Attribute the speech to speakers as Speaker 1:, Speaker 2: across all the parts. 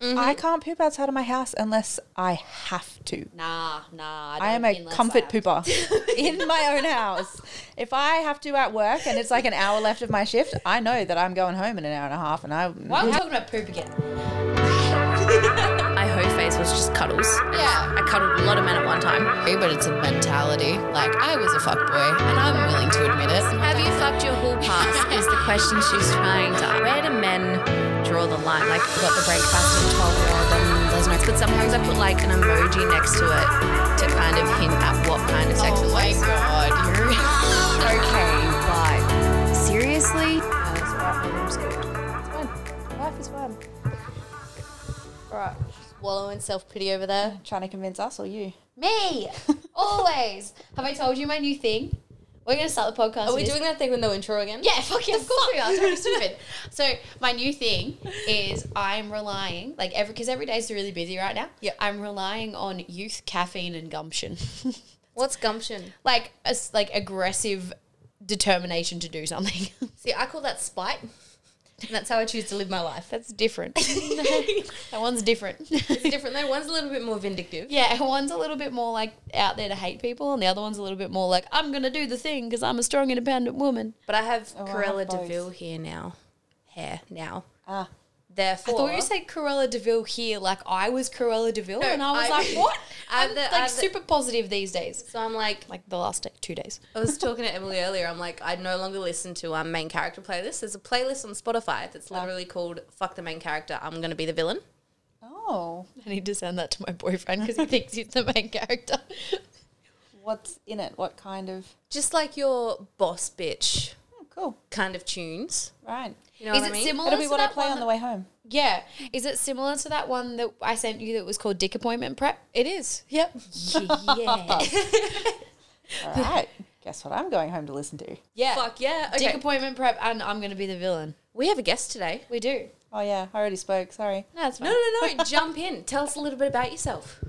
Speaker 1: Mm-hmm.
Speaker 2: I can't poop outside of my house unless I have to.
Speaker 1: Nah, nah.
Speaker 2: I am
Speaker 1: don't-
Speaker 2: a
Speaker 1: unless
Speaker 2: comfort
Speaker 1: I-
Speaker 2: pooper in my own house. If I have to at work and it's like an hour left of my shift, I know that I'm going home in an hour and a half and I
Speaker 1: Why are we talking about poop again?
Speaker 3: My hoe phase was just cuddles.
Speaker 4: Yeah.
Speaker 3: I cuddled a lot of men at one time.
Speaker 4: But it's a mentality. Like, I was a fuckboy, and I'm willing to admit it.
Speaker 3: Have you fucked your hall pass? Is the question she's trying to. Where do men draw the line? Like, I've got the breakfast at 12 or then there's no. But sometimes I put like an emoji next to it to kind of hint at what kind of sex it
Speaker 4: Oh my
Speaker 3: was.
Speaker 4: god, you're.
Speaker 3: Okay, but seriously?
Speaker 2: Life is fun.
Speaker 1: All right. Wallowing self pity over there.
Speaker 2: Trying to convince us or you?
Speaker 1: Me! Always! Have I told you my new thing? We're going to start the
Speaker 5: Are
Speaker 1: podcast. with
Speaker 5: we
Speaker 1: this.
Speaker 5: doing that thing with no intro again?
Speaker 1: Yeah, fuck yes. Of course we are. Totally stupid. So my new thing is I'm relying like every because every day's really busy right now.
Speaker 5: Yep.
Speaker 1: I'm relying on youth caffeine and gumption,
Speaker 5: What's gumption?
Speaker 1: like a s like aggressive determination to do something.
Speaker 5: See, I call that spite. And that's how I choose to live my life.
Speaker 1: That's different. that one's different.
Speaker 5: It's different though. One's a little bit more vindictive.
Speaker 1: yeah, one's a little bit more like out there to hate people, and the other one's a little bit more like I'm gonna do the thing because I'm a strong, independent woman.
Speaker 5: But I have
Speaker 4: Oh,
Speaker 2: I
Speaker 5: Corella
Speaker 2: have both.
Speaker 5: Deville here now. Hair now.
Speaker 2: Ah.
Speaker 5: Therefore,
Speaker 1: I thought you said Corella Deville here, like I was Corella Deville,
Speaker 5: No,
Speaker 1: and I was
Speaker 5: I-
Speaker 1: like, what?
Speaker 5: I
Speaker 1: I'm
Speaker 5: have the- I
Speaker 1: like
Speaker 5: have the-
Speaker 1: super positive these days.
Speaker 5: So I'm like,
Speaker 1: Like the last like, two days.
Speaker 5: I was talking to Emily earlier. I'm like, I no longer listen to um, main character playlists. There's a playlist on Spotify that's literally called "Fuck the main character." I'm gonna be the villain.
Speaker 2: Oh,
Speaker 1: I need to send that to my boyfriend because he thinks he's the main character.
Speaker 2: what's in it? What kind of?
Speaker 5: Just like your boss bitch
Speaker 2: Oh, cool.
Speaker 5: kind of tunes.
Speaker 2: Right.
Speaker 5: You know
Speaker 1: Is
Speaker 5: what I
Speaker 1: it
Speaker 5: mean?
Speaker 1: similar
Speaker 2: That'll be
Speaker 1: to
Speaker 2: what I
Speaker 1: that
Speaker 2: play
Speaker 1: one
Speaker 2: on the
Speaker 1: that-
Speaker 2: way home.
Speaker 1: Yeah. Is it similar to that one that I sent you that was called Dick Appointment Prep? It is. Yep. Yeah.
Speaker 2: All right. Guess what I'm going home to listen to?
Speaker 1: yeah.
Speaker 5: Fuck yeah. Okay.
Speaker 1: Dick Appointment Prep, and I'm going to be the villain.
Speaker 5: we have a guest today.
Speaker 1: We do.
Speaker 2: Oh yeah, I already spoke. Sorry.
Speaker 1: No, that's fine.
Speaker 5: No, no, no. Jump in. Tell us a little bit about yourself.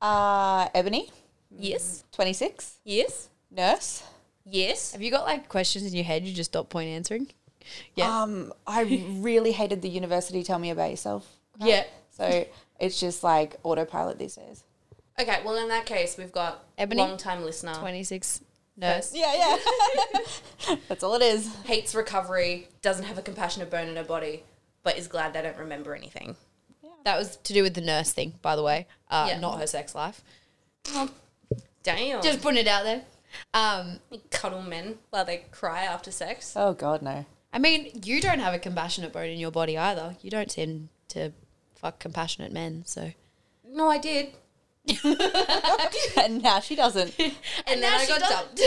Speaker 2: Uh, Ebony,
Speaker 5: Yes.
Speaker 2: 26,
Speaker 5: Yes.
Speaker 2: nurse.
Speaker 5: Yes.
Speaker 1: Have you got like questions in your head you just don't point answering? Yeah.
Speaker 2: Um, I really hated the university. Tell me about yourself.
Speaker 5: Yeah.
Speaker 2: So it's just like autopilot these days.
Speaker 5: Okay. Well, in that case, we've got
Speaker 1: Ebony?
Speaker 5: long-time listener
Speaker 1: 26 nurse.
Speaker 2: Yeah, yeah. That's all it is.
Speaker 5: hates recovery, doesn't have a compassionate bone in her body, but is glad they don't remember anything.
Speaker 1: That was to do with the nurse thing, by the way, uh,
Speaker 5: Yeah.
Speaker 1: not her sex life.
Speaker 5: Damn.
Speaker 1: Just putting it out there. Um,
Speaker 5: cuddle men while they cry after sex.
Speaker 2: Oh God, no.
Speaker 1: I mean, you don't have a compassionate bone in your body either. You don't tend to fuck compassionate men, so. And,
Speaker 5: No, I did.
Speaker 2: And now she doesn't.
Speaker 5: And, then
Speaker 1: now
Speaker 5: I
Speaker 1: she
Speaker 5: got
Speaker 1: does-
Speaker 5: dumped.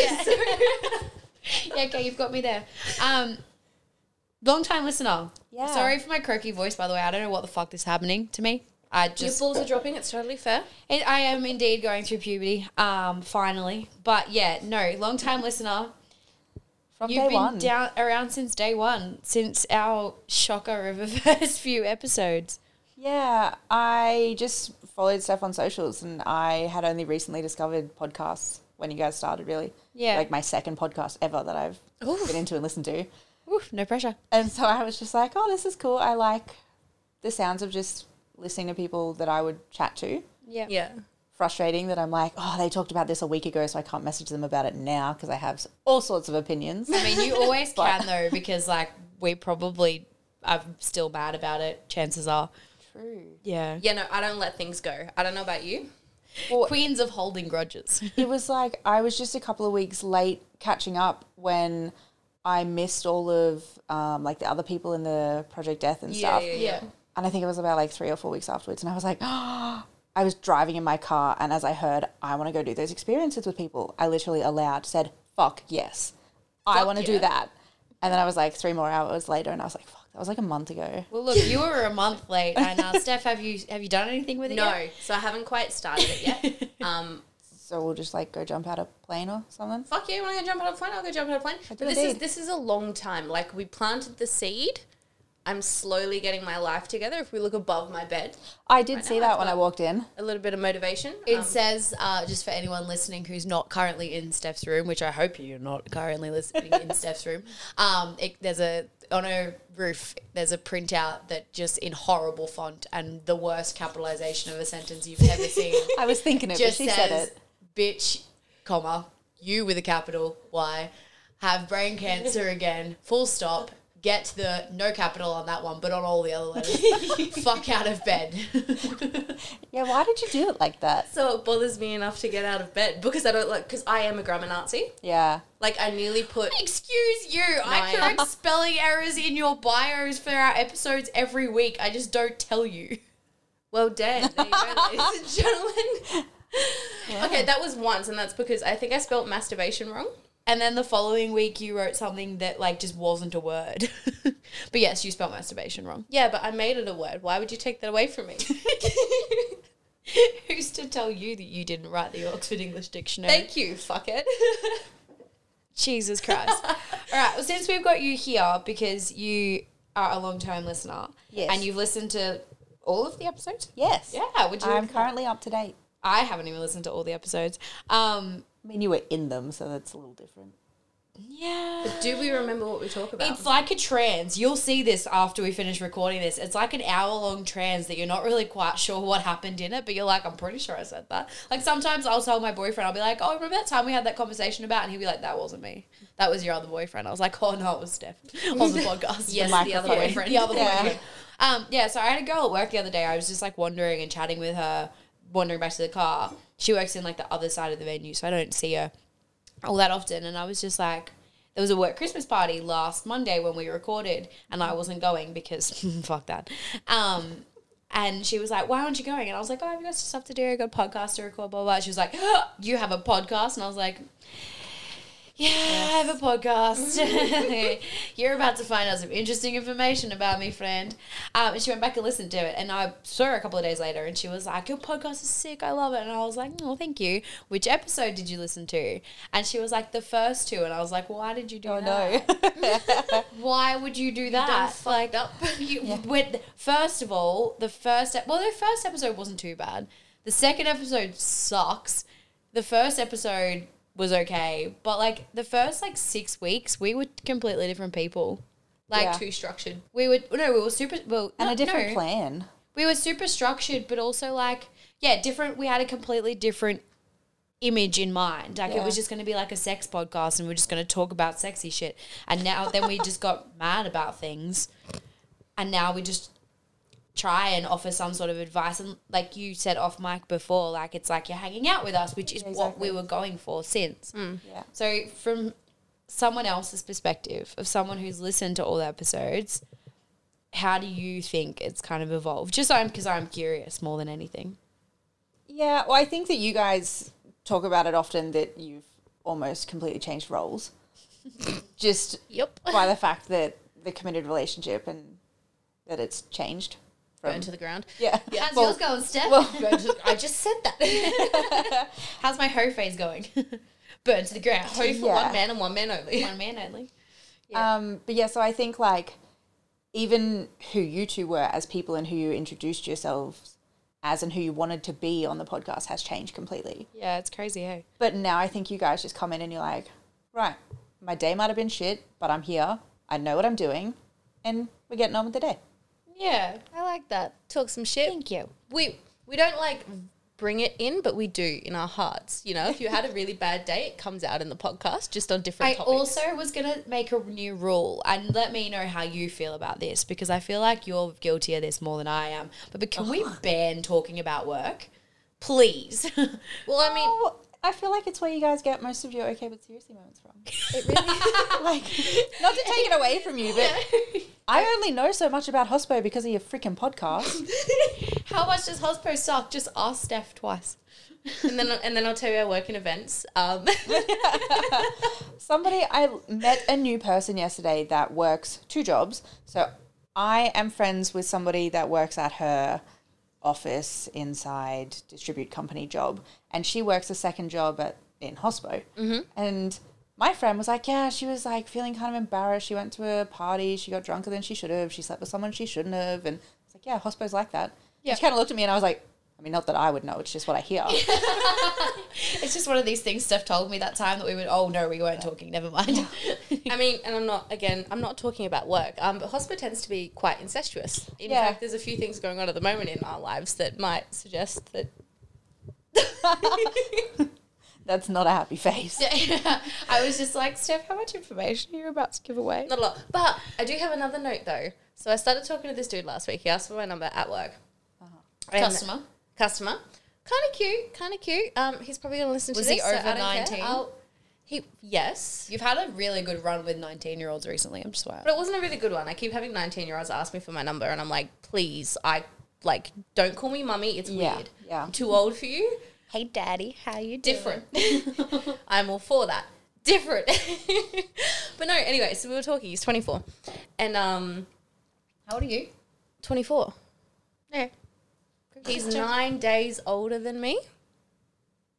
Speaker 1: Yeah. yeah, okay, you've got me there. Um, long time listener.
Speaker 2: Yeah.
Speaker 1: Sorry for my croaky voice, by the way. I don't know what the fuck is happening to me. I
Speaker 5: Your
Speaker 1: just.
Speaker 5: balls are dropping, it's totally fair.
Speaker 1: It, I am indeed going through puberty, um, finally. But yeah, no, long time listener.
Speaker 2: From
Speaker 1: You've
Speaker 2: day
Speaker 1: been
Speaker 2: one.
Speaker 1: down around since day one, since our shocker of the first few episodes.
Speaker 2: yeah, I just followed stuff on socials, and I had only recently discovered podcasts when you guys started. Really,
Speaker 1: Yeah.
Speaker 2: like my second podcast ever that I've been into and listened to.
Speaker 1: Oof, no pressure.
Speaker 2: And so I was just like, oh, this is cool. I like the sounds of just listening to people that I would chat to.
Speaker 1: Yeah.
Speaker 5: Yeah.
Speaker 2: Frustrating that I'm like, oh, they talked about this a week ago, so I can't message them about it now because I have s- all sorts of opinions.
Speaker 1: I mean, you always can though, because like we probably I'm still mad about it. Chances are.
Speaker 2: True.
Speaker 1: Yeah.
Speaker 5: Yeah, no, I don't let things go. I don't know about you.
Speaker 1: Queens of holding grudges.
Speaker 2: It was like I was just a couple of weeks late catching up when I missed all of um, like the other people in the Project Death and stuff.
Speaker 5: yeah.
Speaker 2: And I think it was about like three or four weeks afterwards. And I was like, I was driving in my car. And as I heard, I want to go do those experiences with people, I literally aloud said, fuck yes. I want to do
Speaker 5: yeah.
Speaker 2: that. And then I was like, three more hours later. And I was like, fuck, that was like a month ago.
Speaker 1: Well, look, you were a month late, and uh, Steph, have you have you done anything with it?
Speaker 5: No,
Speaker 1: yet?
Speaker 5: so I haven't quite started it yet. um,
Speaker 2: So we'll just like go jump out a plane or something.
Speaker 5: fuck yeah, you want to go jump out of a plane? I'll go jump out of a plane. But
Speaker 2: do
Speaker 5: this is
Speaker 2: indeed.
Speaker 5: this is a long time. Like we planted the seed. I'm slowly getting my life together. If we look above my bed,
Speaker 2: I did see
Speaker 5: now
Speaker 2: that
Speaker 5: I've
Speaker 2: when I
Speaker 5: got-
Speaker 2: walked in.
Speaker 5: a little bit of motivation.
Speaker 1: It
Speaker 5: Um,
Speaker 1: says, uh, just for anyone listening who's not currently in Steph's room, which I hope you're not currently listening in Steph's room, um, it, there's a on a roof, there's a printout that just in horrible font and the worst capitalization of a sentence you've ever seen.
Speaker 2: I was thinking it,
Speaker 1: just
Speaker 2: but she
Speaker 1: says,
Speaker 2: said it.
Speaker 1: bitch, comma, you with a capital Y, have brain cancer again, full stop, get the no capital on that one, but on all the other letters. Fuck out of bed.
Speaker 2: Yeah, why did you do it like that?
Speaker 3: So it bothers me enough to get out of bed because I don't like because I am a grammar Nazi.
Speaker 2: Yeah.
Speaker 3: Like I nearly put
Speaker 1: Excuse you, I
Speaker 3: No, I-
Speaker 1: correct spelling errors in your bios for our episodes every week. I just don't tell you.
Speaker 3: well dead. There you go, ladies and gentlemen. Okay, that was once, and that's because I think I spelt masturbation wrong.
Speaker 1: And then the following week, you wrote something that like just wasn't a word. but yes, you spelled masturbation wrong.
Speaker 3: Yeah, but I made it a word. Why would you take that away from me?
Speaker 1: Who's to tell you that you didn't write the Oxford English Dictionary?
Speaker 3: Thank you, fuck it.
Speaker 1: Jesus Christ. All right. Well, since we've got you here, because you are a long time listener,
Speaker 2: Yes.
Speaker 1: and you've listened to all of the episodes.
Speaker 2: Yes.
Speaker 1: Yeah. Would you?
Speaker 2: I'm currently up to date.
Speaker 1: I haven't even listened to all the episodes. Um.
Speaker 2: I mean, you were in them, so that's a little different.
Speaker 1: Yeah.
Speaker 3: Do we remember what we talk about?
Speaker 1: It's like a trans. You'll see this after we finish recording this. It's like an hour long trans that you're not really quite sure what happened in it, but you're like, I'm pretty sure I said that. Like sometimes I'll tell my boyfriend, I'll be like, Oh, remember that time we had that conversation about? And he'll be like, That wasn't me. That was your other boyfriend. I was like, Oh no, it was Steph on the podcast.
Speaker 3: yes, the, other
Speaker 2: microphone.
Speaker 3: boyfriend.
Speaker 1: The other
Speaker 2: Yeah.
Speaker 1: boyfriend. Um, yeah, so I had a girl at work the other day. I was just like wandering and chatting with her, wandering back to the car. She works in like the other side of the venue, so I don't see her all that often. And I was just like, there was a work Christmas party last Monday when we recorded, and I wasn't going because fuck that. Um, and she was like, "Why aren't you going?" And I was like, "Oh, I've got stuff to do. I got a podcast to record." Blah blah. blah. She was like, "You have a podcast?" And I was like, yeah, I have a podcast. You're about to find out some interesting information about me, friend. Um, and she went back and listened to it. And I saw her a couple of days later and she was like, Your podcast is sick. I love it. And I was like, Oh, thank you. Which episode did you listen to? And she was like, The first two. And I was like, Why did you do
Speaker 2: Oh,
Speaker 1: that?
Speaker 2: no.
Speaker 1: Why would you do that? like, up. You, with, first of all, the first ep- well, the first episode wasn't too bad. The second episode sucks. The first episode was okay, but like the first like six weeks, we were completely different people. Like
Speaker 2: Yeah.
Speaker 3: too structured.
Speaker 1: we were no, we were super well,
Speaker 2: and a
Speaker 1: not-
Speaker 2: different
Speaker 1: no.
Speaker 2: plan.
Speaker 1: We were super structured, but also like yeah, different. We had a completely different image in mind. Like it
Speaker 2: Yeah.
Speaker 1: was just going to be like a sex podcast, and we are just going to talk about sexy shit. And now then we just got mad about things, and now we just try and offer some sort of advice. And like you said off mic before, like it's like you're hanging out with us, which is what
Speaker 2: Exactly.
Speaker 1: we
Speaker 2: Mm.
Speaker 1: were going for since.
Speaker 2: Yeah.
Speaker 1: So from someone else's perspective, of someone who's listened to all the episodes. How do you think it's kind of evolved? Just I'm because I'm curious more than anything.
Speaker 2: Yeah, well, I think that you guys talk about it often that you've almost completely changed roles. Just
Speaker 1: Yep.
Speaker 2: by the fact that the committed relationship and that it's changed. From,
Speaker 3: Into the ground.
Speaker 2: yeah.
Speaker 1: How's
Speaker 2: Well,
Speaker 1: yours going, Steph? I just said that. How's my hoe phase going? Burn to the ground.
Speaker 3: Two for
Speaker 2: Yeah.
Speaker 3: one man and one man only.
Speaker 1: One man only.
Speaker 2: Um, but yeah, so I think like even who you two were as people and who you introduced yourselves as and who you wanted to be on the podcast has changed completely.
Speaker 1: Yeah, it's crazy, hey?
Speaker 2: But now I think you guys just come in and you're like, right, my day might have been shit, but I'm here. I know what I'm doing, and we're getting on with the day.
Speaker 1: Yeah.
Speaker 3: I like that. Talk some shit.
Speaker 1: Thank you.
Speaker 3: we we don't like bring it in, but we do in our hearts. You know, if you had a really bad day, it comes out in the podcast, just on different
Speaker 1: I
Speaker 3: topics.
Speaker 1: also was going to make a new rule and let me know how you feel about this because I feel like you're guilty of this more than I am. But, but can we ban talking about work? Please.
Speaker 3: well, I mean,
Speaker 2: Well, I feel like it's where you guys get most of your okay but seriously moments from. It really like not to take it away from you, but I only know so much about hospo because of your freaking podcast.
Speaker 1: how much does Hospo suck? Just ask Steph twice.
Speaker 3: and then and then I'll tell you I work in events. Um,
Speaker 2: Somebody I met a new person yesterday that works two jobs. So I am friends with somebody that works at her office inside distribute company job, and she works a second job at in hospo. Mm-hmm. And my friend was like, yeah, she was like feeling kind of embarrassed. She went to a party, she got drunker than she should have, she slept with someone she shouldn't have, and it's like, yeah, hospo's like that. And
Speaker 1: Yeah.
Speaker 2: She kind of looked at me, and I was like, I mean, not that I would know. It's just what I hear.
Speaker 1: It's just one of these things Steph told me that time that we would, oh no, we weren't talking, never mind.
Speaker 5: I mean, and I'm not again. I'm not talking about work. Um, but hospo tends to be quite incestuous. In
Speaker 2: Yeah.
Speaker 5: fact, there's a few things going on at the moment in our lives that might suggest that.
Speaker 2: That's not a happy face.
Speaker 1: I was just like, Steph, how much information are you about to give away?
Speaker 5: Not a lot, but I do have another note though. So I started talking to this dude last week. He asked for my number at work. And-
Speaker 1: Uh-huh. Customer.
Speaker 5: Customer. Kind of cute. Kind of cute. Um, he's probably gonna listen
Speaker 1: Was
Speaker 5: to
Speaker 1: he
Speaker 5: this. so I
Speaker 1: over
Speaker 5: don't care.
Speaker 1: 19?
Speaker 5: I'll- He yes,
Speaker 1: You've had a really good run with 19 year olds recently, I'm just
Speaker 5: but it wasn't a really good one. I keep having 19 year olds ask me for my number, and I'm like, please, I like don't call me mummy. It's
Speaker 2: Yeah,
Speaker 5: weird.
Speaker 2: yeah.
Speaker 5: I'm too old for you.
Speaker 6: Hey, daddy, how you doing?
Speaker 5: different. I'm all for that. Different. but no, anyway, so we were talking. He's 24. And um
Speaker 1: How old are you?
Speaker 5: 24. Yeah. He's nine days older than me.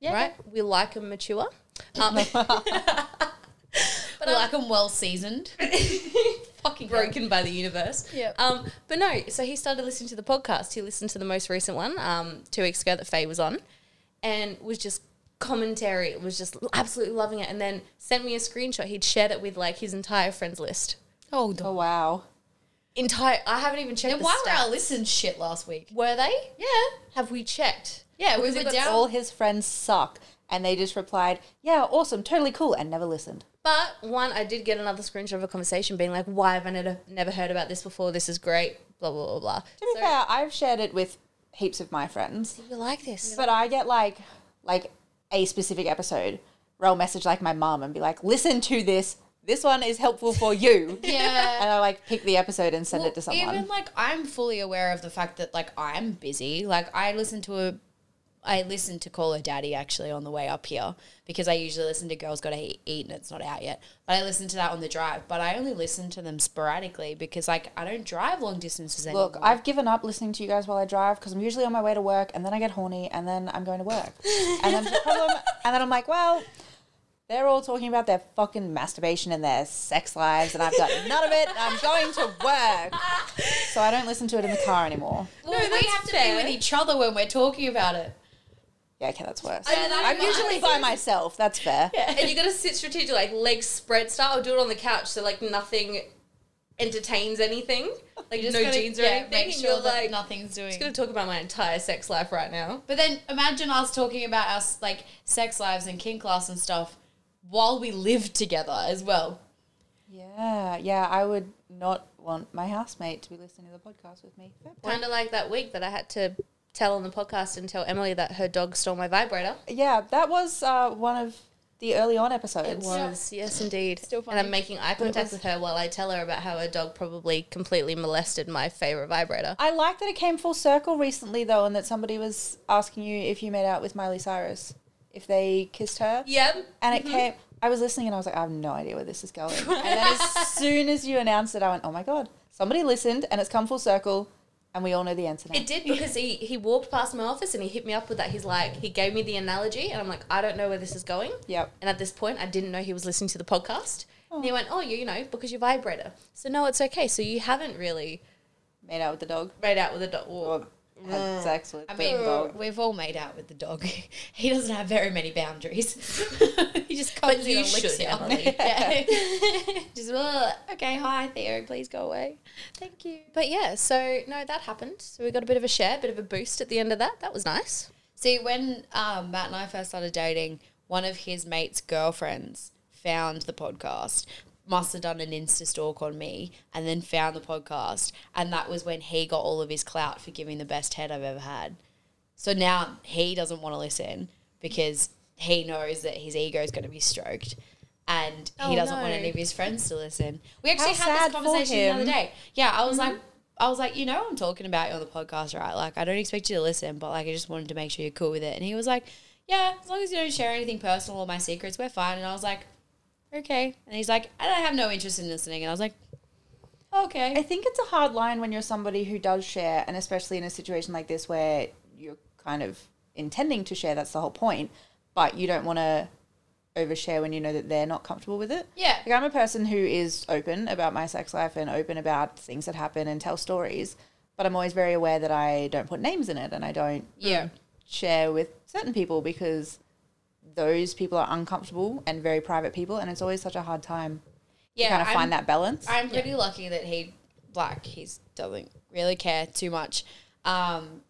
Speaker 1: Yeah.
Speaker 5: Right? We like him mature. Um,
Speaker 1: But um, I like them well seasoned. Fucking hell.
Speaker 5: broken by the universe.
Speaker 1: Yep.
Speaker 5: Um, but no, so he started listening to the podcast. He listened to the most recent one um, two weeks ago that Faye was on and was just commentary. It was just absolutely loving it. And then sent me a screenshot. He'd shared it with like his entire friends list.
Speaker 1: Oh,
Speaker 2: Oh wow.
Speaker 5: Entire. I haven't even checked.
Speaker 1: Then
Speaker 5: the
Speaker 1: why were
Speaker 5: stats.
Speaker 1: our listeners shit last week?
Speaker 5: Were they? Yeah. Have we checked?
Speaker 1: Yeah, we
Speaker 5: Because
Speaker 1: were
Speaker 5: it got
Speaker 1: down.
Speaker 2: All his friends suck, and they just replied, "Yeah, awesome, totally cool," and never listened.
Speaker 5: But one, I did get another screenshot of a conversation being like, "Why have I never never heard about this before? This is great." Blah blah blah blah.
Speaker 2: To be fair, I've shared it with heaps of my friends,
Speaker 5: You like this?
Speaker 2: but I get like like a specific episode where I'll message like my mum and be like, "Listen to this. This one is helpful for you."
Speaker 1: Yeah.
Speaker 2: And I like pick the episode and send
Speaker 1: Well,
Speaker 2: it to someone.
Speaker 1: Even like I'm fully aware of the fact that like I'm busy. Like I listen to a I listened to Call Her Daddy actually on the way up here because I usually listen to Girls Gotta Eat Eat and it's not out yet. But I listen to that on the drive. But I only listen to them sporadically because like I don't drive long distances anymore.
Speaker 2: Look, I've given up listening to you guys while I drive because I'm usually on my way to work, and then I get horny, and then I'm going to work, and then the problem, and then I'm like, well, they're all talking about their fucking masturbation and their sex lives, and I've got none of it. and I'm going to work, so I don't listen to it in the car anymore.
Speaker 5: oh,
Speaker 1: well, we have to be with each other when we're talking about it.
Speaker 2: Yeah, okay, that's worse.
Speaker 5: Yeah, that
Speaker 2: I'm
Speaker 5: reminds
Speaker 2: usually by myself. That's fair.
Speaker 5: and you got to sit strategic, like legs spread style. Do it on the couch, so like nothing entertains anything. Like no
Speaker 1: gotta,
Speaker 5: jeans or
Speaker 1: yeah,
Speaker 5: anything.
Speaker 1: Make
Speaker 5: and
Speaker 1: sure
Speaker 5: you're
Speaker 1: that
Speaker 5: like,
Speaker 1: nothing's doing.
Speaker 5: I'm gonna talk about my entire sex life right now.
Speaker 1: But then imagine us talking about our like sex lives and kink class and stuff while we live together as well.
Speaker 2: Yeah, yeah, I would not want my housemate to be listening to the podcast with me. Fair point.
Speaker 5: Kind of like that week that I had to tell on the podcast and tell Emily that her dog stole my vibrator.
Speaker 2: Yeah, that was uh, one of the early on episodes.
Speaker 5: It was, yes, indeed.
Speaker 1: Still
Speaker 5: and
Speaker 1: funny.
Speaker 5: I'm making eye contact with her while I tell her about how her dog probably completely molested my favorite vibrator.
Speaker 2: I like that it came full circle recently, though, and that somebody was asking you if you made out with Miley Cyrus, if they kissed her.
Speaker 5: Yep.
Speaker 2: And
Speaker 1: Mm-hmm.
Speaker 2: it came, I was listening and I was like, I have no idea where this is going. And then as soon as you announced it, I went, oh my God, somebody listened and it's come full circle and we all know the answer now.
Speaker 5: It did because he, he walked past my office and he hit me up with that. He's like, he gave me the analogy, and I'm like, I don't know where this is going.
Speaker 2: Yep.
Speaker 5: And at this point, I didn't know he was listening to the podcast. And he went, Oh, you, you know, because your vibrator. So, no, it's okay. So, you haven't really
Speaker 2: Made out with the dog.
Speaker 5: made out with a dog. Well,
Speaker 2: Or had sex with
Speaker 1: I mean,
Speaker 2: the dog.
Speaker 1: we've all made out with the dog. he doesn't have very many boundaries. he just
Speaker 5: But
Speaker 1: comes in
Speaker 5: you
Speaker 1: and licks
Speaker 5: should,
Speaker 1: you.
Speaker 5: Emily.
Speaker 1: Yeah. just "Ugh, okay, hi Theo, please go away. Thank you.
Speaker 5: But yeah, so no, that happened. So, we got a bit of a share, bit of a boost at the end of that. That was nice.
Speaker 1: See, when um, Matt and I first started dating, one of his mate's girlfriends found the podcast, must have done an Insta stalk on me, and then found the podcast. And that was when he got all of his clout for giving the best head I've ever had. So now he doesn't want to listen because he knows that his ego is going to be stroked. And he
Speaker 5: Oh,
Speaker 1: doesn't want
Speaker 5: no.
Speaker 1: any of his friends to listen. We actually
Speaker 2: How
Speaker 1: had
Speaker 2: sad
Speaker 1: this
Speaker 2: for
Speaker 1: conversation the other
Speaker 2: him. Mm-hmm.
Speaker 1: day. Yeah, I was like, I was like, you know, I'm talking about you on the podcast, right? Like, I don't expect you to listen, but like, I just wanted to make sure you're cool with it. And he was like, yeah, as long as you don't share anything personal or my secrets, we're fine. And I was like, okay. And he's like, I don't have no interest in listening. And I was like, okay.
Speaker 2: I think it's a hard line when you're somebody who does share, and especially in a situation like this where you're kind of intending to share, that's the whole point, but you don't want to overshare when you know that they're not comfortable with it.
Speaker 1: Yeah.
Speaker 2: Like, I'm a person who is open about my sex life and open about things that happen and tell stories, but I'm always very aware that I don't put names in it and I don't
Speaker 1: Yeah.
Speaker 2: share with certain people because those people are uncomfortable and very private people, and it's always such a hard time
Speaker 1: Yeah.
Speaker 2: to kind of
Speaker 1: I'm-
Speaker 2: find that balance.
Speaker 1: I'm pretty lucky that he like he's doesn't really care too much. Um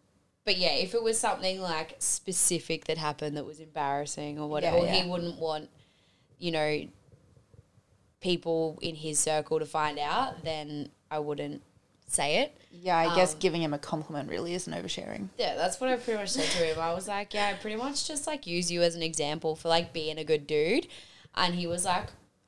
Speaker 1: but yeah, if it was something like specific that happened that was embarrassing or whatever,
Speaker 2: Yeah,
Speaker 1: or
Speaker 2: yeah.
Speaker 1: he wouldn't want, you know, people in his circle to find out, then I wouldn't say it.
Speaker 2: yeah, I guess
Speaker 1: um,
Speaker 2: giving him a compliment really isn't oversharing.
Speaker 1: Yeah, that's what I pretty much said to him. I was like, yeah, I pretty much just like use you as an example for like being a good dude. And he was like,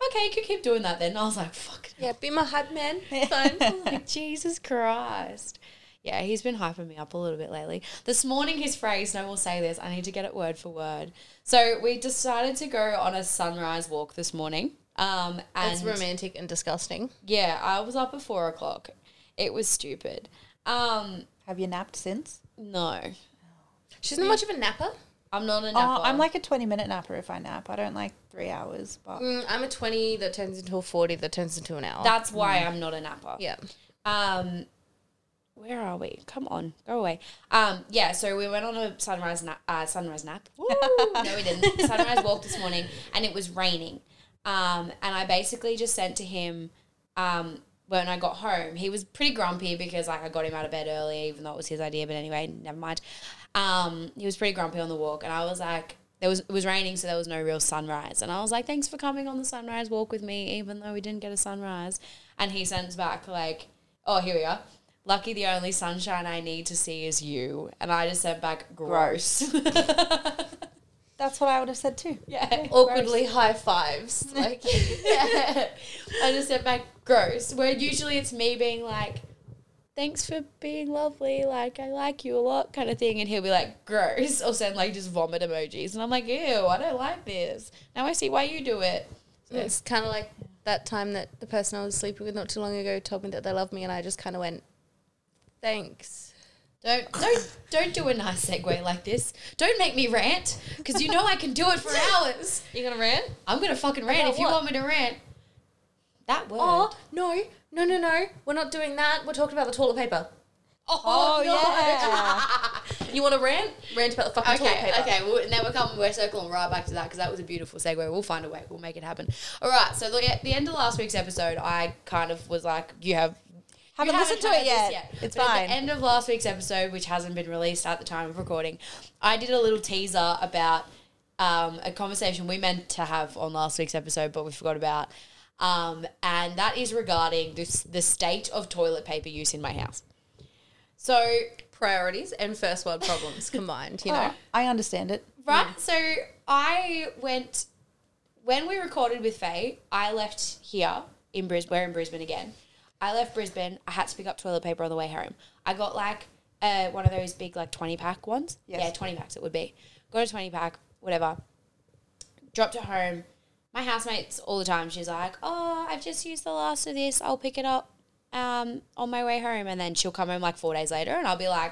Speaker 1: okay, you can keep doing that then. And I was like, fuck
Speaker 3: Yeah, be my hype man.
Speaker 1: like, Jesus Christ. Yeah, he's been hyping me up a little bit lately. This morning, his phrase, no, we'll say this, I need to get it word for word. So we decided to go on a sunrise walk this morning. Um, and
Speaker 3: It's romantic and disgusting.
Speaker 1: yeah, I was up at four o'clock. It was stupid. Um,
Speaker 2: Have you napped since?
Speaker 1: no,
Speaker 3: She's not much of a napper.
Speaker 1: I'm not a
Speaker 2: Oh,
Speaker 1: napper.
Speaker 2: I'm like a 20 minute napper if I nap. I don't like three hours, but
Speaker 3: Mm, I'm a 20 that turns into a 40 that turns into an hour.
Speaker 1: that's
Speaker 2: Mm.
Speaker 1: why I'm not a napper.
Speaker 3: yeah.
Speaker 1: Um, where are we? Come on, go away. Um, yeah, so we went on a sunrise nap. Uh, sunrise nap. Woo! no, we didn't. Sunrise walk this morning, and it was raining. Um, and I basically just sent to him. Um, when I got home, he was pretty grumpy because like I got him out of bed early, even though it was his idea. But anyway, never mind. Um, he was pretty grumpy on the walk, and I was like, there was it was raining, so there was no real sunrise. And I was like, thanks for coming on the sunrise walk with me, even though we didn't get a sunrise. And he sends back like, oh, here we are. Lucky the only sunshine I need to see is you. And I just sent back, gross.
Speaker 2: that's what I would have said too.
Speaker 1: yeah.
Speaker 3: Awkwardly high fives. Like,
Speaker 1: I just sent back, gross. Where usually it's me being like, thanks for being lovely. Like, I like you a lot kind of thing. And he'll be like, gross. Or send like just vomit emojis. And I'm like, ew, I don't like this. Now I see why you do it.
Speaker 3: it's kind of like that time that the person I was sleeping with not too long ago told me that they love me, and I just kind of went, thanks.
Speaker 1: Don't don't don't do a nice segue like this. Don't make me rant because you know I can do it for hours.
Speaker 3: You gonna rant?
Speaker 1: I'm gonna fucking rant
Speaker 3: About
Speaker 1: if you
Speaker 3: what?
Speaker 1: want me to rant. That word.
Speaker 3: Oh, no, no, no, no. We're not doing that. We're talking about the toilet paper.
Speaker 2: Oh, yeah.
Speaker 3: You want to rant? Rant about the fucking toilet
Speaker 1: Okay,
Speaker 3: paper.
Speaker 1: okay. Well, now we're coming, we're circling right back to that because that was a beautiful segue. We'll find a way. We'll make it happen. All right. So the, at the end of last week's episode, I kind of was like, "You have."
Speaker 2: Haven't
Speaker 1: you
Speaker 2: listened to
Speaker 1: heard
Speaker 2: it
Speaker 1: this
Speaker 2: yet. It's
Speaker 1: But At
Speaker 2: fine.
Speaker 1: the end of last week's episode, which hasn't been released at the time of recording, I did a little teaser about um, a conversation we meant to have on last week's episode, but we forgot about. Um, and that is regarding this, the state of toilet paper use in my house. So
Speaker 3: Priorities and first world problems combined, you know.
Speaker 2: Oh, I understand it.
Speaker 1: Right. So I went when we recorded with Faye. I left here in Brisbane. We're in Brisbane again. I left Brisbane. I had to pick up toilet paper on the way home. I got like uh, one of those big like twenty pack ones.
Speaker 2: Yes.
Speaker 1: Yeah, twenty packs it would be. Got a twenty pack, whatever. Dropped it home. My housemates all the time. She's like, "Oh, I've just used the last of this. I'll pick it up um, on my way home." And then she'll come home like four days later, and I'll be like,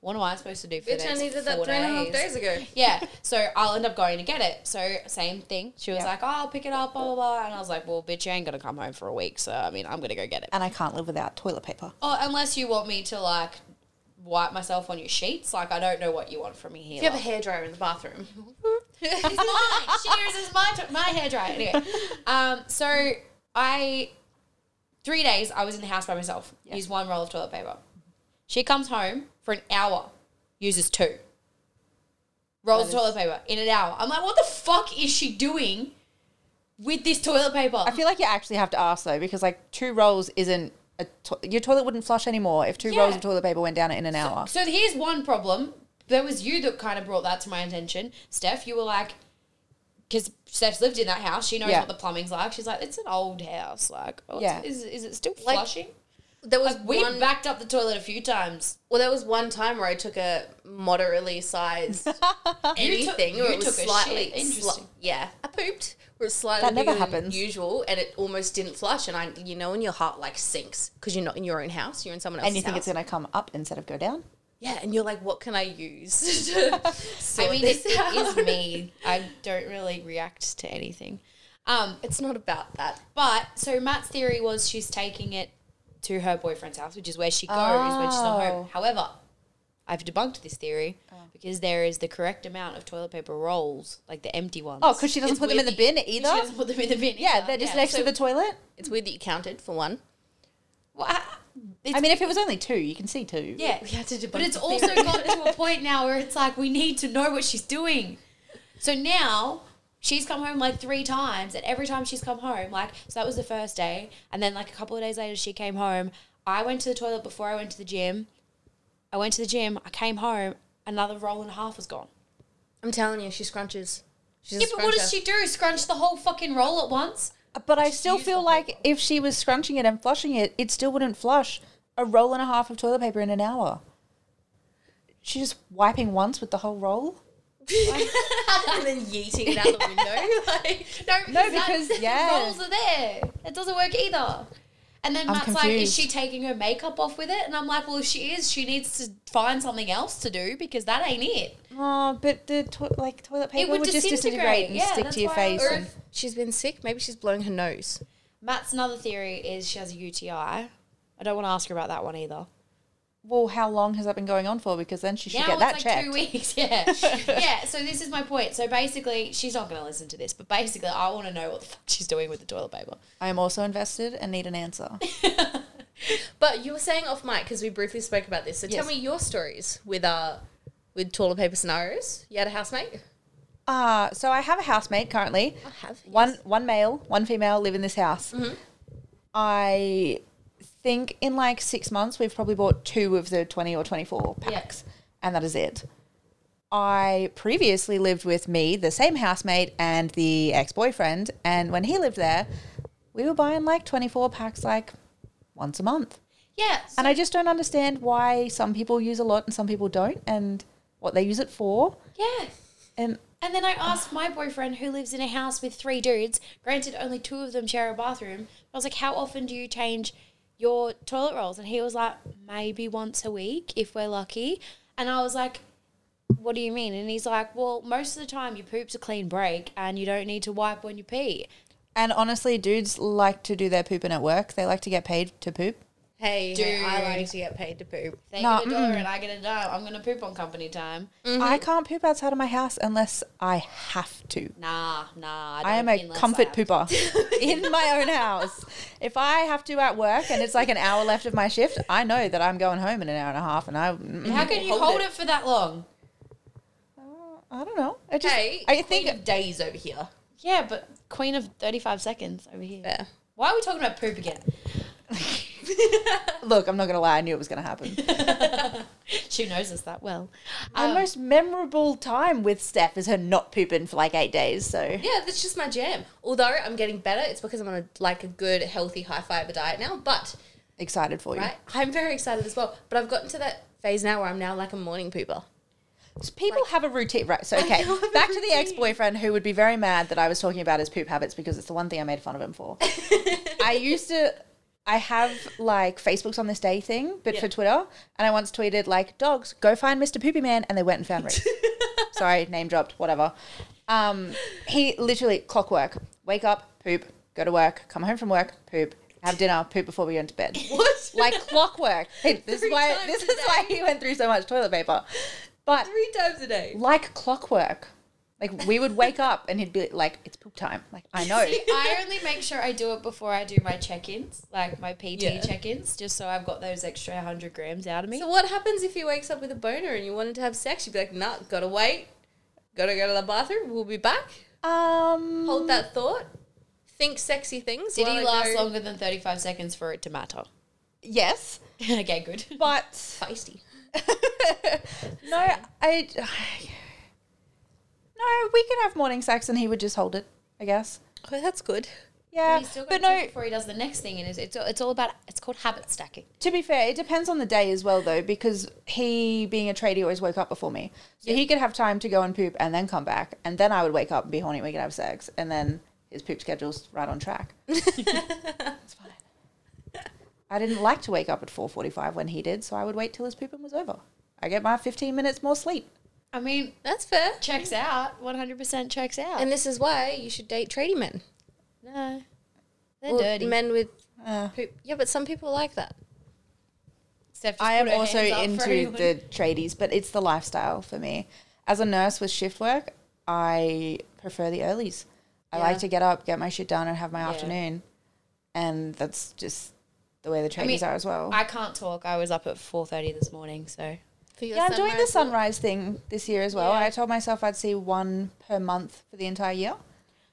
Speaker 1: "What am I supposed to do for the
Speaker 3: Bitch, I
Speaker 1: next
Speaker 3: needed that
Speaker 1: four
Speaker 3: three and a half
Speaker 1: days?"
Speaker 3: days ago.
Speaker 1: yeah. So I'll end up going to get it. So same thing. She was
Speaker 2: Yeah.
Speaker 1: like, oh, I'll pick it up, blah, blah, blah. And I was like, well, bitch, you ain't going to come home for a week. So, I mean, I'm going to go get it.
Speaker 2: And I can't live without toilet paper.
Speaker 1: Oh, unless you want me to, like, wipe myself on your sheets. Like, I don't know what you want from me here.
Speaker 3: You have a hairdryer in the bathroom.
Speaker 1: It's mine. Cheers is my my hairdryer. Anyway, um, so I three days I was in the house by myself. Used one roll of toilet paper. She comes home for an hour, uses two rolls of toilet paper in an hour. I'm like, what the fuck is she doing with this toilet paper?
Speaker 2: I feel like you actually have to ask though, because like two rolls isn't a to- your toilet wouldn't flush anymore if two rolls
Speaker 1: Yeah.
Speaker 2: of toilet paper went down in an hour.
Speaker 1: So here's one problem. There was you that kind of brought that to my attention, Steph. You were like, because Steph's lived in that house, she knows
Speaker 2: Yeah.
Speaker 1: what the plumbing's like. She's like, it's an old house. Like, oh, yeah.
Speaker 2: Yeah.
Speaker 1: is, is it still
Speaker 3: Like,
Speaker 1: flushing?
Speaker 3: There was
Speaker 1: We
Speaker 3: one.
Speaker 1: backed up the toilet a few times.
Speaker 3: well, there was one time where I took a moderately sized anything,
Speaker 1: you
Speaker 3: or it was
Speaker 1: took a
Speaker 3: slightly
Speaker 1: shit. Interesting.
Speaker 3: sli- yeah, I pooped. Where it was slightly
Speaker 2: That never
Speaker 3: bigger than
Speaker 2: happens.
Speaker 3: usual, and it almost didn't flush. And I, you know, in your heart like sinks because you're not in your own house; you're in someone else's
Speaker 2: and you think
Speaker 3: house.
Speaker 2: it's going to come up instead of go down?
Speaker 3: yeah, and you're like, what can I use? to sort
Speaker 1: I mean,
Speaker 3: this
Speaker 1: it, it
Speaker 3: out?
Speaker 1: is me. I don't really react to anything. Um,
Speaker 3: It's not about that.
Speaker 1: but so Matt's theory was she's taking it to her boyfriend's house, which is where she goes when she's not
Speaker 2: Oh.
Speaker 1: home. However, I've debunked this theory because there is the correct amount of toilet paper rolls, like the empty ones.
Speaker 2: Oh, because she doesn't
Speaker 1: It's
Speaker 2: put them in the
Speaker 1: weird that-
Speaker 2: bin either.
Speaker 1: She doesn't put them in the bin.
Speaker 2: yeah,
Speaker 1: either.
Speaker 2: they're just
Speaker 1: Yeah.
Speaker 2: next
Speaker 1: So-
Speaker 2: to the toilet.
Speaker 3: It's weird that you counted for one.
Speaker 1: Well, I- it's-
Speaker 2: I mean, if it was only two, you can see two.
Speaker 1: Yeah,
Speaker 3: We had to debunk
Speaker 1: But it's
Speaker 3: the
Speaker 1: also
Speaker 3: theory.
Speaker 1: gotten to a point now where it's like we need to know what she's doing. So now she's come home like three times, and every time she's come home, like so that was the first day, and then like a couple of days later she came home. I went to the toilet before I went to the gym. I went to the gym. I came home. Another roll and a half was gone.
Speaker 3: I'm telling you, she scrunches. She's a
Speaker 1: Yeah, but what
Speaker 3: scruncher.
Speaker 1: does she do? Scrunch the whole fucking roll at once?
Speaker 2: But I still feel
Speaker 1: the
Speaker 2: like if she was scrunching it and flushing it, it still wouldn't flush a roll and a half of toilet paper in an hour. She's just wiping once with the whole roll.
Speaker 3: and then yeeting it out the window? Like,
Speaker 1: No, because, that-
Speaker 2: because,
Speaker 1: the
Speaker 2: yeah.
Speaker 1: rolls are there. It doesn't work either. And then
Speaker 2: I'm
Speaker 1: Matt's like,
Speaker 2: confused.
Speaker 1: is she taking her makeup off with it? And I'm like, well, if she is, she needs to find something else to do because that ain't it.
Speaker 2: Oh, but the to- like toilet paper
Speaker 1: would
Speaker 2: would, just disintegrate
Speaker 1: disintegrate.
Speaker 2: and
Speaker 1: Yeah,
Speaker 2: stick
Speaker 1: that's
Speaker 2: to your
Speaker 1: why I
Speaker 2: face.
Speaker 1: was-
Speaker 2: and-
Speaker 3: she's been sick. Maybe she's blowing her nose.
Speaker 1: Matt's another theory is she has a UTI. I don't want to ask her about that one either.
Speaker 2: well, how long has that been going on for? Because then she should get that
Speaker 1: it's like
Speaker 2: checked.
Speaker 1: two weeks. Yeah, yeah. So this is my point. So basically, she's not going to listen to this, but basically, I want to know what the fuck she's doing with the toilet paper.
Speaker 2: I am also invested and need an answer.
Speaker 3: But you were saying off mic because we briefly spoke about this. So tell
Speaker 2: Yes.
Speaker 3: me your stories with uh with toilet paper scenarios. You had a housemate.
Speaker 2: Uh, so I have a housemate currently. I
Speaker 3: have,
Speaker 2: one one male, one female live in this house. I think in like six months we've probably bought two of the twenty or twenty four packs, and that is it. I previously lived with me, the same housemate, and the ex boyfriend, and when he lived there, we were buying like twenty four packs like once a month.
Speaker 1: Yeah. So
Speaker 2: And I just don't understand why some people use a lot and some people don't, and what they use it for.
Speaker 1: yeah.
Speaker 2: And
Speaker 1: And then I asked my boyfriend, who lives in a house with three dudes, granted only two of them share a bathroom. I was like, How often do you change your toilet rolls? And he was like, Maybe once a week if we're lucky. And I was like, What do you mean? And he's like, Well, most of the time your poop's a clean break and you don't need to wipe when you pee.
Speaker 2: And honestly, dudes like to do their pooping at work. They like to get paid to poop.
Speaker 3: Hey,
Speaker 1: hey, I like
Speaker 3: to get paid to poop.
Speaker 1: They
Speaker 2: No,
Speaker 1: get a dollar and I get a dime. I'm going to poop on company time.
Speaker 2: I can't poop outside of my house unless I have to.
Speaker 1: Nah, nah.
Speaker 2: I am
Speaker 1: don't-
Speaker 2: a
Speaker 1: unless
Speaker 2: comfort
Speaker 1: have-
Speaker 2: pooper in my own house. If I have to at work and it's like an hour left of my shift, I know that I'm going home in an hour and a half. And I, mm,
Speaker 1: How can you hold, it. for that long?
Speaker 2: I don't know. I just,
Speaker 3: Hey,
Speaker 2: I think
Speaker 3: days over here.
Speaker 1: Yeah, but queen of 35 seconds over here.
Speaker 3: Yeah.
Speaker 1: Why are we talking about poop again?
Speaker 2: look, I'm not gonna lie. I knew it was gonna happen.
Speaker 1: She knows us that well.
Speaker 2: My most memorable time with Steph is her not pooping for like eight days. So
Speaker 3: Yeah, that's just my jam. Although I'm getting better, it's because I'm on a, like a good, healthy, high fiber diet now. But
Speaker 2: excited for you.
Speaker 3: right, I'm very excited as well. But I've gotten to that phase now where I'm now like a morning pooper.
Speaker 2: People have a routine, right? So, okay, back to the ex boyfriend who would be very mad that I was talking about his poop habits because it's the one thing I made fun of him for. I used to, I have like Facebook's on this day thing, but for Twitter, and I once tweeted, like, dogs, go find Mr. Poopy Man, and they went and found Reese. Sorry, name dropped, whatever. Um, he literally clockwork, wake up, poop, go to work, come home from work, poop, have dinner, poop before we go into bed
Speaker 3: What?
Speaker 2: like clockwork. Hey, this is
Speaker 3: Three
Speaker 2: why
Speaker 3: times
Speaker 2: this
Speaker 3: a
Speaker 2: is why he went through so much toilet paper. But
Speaker 3: Three times a day.
Speaker 2: like clockwork, like we would wake up and he'd be like, "It's poop time." Like I know.
Speaker 1: See, I only make sure I do it before I do my check-ins, like my PT
Speaker 3: Yeah.
Speaker 1: check-ins, just so I've got those extra 100 grams out of me.
Speaker 3: So what happens if he wakes up with a boner and you wanted to have sex? You'd be like, nah, gotta wait, gotta go to the bathroom. We'll be back.
Speaker 2: Um,
Speaker 3: Hold that thought. Think sexy things.
Speaker 1: Did
Speaker 3: while
Speaker 1: he
Speaker 3: I
Speaker 1: last
Speaker 3: go-
Speaker 1: longer than 35 seconds for it to matter?
Speaker 2: yes,
Speaker 1: okay, good.
Speaker 2: but
Speaker 3: Feisty.
Speaker 2: no, I. No, we could have morning sex and he would just hold it. I guess.
Speaker 3: Oh, that's good.
Speaker 2: Yeah,
Speaker 1: He's still
Speaker 2: but
Speaker 1: going
Speaker 2: no.
Speaker 1: before he does the next thing, and it's, it's it's all about it's called habit stacking.
Speaker 2: To be fair, it depends on the day as well, though, because he, being a tradie, always woke up before me. So he could have time to go and poop and then come back. And then I would wake up and be horny and we could have sex. And then his poop schedule's right on track. it's fine. I didn't like to wake up at 4.45 when he did, so I would wait till his pooping was over. I get my 15 minutes more sleep.
Speaker 1: I mean,
Speaker 3: That's fair.
Speaker 1: checks out, 100% checks out.
Speaker 3: And this is why you should date tradie men.
Speaker 1: no, they're
Speaker 3: Or
Speaker 1: dirty.
Speaker 3: Men with
Speaker 2: Uh.
Speaker 5: Poop. Yeah, but some people like that.
Speaker 1: Steph just
Speaker 2: I
Speaker 1: put
Speaker 2: am
Speaker 1: her
Speaker 2: also
Speaker 1: hands up
Speaker 2: into
Speaker 1: for anyone.
Speaker 2: the tradies, but it's the lifestyle for me. As a nurse with shift work, I prefer the earlies. I like to get up, get my shit done, and have my afternoon. And that's just the way the tradies
Speaker 1: mean,
Speaker 2: are as well.
Speaker 1: I can't talk. I was up at four thirty this morning, so
Speaker 5: For your
Speaker 2: yeah, I'm doing the
Speaker 5: sunrise.
Speaker 2: sunrise thing this year as well. I told myself I'd see one per month for the entire year.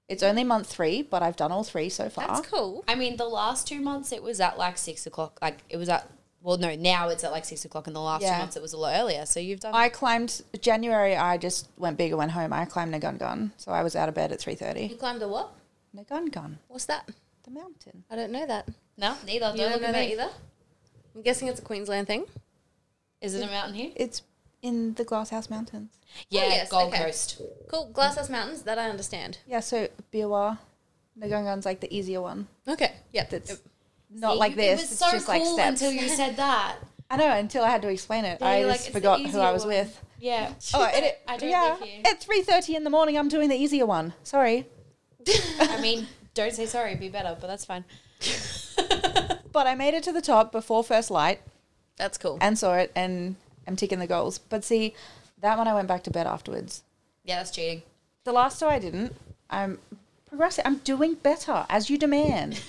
Speaker 2: It's only month three, but I've done all three so far.
Speaker 5: That's cool.
Speaker 1: I mean, the last two months it was at like six o'clock. Like it was at well, no, now it's at like six o'clock. In the last
Speaker 2: Yeah.
Speaker 1: two months, it was a lot earlier. So you've done.
Speaker 2: I climbed January. I just went big and went home. I climbed Nagungun, so I was out of bed at three
Speaker 5: You
Speaker 2: thirty.
Speaker 5: climbed a what?
Speaker 2: Nagungun,
Speaker 5: What's that?
Speaker 2: the mountain.
Speaker 5: I don't know that.
Speaker 1: no, neither.
Speaker 5: You
Speaker 1: Don't
Speaker 5: don't
Speaker 1: look
Speaker 5: know
Speaker 1: at
Speaker 5: that
Speaker 1: me.
Speaker 5: either? I'm guessing it's a Queensland thing.
Speaker 1: Is it a mountain here?
Speaker 2: It's in the Glasshouse Mountains.
Speaker 1: Yeah,
Speaker 5: yes,
Speaker 1: Gold
Speaker 5: okay.
Speaker 1: Coast.
Speaker 5: Cool. Glasshouse Mountains, that I understand.
Speaker 2: Yeah, so Biwa, Nagungun's like the easier one.
Speaker 5: Okay. Yeah.
Speaker 2: That's
Speaker 5: Yep.
Speaker 2: not
Speaker 1: You-
Speaker 2: like this.
Speaker 1: It was
Speaker 2: it's
Speaker 1: so
Speaker 2: just
Speaker 1: cool
Speaker 2: like steps.
Speaker 1: until you said that.
Speaker 2: I know until I had to explain it.
Speaker 1: Yeah,
Speaker 2: I
Speaker 1: you're like,
Speaker 2: just
Speaker 1: "It's the
Speaker 2: forgot who I
Speaker 1: easier
Speaker 2: was
Speaker 1: one."
Speaker 2: with.
Speaker 1: Yeah.
Speaker 2: Oh, and it,
Speaker 1: I don't
Speaker 2: yeah,
Speaker 1: live here.
Speaker 2: at three thirty in the morning, I'm doing the easier one. Sorry,
Speaker 1: I mean, don't say sorry. Be better, but that's fine.
Speaker 2: but I made it to the top before first light
Speaker 5: That's cool.
Speaker 2: and saw it, and I'm ticking the goals. But see, that one I went back to bed afterwards.
Speaker 1: Yeah, that's cheating.
Speaker 2: The last two I didn't. I'm progressing. I'm doing better as you demand.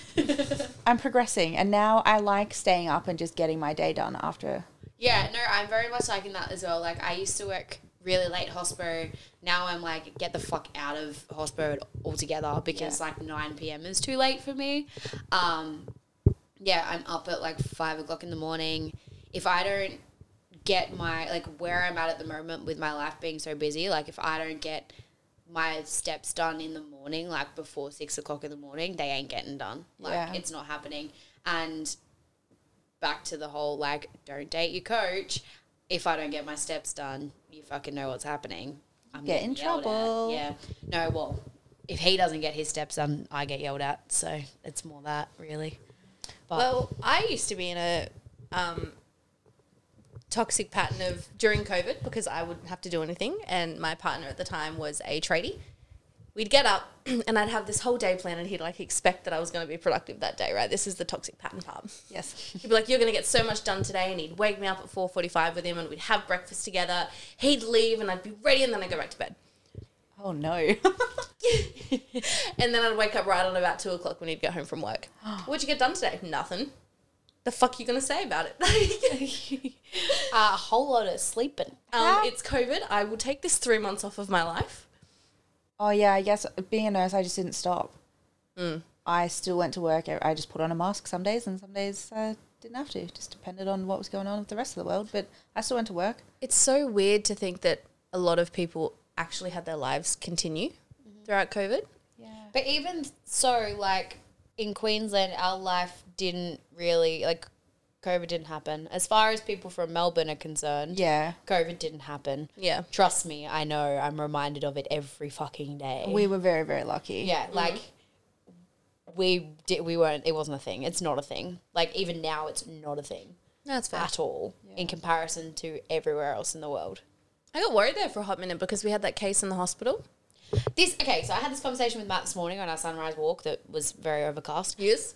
Speaker 2: I'm progressing, and now I like staying up and just getting my day done after.
Speaker 1: Yeah, no, I'm very much liking that as well. Like I used to work really late hospo. Now I'm like get the fuck out of hospo altogether because like 9 p.m. is too late for me. Um, yeah, I'm up at like five o'clock in the morning. If I don't get my like where I'm at at the moment with my life being so busy, like if I don't get my steps done in the morning, like before six o'clock in the morning, they ain't getting done. Like
Speaker 2: Yeah.
Speaker 1: it's not happening. And back to the whole like don't date your coach. If I don't get my steps done, you fucking know what's happening. I'm
Speaker 2: Get in
Speaker 1: getting yelled at.
Speaker 2: trouble.
Speaker 1: Yeah. No, well, if he doesn't get his steps done, I get yelled at. So it's more that really. But
Speaker 5: Well, I used to be in a um, toxic pattern of during COVID because I wouldn't have to do anything, and my partner at the time was a tradie. We'd get up and I'd have this whole day planned, and he'd like expect that I was going to be productive that day, right? This is the toxic pattern part.
Speaker 2: Yes.
Speaker 5: He'd be like, "You're going to get so much done today," and he'd wake me up at four forty-five with him, and we'd have breakfast together. He'd leave, and I'd be ready, and then I'd go back to bed.
Speaker 2: Oh no.
Speaker 5: And then I'd wake up right on about two o'clock when he'd get home from work. What'd you get done today? Nothing. The fuck you gonna say about it? Uh,
Speaker 1: a whole lot of sleeping.
Speaker 5: um, it's COVID. I will take this three months off of my life.
Speaker 2: Oh yeah, I guess being a nurse, I just didn't stop.
Speaker 1: Mm.
Speaker 2: I still went to work. I I just put on a mask some days, and some days I didn't have to. Just depended on what was going on with the rest of the world. But I still went to work.
Speaker 5: It's so weird to think that a lot of people actually had their lives continue throughout COVID.
Speaker 1: But even so, like in Queensland, our life didn't really like COVID didn't happen. As far as people from Melbourne are concerned,
Speaker 2: Yeah,
Speaker 1: COVID didn't happen.
Speaker 5: Yeah.
Speaker 1: Trust me, I know. I'm reminded of it every fucking day.
Speaker 2: we were very very lucky.
Speaker 1: yeah,
Speaker 5: Mm-hmm.
Speaker 1: like we did. We weren't. It wasn't a thing. It's not a thing. Like even now, it's not a thing
Speaker 5: That's fair.
Speaker 1: at all in comparison to everywhere else in the world.
Speaker 5: I got worried there for a hot minute because we had that case in the hospital.
Speaker 1: This okay. So I had this conversation with Matt this morning on our sunrise walk that was very overcast.
Speaker 5: Yes.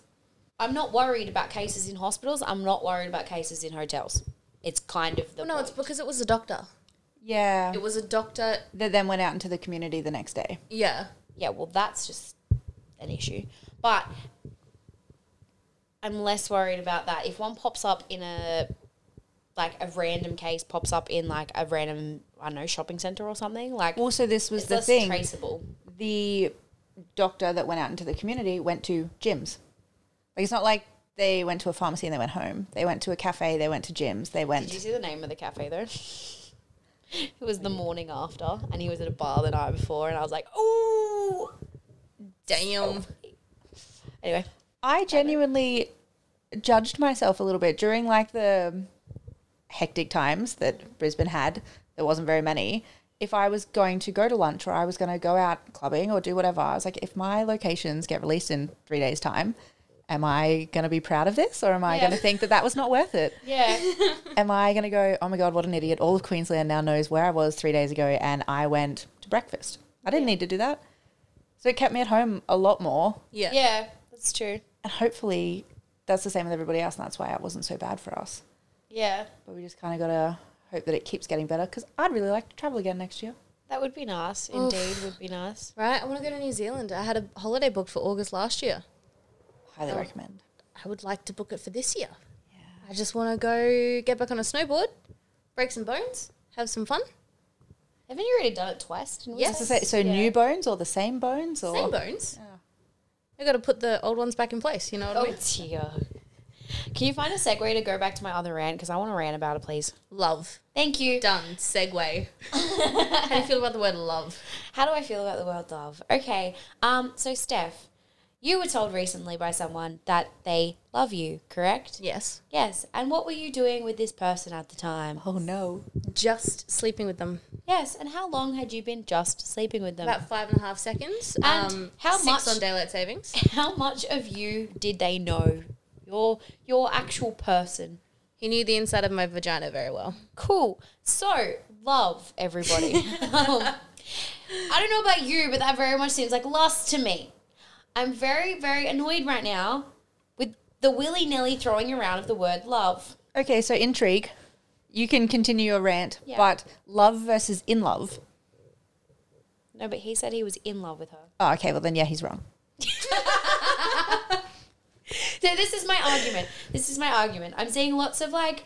Speaker 1: I'm not worried about cases in hospitals. I'm not worried about cases in hotels. It's kind of the
Speaker 5: Well, no, it's because it was a doctor.
Speaker 2: yeah.
Speaker 5: It was a doctor.
Speaker 2: That then went out into the community the next day.
Speaker 5: Yeah.
Speaker 1: yeah. Well, that's just an issue, but I'm less worried about that. If one pops up in a like a random case pops up in like a random I don't know shopping center or something like
Speaker 2: Also, this was
Speaker 1: it's
Speaker 2: the
Speaker 1: less
Speaker 2: thing.
Speaker 1: traceable.
Speaker 2: the doctor that went out into the community went to gyms. Like it's not like they went to a pharmacy and they went home. They went to a cafe. They went to gyms. They
Speaker 1: Did you
Speaker 2: went.
Speaker 1: see the name of the cafe though? It was the morning after, and he was at a bar the night before, and I was like, "Oh,
Speaker 5: Damn.
Speaker 1: anyway."
Speaker 2: I genuinely judged myself a little bit during like the hectic times that Brisbane had. There wasn't very many. If I was going to go to lunch or I was going to go out clubbing or do whatever, I was like, if my locations get released in three days' time, am I going to be proud of this or am I going to think that that was not worth it?
Speaker 1: Yeah,
Speaker 2: am I going to go, oh my God, what an idiot? All of Queensland now knows where I was three days ago and I went to breakfast. I didn't need to do that. So it kept me at home a lot more.
Speaker 5: Yeah.
Speaker 1: yeah, that's true.
Speaker 2: And hopefully that's the same with everybody else, and that's why it wasn't so bad for us.
Speaker 1: Yeah,
Speaker 2: But we just kind of got to hope that it keeps getting better because I'd really like to travel again next year.
Speaker 1: that would be nice. Indeed, would be nice.
Speaker 3: Right? I want to go to New Zealand. I had a holiday booked for August last year.
Speaker 2: Highly recommend.
Speaker 3: I would like to book it for this year. I just want to go get back on a snowboard, break some bones, have some fun.
Speaker 1: Haven't you already done it twice? Didn't we?
Speaker 3: Yes.
Speaker 2: So, so new bones or the same bones or
Speaker 3: Same bones. I got to put the old ones back in place. You know what I
Speaker 1: Oh
Speaker 3: mean?
Speaker 1: dear. Can you find a segue to go back to my other rant? Because I want to rant about it, please.
Speaker 3: Love.
Speaker 1: Thank you.
Speaker 3: Done. Oh. Segue. How do you feel about the word love?
Speaker 1: How do I feel about the world love? Okay. Um. So Steph, you were told recently by someone that they love you, correct?
Speaker 3: Yes.
Speaker 1: Yes. And what were you doing with this person at the time?
Speaker 2: Oh no.
Speaker 3: Just sleeping with them.
Speaker 1: Yes. And how long had you been just sleeping with them?
Speaker 3: About five and a half seconds.
Speaker 1: And
Speaker 3: um,
Speaker 1: how
Speaker 3: six
Speaker 1: much-
Speaker 3: on daylight savings?
Speaker 1: how much of you did they know? Your your actual person.
Speaker 3: He knew the inside of my vagina very well.
Speaker 1: Cool. So, love, everybody. Um, I don't know about you, but that very much seems like lust to me. I'm very, very annoyed right now with the willy nilly throwing around of the word love.
Speaker 2: Okay, so intrigue. You can continue your rant,
Speaker 1: Yeah.
Speaker 2: but love versus in love.
Speaker 1: No, but he said he was in love with her.
Speaker 2: Oh, okay. Well, then yeah, he's wrong.
Speaker 1: So this is my argument. This is my argument. I'm seeing lots of like,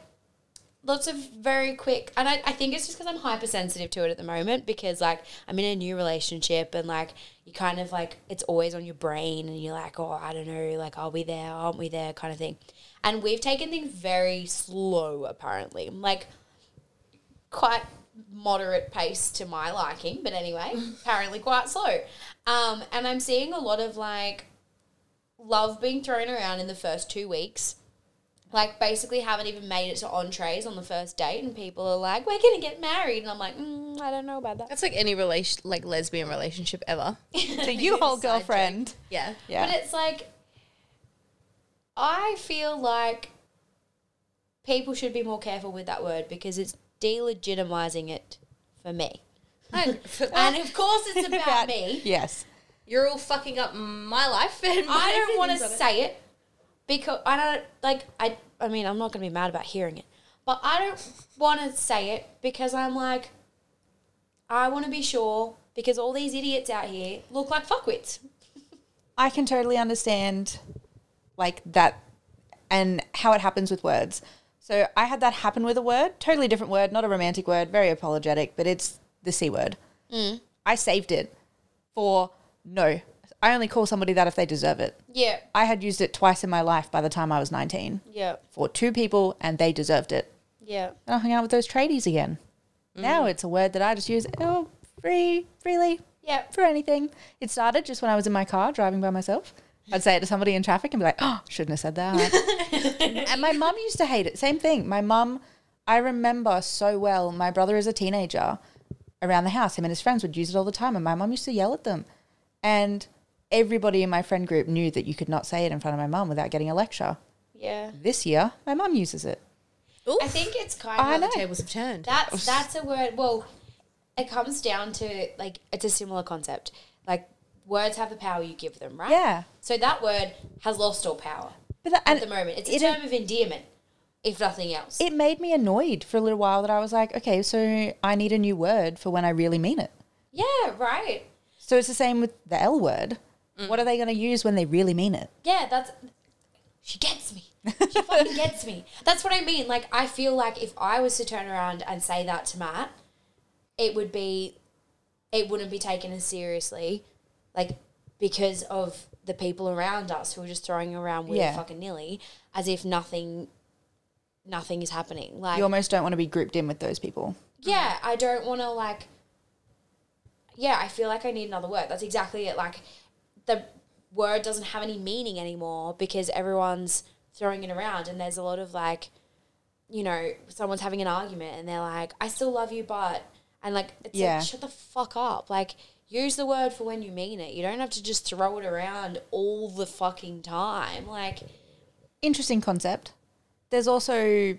Speaker 1: lots of very quick, and I, I think it's just because I'm hypersensitive to it at the moment because like I'm in a new relationship and like you kind of like it's always on your brain and you're like, oh, I don't know, like are we there? Aren't we there? Kind of thing. And we've taken things very slow apparently, like quite moderate pace to my liking, but anyway, apparently quite slow. Um, and I'm seeing a lot of like love being thrown around in the first two weeks. Like basically haven't even made it to entrees on the first date, and people are like, "We're gonna get married," and I'm like, mm, "I don't know about that."
Speaker 3: That's like any relation, like lesbian relationship ever.
Speaker 2: So you whole girlfriend.
Speaker 3: Yeah.
Speaker 2: Yeah.
Speaker 1: But it's like, I feel like people should be more careful with that word because it's delegitimizing it for me.
Speaker 3: I-
Speaker 1: And of course, it's about,
Speaker 2: About-
Speaker 1: me.
Speaker 2: Yes.
Speaker 3: You're all fucking up my life. And my
Speaker 1: I don't want to
Speaker 3: opinions on it.
Speaker 1: say it because I don't like I I mean I'm not going to be mad about hearing it. But I don't want to say it because I'm like I want to be sure because all these idiots out here look like fuckwits.
Speaker 2: I can totally understand like that and how it happens with words. So I had that happen with a word, totally different word, not a romantic word, very apologetic, but it's the C word. I saved it for no. I only call somebody that if they deserve it.
Speaker 1: Yeah.
Speaker 2: I had used it twice in my life by the time I was 19
Speaker 1: Yeah.
Speaker 2: for two people and they deserved it.
Speaker 1: Yeah.
Speaker 2: And I hung out with those tradies again. Now
Speaker 1: Mm.
Speaker 2: it's a word that I just use oh, free, freely,
Speaker 1: Yeah.
Speaker 2: for anything. It started just when I was in my car driving by myself. I'd say it to somebody in traffic and be like, oh, shouldn't have said that. and my mum used to hate it. Same thing. My mum, I remember so well, my brother is a teenager around the house. Him and his friends would use it all the time. And my mum used to yell at them. And everybody in my friend group knew that you could not say it in front of my mum without getting a lecture.
Speaker 1: Yeah.
Speaker 2: This year, my mum uses it.
Speaker 1: I think it's kind
Speaker 2: I
Speaker 1: of
Speaker 2: know.
Speaker 3: Tables have turned.
Speaker 1: That's that's a word. Well, it comes down to like it's a similar concept. Like words have the power you give them, right?
Speaker 2: Yeah.
Speaker 1: So that word has lost all power.
Speaker 2: But that,
Speaker 1: Ah. at the moment. It's a
Speaker 2: it-
Speaker 1: term of endearment, if nothing else.
Speaker 2: it made me annoyed for a little while that I was like, okay, so I need a new word for when I really mean it.
Speaker 1: yeah, right.
Speaker 2: So it's the same with the L word. What are they going to use when they really mean it?
Speaker 1: Yeah, that's. She gets me. She fucking gets me. That's what I mean. Like, I feel like if I was to turn around and say that to Matt, it would be. It wouldn't be taken as seriously, like, because of the people around us who are just throwing around weird
Speaker 2: Yeah.
Speaker 1: fucking nilly as if nothing. Nothing is happening. Like
Speaker 2: You almost don't want to be grouped in with those people.
Speaker 1: yeah, I don't want to like. Yeah, I feel like I need another word. That's exactly it. Like, the word doesn't have any meaning anymore because everyone's throwing it around, and there's a lot of like, you know, someone's having an argument, and they're like, "I still love you, but," and like, it's
Speaker 2: Yeah.
Speaker 1: like, shut the fuck up. Like, use the word for when you mean it. You don't have to just throw it around all the fucking time. Like,
Speaker 2: Interesting concept. There's also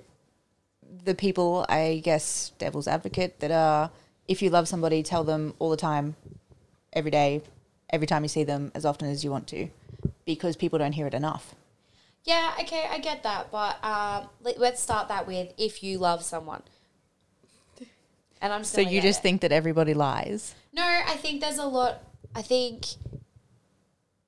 Speaker 2: the people, I guess, devil's advocate, that are if you love somebody, tell them all the time, every day, every time you see them, as often as you want to, because people don't hear it enough.
Speaker 1: Yeah, okay, I get that, but um, let, let's start that with if you love someone. And I'm just
Speaker 2: So
Speaker 1: gonna
Speaker 2: you
Speaker 1: get
Speaker 2: just
Speaker 1: it.
Speaker 2: think that everybody lies?
Speaker 1: No, I think there's a lot. I think.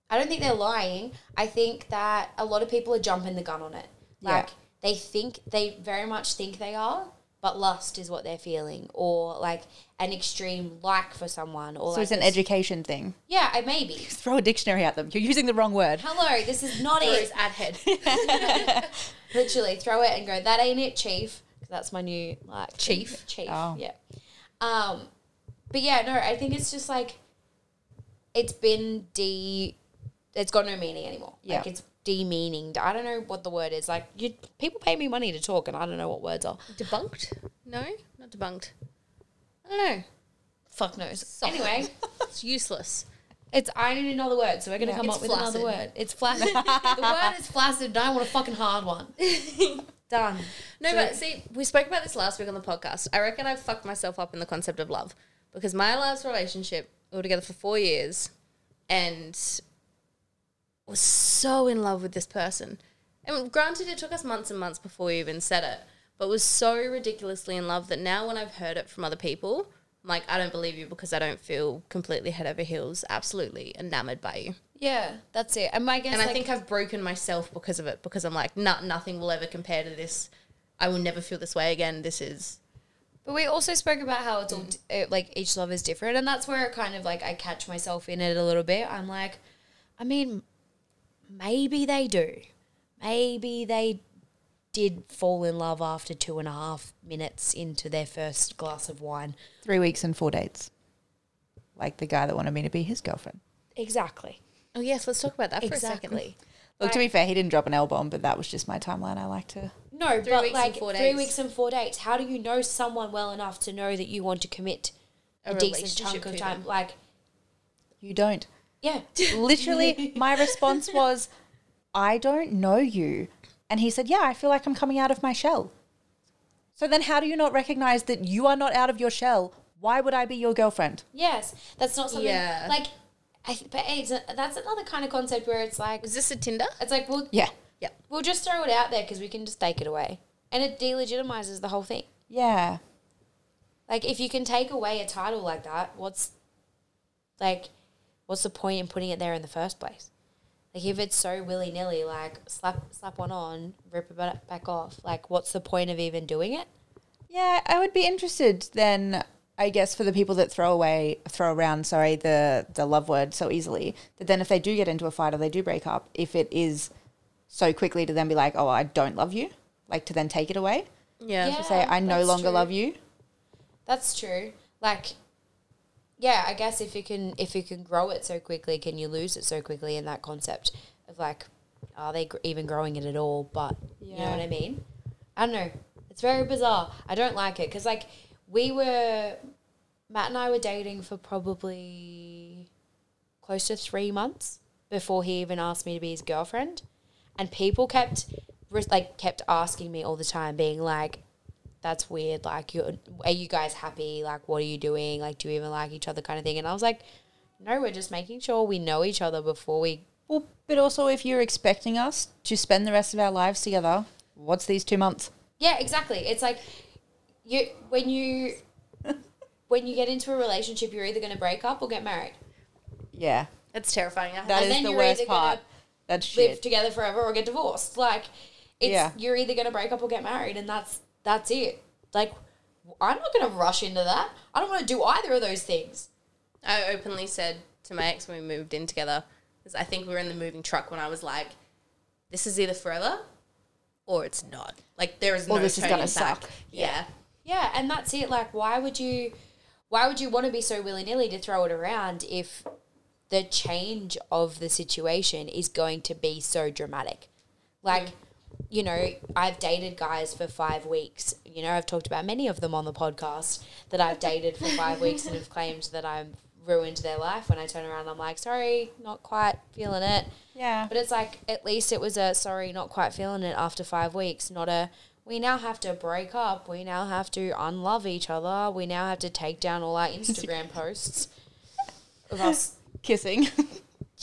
Speaker 1: I don't think they're lying. I think that a lot of people are jumping the gun on it.
Speaker 2: Yeah.
Speaker 1: Like, they think, they very much think they are, but lust is what they're feeling, or like an extreme like for someone. Or
Speaker 2: So it's an
Speaker 1: education.
Speaker 2: education thing.
Speaker 1: Yeah, I maybe.
Speaker 2: Throw a dictionary at them. You're using the wrong word.
Speaker 1: Hello, this is not
Speaker 3: Or
Speaker 1: it.
Speaker 3: his ad head.
Speaker 1: Literally, throw it and go, that ain't it, chief. 'Cause That's my new, like, chief. Chief,
Speaker 2: Oh.
Speaker 1: yeah. Um, but yeah, no, I think it's just like, it's been de, it's got no meaning anymore.
Speaker 2: Yeah.
Speaker 1: Like, it's demeaning. I don't know what the word is. Like, you people pay me money to talk, and I don't know what words are.
Speaker 3: debunked? No, not debunked. I don't know.
Speaker 1: Fuck knows. Anyway,
Speaker 3: It's useless.
Speaker 1: it's, I need another word, so we're going to come
Speaker 3: It's
Speaker 1: up with another
Speaker 3: flaccid.
Speaker 1: word. It's flaccid. the word is flaccid, and I want a fucking hard one. Done.
Speaker 3: No, but see, we spoke about this last week on the podcast. I reckon I fucked myself up in the concept of love because my last relationship, we were together for four years and was so in love with this person. And granted, it took us months and months before we even said it, but was so ridiculously in love that now when I've heard it from other people, I'm like, I don't believe you because I don't feel completely head over heels, absolutely enamored by you.
Speaker 1: Yeah, that's it. And my guess,
Speaker 3: and I
Speaker 1: like-
Speaker 3: think I've broken myself because of it because I'm like, no, nothing will ever compare to this. I will never feel this way again. This is
Speaker 1: But we also spoke about how it's all it, like each love is different, and that's where it kind of like I catch myself in it a little bit. I'm like, I mean, maybe they do, maybe they did fall in love after two and a half minutes into their first glass of wine.
Speaker 2: Three weeks and four dates. Like the guy that wanted me to be his girlfriend.
Speaker 1: Exactly.
Speaker 3: oh yes, let's talk about that for a second.
Speaker 1: Exactly.
Speaker 2: Look, to be fair, he didn't drop an L bomb, but that was just my timeline. I like to.
Speaker 1: No, but
Speaker 3: weeks and
Speaker 1: like
Speaker 3: four
Speaker 1: three
Speaker 3: dates.
Speaker 1: weeks and four dates. How do you know someone well enough to know that you want to commit a, decent
Speaker 3: relationship
Speaker 1: chunk of
Speaker 3: to
Speaker 1: time?
Speaker 3: them.
Speaker 1: Like,
Speaker 2: You don't.
Speaker 1: yeah,
Speaker 2: Literally, my response was, I don't know you. And he said, Yeah, I feel like I'm coming out of my shell. So then, how do you not recognize that you are not out of your shell? Why would I be your girlfriend?
Speaker 1: Yes, that's not something
Speaker 3: Yeah.
Speaker 1: like. I th- but it's a, that's another kind of concept where it's like
Speaker 3: Is this a Tinder?
Speaker 1: it's like we'll
Speaker 2: Yeah.
Speaker 1: we'll just throw it out there because we can just take it away, and it delegitimizes the whole thing.
Speaker 2: Yeah.
Speaker 1: Like if you can take away a title like that, what's like what's the point in putting it there in the first place? Like if it's so willy nilly, like slap slap one on, rip it ba- back off. Like what's the point of even doing it?
Speaker 2: Yeah, I would be interested then. I guess for the people that throw away, throw around, sorry, the the love word so easily, that then if they do get into a fight or they do break up, if it is so quickly to then be like, oh, I don't love you, like to then take it away,
Speaker 3: Yeah.
Speaker 1: Yeah.
Speaker 2: to say I no
Speaker 1: that's
Speaker 2: longer
Speaker 1: true.
Speaker 2: love you.
Speaker 1: That's true. Like, yeah, I guess if you can if you can grow it so quickly, can you lose it so quickly? In that concept of like, are they gr- even growing it at all? But you know what I mean. I don't know. It's very bizarre. I don't like it because like we were Matt and I were dating for probably close to three months before he even asked me to be his girlfriend, and people kept re- like kept asking me all the time, being like, that's weird. Like, you are you guys happy? Like, what are you doing? Like, do you even like each other? Kind of thing. And I was like, no, we're just making sure we know each other before we.
Speaker 2: Well, but also if you're expecting us to spend the rest of our lives together, what's these two months?
Speaker 1: Yeah, exactly. It's like you when you when you get into a relationship, you're either going to break up or get married,
Speaker 2: Yeah,
Speaker 3: That's terrifying. I
Speaker 2: that
Speaker 1: And
Speaker 2: is
Speaker 1: then
Speaker 2: the
Speaker 1: you're
Speaker 2: worst
Speaker 1: either gonna
Speaker 2: part. That's
Speaker 1: live
Speaker 2: shit.
Speaker 1: together forever, or get divorced. Like, it's
Speaker 2: Yeah.
Speaker 1: you're either going to break up or get married, and that's that's it. Like, I'm not going to rush into that. I don't want to do either of those things.
Speaker 3: I openly said to my ex when we moved in together, because I think we were in the moving truck when I was like, this is either forever or it's not. Like there is
Speaker 2: Or
Speaker 3: no
Speaker 2: this is
Speaker 3: turning
Speaker 2: gonna
Speaker 3: back.
Speaker 2: suck.
Speaker 3: Yeah.
Speaker 1: Yeah, and that's it. Like, why would you, why would you want to be so willy nilly to throw it around if the change of the situation is going to be so dramatic? Like, you know, I've dated guys for five weeks. You know, I've talked about many of them on the podcast that I've dated for five weeks and have claimed that I'm ruined their life. When I turn around, I'm like, sorry, not quite feeling it.
Speaker 2: Yeah,
Speaker 1: But it's like at least it was a sorry, not quite feeling it after five weeks, not a we now have to break up, we now have to unlove each other, we now have to take down all our Instagram posts of us
Speaker 2: kissing.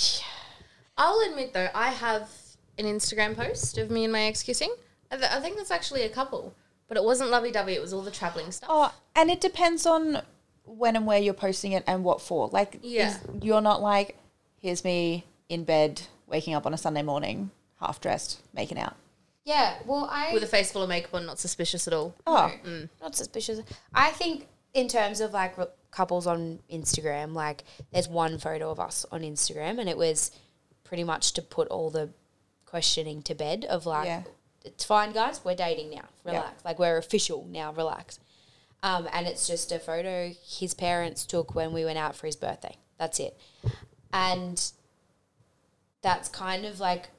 Speaker 3: I'll admit though, I have an Instagram post of me and my ex kissing. I, th- I think that's actually a couple, but it wasn't lovey dovey. It was all the traveling stuff.
Speaker 2: Oh, and it depends on when and where you're posting it and what for. Like,
Speaker 3: Yeah.
Speaker 2: is- you're not like, here's me in bed, waking up on a Sunday morning, half dressed, making out.
Speaker 1: Yeah, well, I
Speaker 3: With a face full of makeup on, not suspicious at all.
Speaker 2: Oh,
Speaker 1: not suspicious. I think in terms of like re- couples on Instagram, like there's one photo of us on Instagram, and it was pretty much to put all the questioning to bed of like,
Speaker 2: Yeah.
Speaker 1: it's fine, guys, we're dating now,
Speaker 2: Yeah.
Speaker 1: relax, like we're official now, relax. Um, and it's just a photo his parents took when we went out for his birthday. That's it, and that's kind of like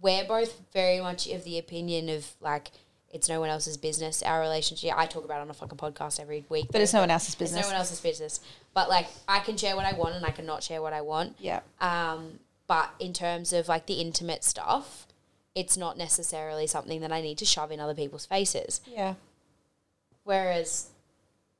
Speaker 1: we're both very much of the opinion of like it's no one else's business. Our relationship, I talk about it on a fucking podcast every week.
Speaker 2: but it's no one else's
Speaker 1: It's
Speaker 2: business.
Speaker 1: no one else's business. But like, I can share what I want and I can not share what I want.
Speaker 2: yeah.
Speaker 1: Um, but in terms of like the intimate stuff, it's not necessarily something that I need to shove in other people's faces.
Speaker 2: Yeah.
Speaker 1: Whereas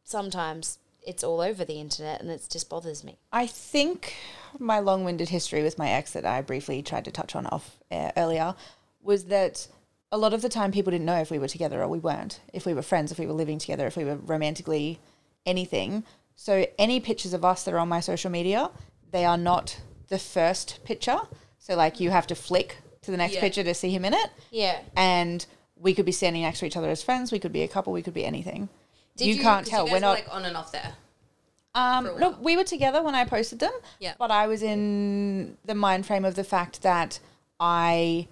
Speaker 1: sometimes it's all over the internet and it just bothers me.
Speaker 2: I think my long winded history with my ex that I briefly tried to touch on off air earlier was that a lot of the time people didn't know if we were together or we weren't, if we were friends, if we were living together, if we were romantically anything. So any pictures of us that are on my social media, they are not the first picture. So like you have to flick to the next
Speaker 1: Yeah.
Speaker 2: picture to see him in it.
Speaker 1: Yeah.
Speaker 2: And we could be standing next to each other as friends, we could be a couple, we could be anything. you, can't
Speaker 3: 'cause
Speaker 2: tell.
Speaker 3: guys
Speaker 2: we're
Speaker 3: were,
Speaker 2: not
Speaker 3: like on and off there.
Speaker 2: um, no, we were together when I posted them.
Speaker 3: Yeah.
Speaker 2: But I was in the mind frame of the fact that I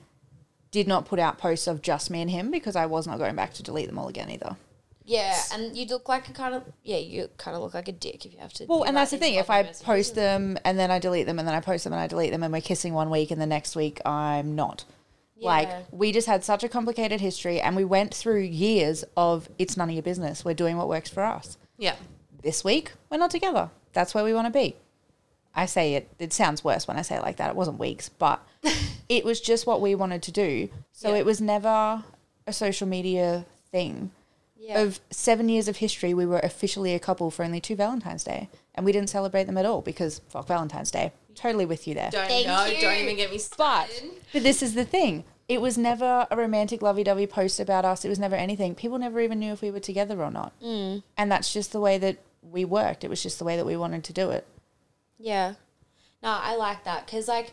Speaker 2: did not put out posts of just me and him because I was not going back to delete them all again either.
Speaker 1: Yeah, and you look like a kind of yeah, you kind of look like a dick if you have to.
Speaker 2: Well,
Speaker 1: be
Speaker 2: and that's the
Speaker 1: writing
Speaker 2: thing. If
Speaker 1: lovely
Speaker 2: I
Speaker 1: messages.
Speaker 2: post them and then I delete them and then I post them and I delete them and we're kissing one week and the next week I'm not. Like
Speaker 1: Yeah.
Speaker 2: we just had such a complicated history and we went through years of it's none of your business. We're doing what works for us.
Speaker 3: Yeah.
Speaker 2: this week we're not together. That's where we want to be. I say it. It sounds worse when I say it like that. It wasn't weeks, but it was just what we wanted to do. So
Speaker 3: Yeah.
Speaker 2: it was never a social media thing.
Speaker 1: yeah.
Speaker 2: Of seven years of history, we were officially a couple for only two Valentine's Day, and we didn't celebrate them at all because fuck Valentine's Day. Totally with you there.
Speaker 3: Don't
Speaker 1: Thank
Speaker 3: no,
Speaker 1: you.
Speaker 3: Don't even get me started.
Speaker 2: But but this is the thing. It was never a romantic lovey-dovey post about us. It was never anything. People never even knew if we were together or not. Mm. And that's just the way that we worked. It was just the way that we wanted to do it.
Speaker 1: Yeah. No, I like that because like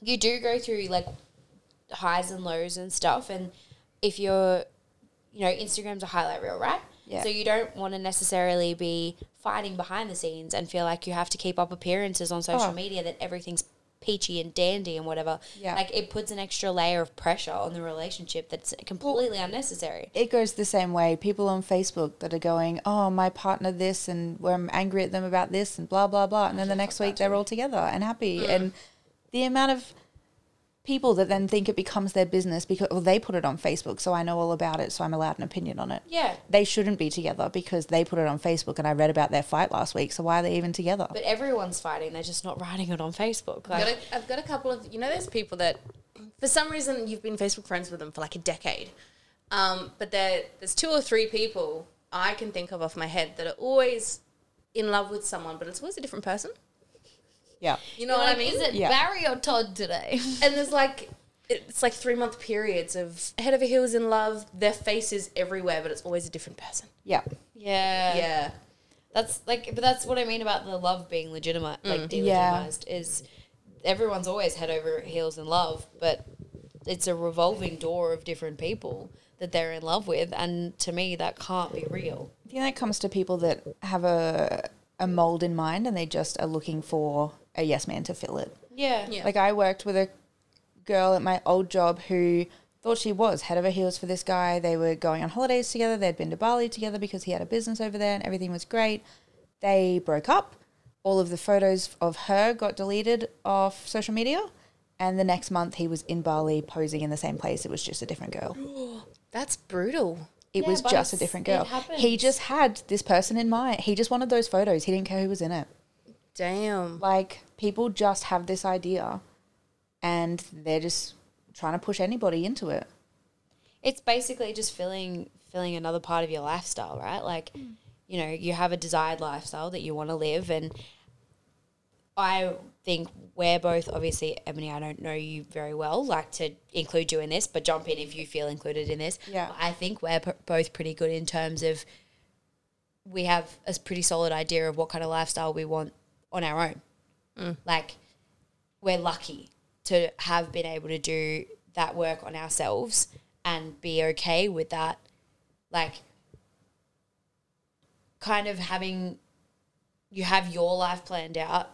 Speaker 1: you do go through like highs and lows and stuff, and if you're, you know, Instagram's a highlight reel, right?
Speaker 2: Yeah.
Speaker 1: So you don't want to necessarily be fighting behind the scenes and feel like you have to keep up appearances on social
Speaker 2: Oh.
Speaker 1: media that everything's peachy and dandy and whatever.
Speaker 2: Yeah.
Speaker 1: Like it puts an extra layer of pressure on the relationship that's completely unnecessary.
Speaker 2: It goes the same way. People on Facebook that are going, "Oh, my partner this," and where I'm angry at them about this, and blah blah blah. And then the next week they're all together and happy. And the amount of people that then think it becomes their business because well, they put it on Facebook, so I know all about it, so I'm allowed an opinion on it.
Speaker 1: Yeah.
Speaker 2: they shouldn't be together because they put it on Facebook and I read about their fight last week. So why are they even together?
Speaker 1: But everyone's fighting; they're just not writing it on Facebook.
Speaker 3: I've
Speaker 1: Like,
Speaker 3: got, a, I've got a couple of you know those people that for some reason you've been Facebook friends with them for like a decade, um, but there there's two or three people I can think of off my head that are always in love with someone, but it's always a different person.
Speaker 2: yeah.
Speaker 3: You know what I mean?
Speaker 5: Is it
Speaker 2: Yeah.
Speaker 5: Barry or Todd today?
Speaker 3: and there's like it's like three month periods of head over heels in love. Their faces everywhere, but it's always a different person.
Speaker 2: Yeah.
Speaker 1: yeah,
Speaker 3: Yeah,
Speaker 1: That's like, but that's what I mean about the love being legitimate, like
Speaker 5: Mm.
Speaker 2: Yeah.
Speaker 1: delegitimized. Is everyone's always head over heels in love, but it's a revolving door of different people that they're in love with, and to me, that can't be real.
Speaker 2: I think that comes to people that have a, a mold in mind and they just are looking for a yes man to fill it.
Speaker 1: Yeah,
Speaker 3: Yeah.
Speaker 2: Like I worked with a girl at my old job who thought she was head over heels for this guy. They were going on holidays together. They'd been to Bali together because he had a business over there and everything was great. They broke up. All of the photos of her got deleted off social media. And the next month he was in Bali posing in the same place. It was just a different girl.
Speaker 3: that's brutal.
Speaker 2: It
Speaker 1: Yeah,
Speaker 2: was
Speaker 1: but
Speaker 2: just a
Speaker 1: it's-
Speaker 2: different
Speaker 1: it
Speaker 2: girl. He
Speaker 1: happens.
Speaker 2: just had this person in mind. He just wanted those photos. He didn't care who was in it.
Speaker 3: Damn.
Speaker 2: Like people just have this idea and they're just trying to push anybody into it.
Speaker 1: it's basically just filling filling another part of your lifestyle, right? Like, you know, you have a desired lifestyle that you want to live, and I think we're both obviously Emily. I don't know you very well, like to include you in this, but jump in if you feel included in this.
Speaker 2: Yeah.
Speaker 1: I think we're p- both pretty good in terms of we have a s- pretty solid idea of what kind of lifestyle we want on our own. Like we're lucky to have been able to do that work on ourselves and be okay with that. Like kind of having you have your life planned out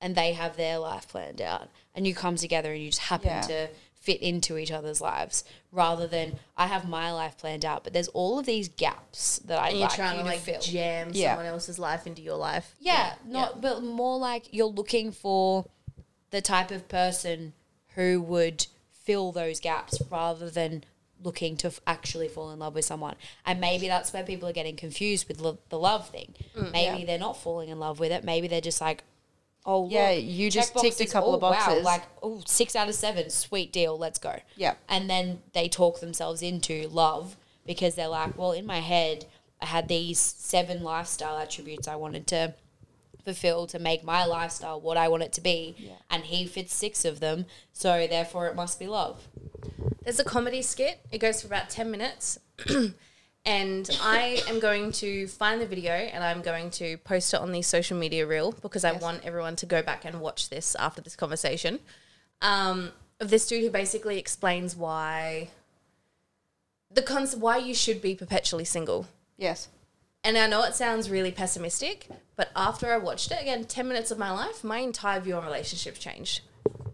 Speaker 1: and they have their life planned out and you come together and you just happen
Speaker 2: Yeah.
Speaker 1: to fit into each other's lives rather than I have my life planned out but there's all of these gaps that I
Speaker 3: you're
Speaker 1: like
Speaker 3: trying
Speaker 1: you
Speaker 3: to
Speaker 1: to
Speaker 3: like
Speaker 1: fill.
Speaker 3: jam
Speaker 2: Yeah.
Speaker 3: someone else's life into your life.
Speaker 1: Yeah, not but more like you're looking for the type of person who would fill those gaps rather than looking to f- actually fall in love with someone. And maybe that's where people are getting confused with lo- the love thing.
Speaker 2: Mm.
Speaker 1: maybe they're not falling in love with it. Maybe they're just like, oh, look,
Speaker 2: Yeah, you just
Speaker 1: check
Speaker 2: ticked a
Speaker 1: boxes.
Speaker 2: couple of
Speaker 1: Oh,
Speaker 2: boxes.
Speaker 1: Wow, like, oh, six out of seven, sweet deal, let's go.
Speaker 2: Yep.
Speaker 1: And then they talk themselves into love because they're like, well, in my head, I had these seven lifestyle attributes I wanted to fulfill to make my lifestyle what I want it to be. And he fits six of them, so therefore it must be love.
Speaker 3: There's a comedy skit. It goes for about 10 minutes. and I am going to find the video and I'm going to post it on the social media reel because I want everyone to go back and watch this after this conversation. Um, of this dude who basically explains why the cons- why you should be perpetually single.
Speaker 2: Yes.
Speaker 3: And I know it sounds really pessimistic, but after I watched it again, 10 minutes of my life, my entire view on relationships changed.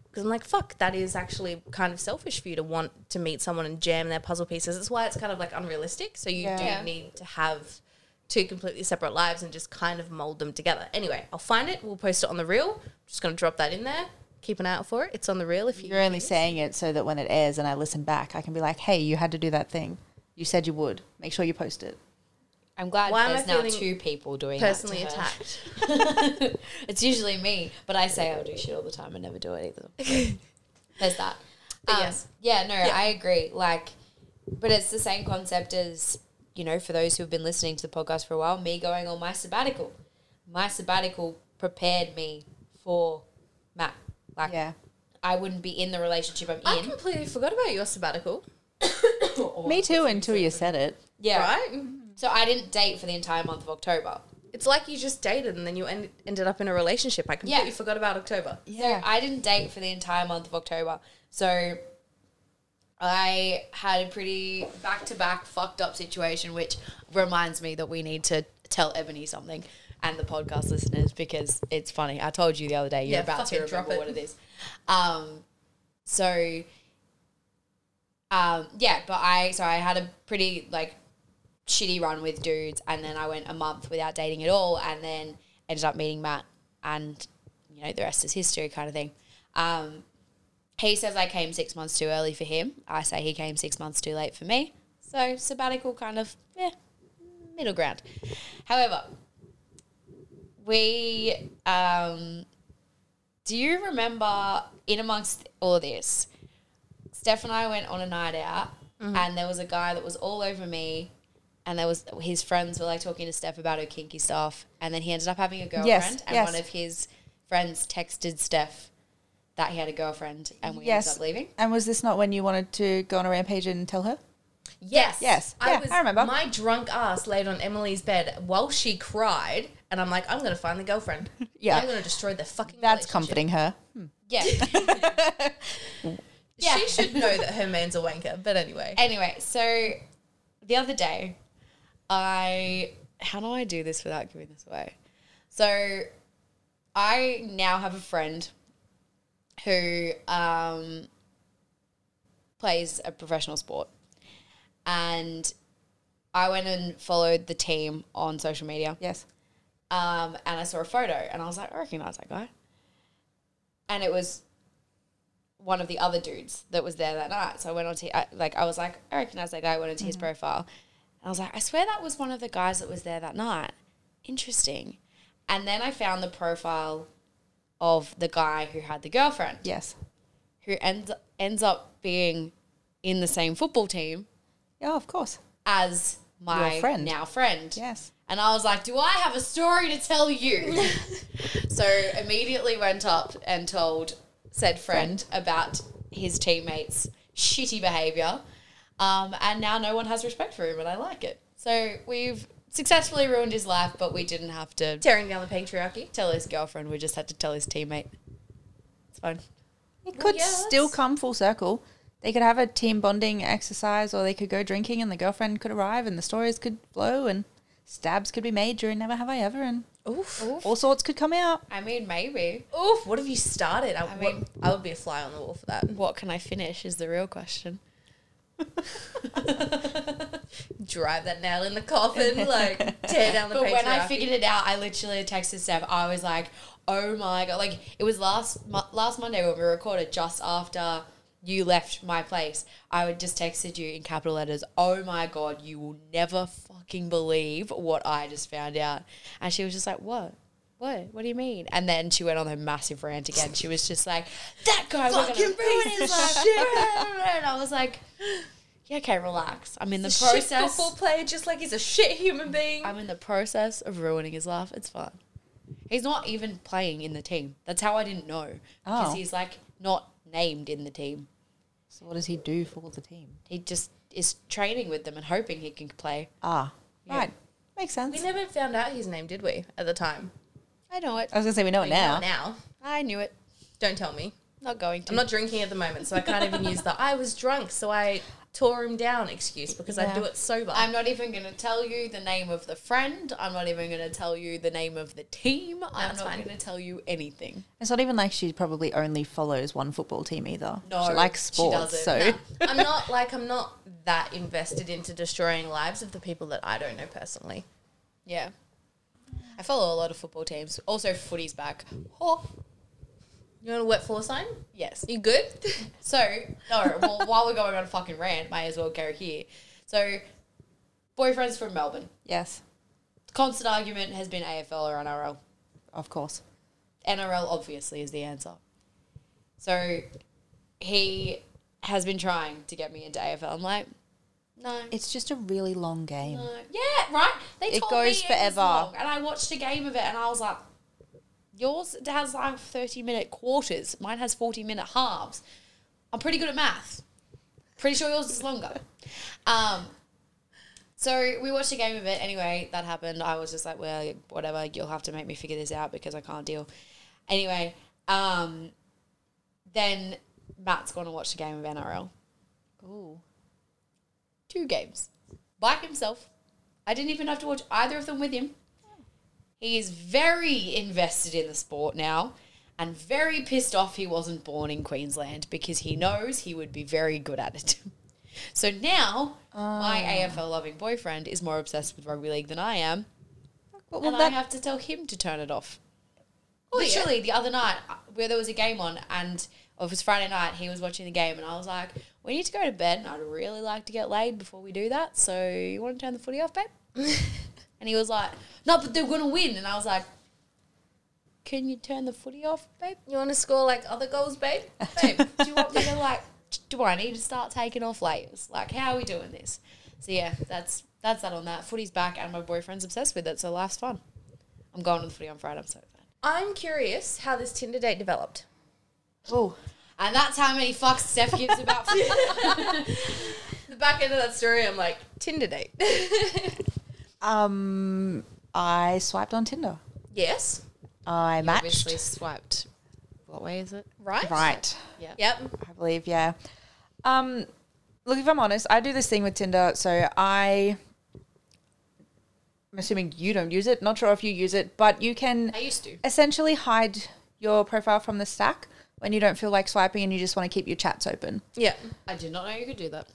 Speaker 3: Because I'm like, fuck, that is actually kind of selfish for you to want to meet someone and jam their puzzle pieces. That's why it's kind of like unrealistic. So you
Speaker 2: Yeah.
Speaker 3: do need to have two completely separate lives and just kind of mold them together. Anyway, I'll find it. We'll post it on the reel. Just going to drop that in there. Keep an eye out for it. It's on the reel if you.
Speaker 2: You're only saying it so that when it airs and I listen back, I can be like, hey, you had to do that thing. You said you would. Make sure you post it.
Speaker 1: I'm glad
Speaker 3: Why am I
Speaker 1: there's now
Speaker 3: feeling
Speaker 1: two people doing
Speaker 3: Personally
Speaker 1: that to her.
Speaker 3: attacked.
Speaker 1: It's usually me, but I say I'll do shit all the time and never do it either. There's that. Um,
Speaker 3: yes.
Speaker 1: Yeah, no, I agree. Like, but it's the same concept as, you know, for those who have been listening to the podcast for a while, me going on my sabbatical. My sabbatical prepared me for Matt. Like,
Speaker 2: Yeah.
Speaker 1: I wouldn't be in the relationship I'm
Speaker 3: I
Speaker 1: in.
Speaker 3: completely forgot about your sabbatical,
Speaker 2: Me too until you said it.
Speaker 1: Yeah.
Speaker 3: right?
Speaker 1: So I didn't date for the entire month of October.
Speaker 3: It's like you just dated and then you end, ended up in a relationship. I completely
Speaker 1: Yeah.
Speaker 3: forgot about October.
Speaker 2: Yeah.
Speaker 1: I didn't date for the entire month of October. So I had a pretty back to back fucked up situation, which reminds me that we need to tell Ebony something and the podcast listeners because it's funny. I told you the other day you're
Speaker 3: Yeah,
Speaker 1: about to
Speaker 3: fucking drop
Speaker 1: remember
Speaker 3: it.
Speaker 1: what it is. Um, so, um, yeah, but I so I had a pretty like shitty run with dudes, and then I went a month without dating at all, and then ended up meeting Matt, and you know the rest is history, kind of thing. Um, he says I came six months too early for him. I say he came six months too late for me. So sabbatical kind of eh, middle ground. However, we um, do you remember in amongst all this, Steph and I went on a night out,
Speaker 2: Mm-hmm.
Speaker 1: and there was a guy that was all over me, and there was his friends were like talking to Steph about her kinky stuff, and then he ended up having a girlfriend, and
Speaker 2: yes.
Speaker 1: one of his friends texted Steph that he had a girlfriend, and we
Speaker 2: Yes.
Speaker 1: ended up leaving.
Speaker 2: And was this not when you wanted to go on a rampage and tell her?
Speaker 3: Yes.
Speaker 2: Yes. Yeah, I remember.
Speaker 3: My drunk ass laid on Emily's bed while she cried, and I'm like, I'm going to find the girlfriend.
Speaker 2: Yeah.
Speaker 3: I'm going to destroy the fucking
Speaker 2: That's
Speaker 3: relationship.
Speaker 2: comforting her.
Speaker 1: Yeah. yeah.
Speaker 3: She should know that her man's a wanker, but anyway.
Speaker 1: anyway, so the other day, I how do I do this without giving this away? So I now have a friend who um, plays a professional sport, and I went and followed the team on social media.
Speaker 2: Yes.
Speaker 1: um, and I saw a photo, and I was like, I recognize that guy. And it was one of the other dudes that was there that night. So I went on to I, like I was like, I recognize that guy. I went into
Speaker 2: Mm-hmm.
Speaker 1: his profile, and I was like, I swear that was one of the guys that was there that night. Interesting. And then I found the profile of the guy who had the girlfriend,
Speaker 2: Yes.
Speaker 1: who ends ends up being in the same football team
Speaker 2: Yeah, of course.
Speaker 1: as my
Speaker 2: Your friend.
Speaker 1: now friend.
Speaker 2: Yes.
Speaker 1: And I was like, Do I have a story to tell you? so immediately went up and told said friend about his teammates' shitty behaviour. Um, and now no one has respect for him, and I like it. So we've successfully ruined his life, but we didn't have to
Speaker 3: Tearing down the patriarchy.
Speaker 1: tell his girlfriend. We just had to tell his teammate. It's fine.
Speaker 2: It could still come full circle. They could have a team bonding exercise, or they could go drinking, and the girlfriend could arrive, and the stories could flow, and stabs could be made during Never Have I Ever, and
Speaker 3: Oof.
Speaker 2: all sorts could come out.
Speaker 1: I mean, maybe.
Speaker 3: Oof. What have you started? I,
Speaker 1: I
Speaker 3: what-
Speaker 1: mean-
Speaker 3: I would be a fly on the wall for that.
Speaker 1: What can I finish is the real question.
Speaker 3: Drive that nail in the coffin. Like, tear down the
Speaker 1: But
Speaker 3: patriarchy.
Speaker 1: when I figured it out, I literally texted Steph. I was like, "Oh my god!" Like it was last mo- last Monday when we recorded, just after you left my place. I would just texted you in capital letters. Oh my god! You will never fucking believe what I just found out. And she was just like, "What?" What? What do you mean? And then she went on her massive rant again. She was just like, "That guy was gonna ruin his life." and I was like, "Yeah, okay, relax. I'm in the
Speaker 3: Shit
Speaker 1: process.
Speaker 3: football player, just like he's a shit human being.
Speaker 1: I'm in the process of ruining his life. It's fine. He's not even playing in the team. That's how I didn't know
Speaker 2: Oh.
Speaker 1: because he's like not named in the team.
Speaker 2: So, what does he do for the team?
Speaker 1: He just is training with them and hoping he can play.
Speaker 2: Ah, right. Makes
Speaker 3: we
Speaker 2: sense.
Speaker 3: never found out his name, did we? At the time.
Speaker 1: I know it.
Speaker 2: I was going to say, we know it
Speaker 3: We know
Speaker 2: now.
Speaker 3: Now.
Speaker 1: I knew it.
Speaker 3: Don't tell me.
Speaker 1: Not going to.
Speaker 3: I'm not drinking at the moment, so I can't even use the I was drunk, so I tore him down excuse because I
Speaker 2: Yeah.
Speaker 3: do it sober.
Speaker 1: I'm not even going to tell you the name of the friend. I'm not even going to tell you the name of the team. I'm
Speaker 3: it's
Speaker 1: not
Speaker 3: fine.
Speaker 1: going to tell you anything.
Speaker 2: It's not even like she probably only follows one football team either.
Speaker 1: No,
Speaker 2: she likes
Speaker 1: she
Speaker 2: sports,
Speaker 1: doesn't.
Speaker 2: so
Speaker 3: I'm not like I'm not that invested into destroying lives of the people that I don't know personally.
Speaker 1: Yeah. I follow a lot of football teams. Also, footy's back. Oh,
Speaker 3: You want a wet floor sign?
Speaker 1: yes.
Speaker 3: You good?
Speaker 1: So, no, well, while we're going on a fucking rant, may as well go here. So, boyfriend's from Melbourne.
Speaker 2: yes,
Speaker 1: Constant argument has been AFL or NRL.
Speaker 2: of course.
Speaker 1: NRL obviously is the answer. So, he has been trying to get me into AFL. I'm like, no.
Speaker 2: It's just a really long game.
Speaker 1: no. Yeah, right? They
Speaker 2: It
Speaker 1: told
Speaker 2: goes
Speaker 1: me it was
Speaker 2: forever.
Speaker 1: long, and I watched a game of it and I was like, yours has like 30 minute quarters, mine has 40 minute halves. I'm pretty good at math. Pretty sure yours is longer. Um, so we watched a game of it. Anyway, that happened. I was just like, well, whatever. You'll have to make me figure this out because I can't deal. Anyway, um, then Matt's gone and watched a game of NRL.
Speaker 2: Ooh.
Speaker 1: Two games by himself. I didn't even have to watch either of them with him. He is very invested in the sport now and very pissed off he wasn't born in Queensland because he knows he would be very good at it. So now my AFL loving boyfriend is more obsessed with rugby league than I am.
Speaker 2: But
Speaker 1: And
Speaker 2: well,
Speaker 1: I
Speaker 2: that Oh,
Speaker 1: have to tell him to turn it off. Literally the other night uh, where there was a game on and oh, it was Friday night, he was watching the game and I was like, We need to go to bed and I'd really like to get laid before we do that. So you wanna turn the footy off, babe? and he was like, No, but they're gonna win and I was like, Can you turn the footy off, babe?
Speaker 3: You want to score like other goals, babe?
Speaker 1: babe, do you want me to like? Do I need to start taking off layers? Like, how are we doing this? So yeah, that's that's that on that. Footy's back, and my boyfriend's obsessed with it, so life's fun. I'm going to the footy on Friday. I'm so excited.
Speaker 3: I'm curious how this Tinder date developed.
Speaker 2: oh,
Speaker 1: And that's how many fucks Steph gives about footy.
Speaker 3: The back end of that story, I'm like Tinder date.
Speaker 2: um, I swiped on Tinder.
Speaker 3: yes,
Speaker 2: I matched.
Speaker 1: Obviously swiped. What way is it?
Speaker 3: right?
Speaker 2: Right.
Speaker 3: Yep.
Speaker 2: I believe, yeah. Um, look, if I'm honest, I do this thing with Tinder. So I, I'm assuming you don't use it. Not sure if you use it, but you can
Speaker 1: I used to.
Speaker 2: essentially hide your profile from the stack when you don't feel like swiping and you just want to keep your chats open.
Speaker 3: Yeah.
Speaker 1: I did not know you could do that.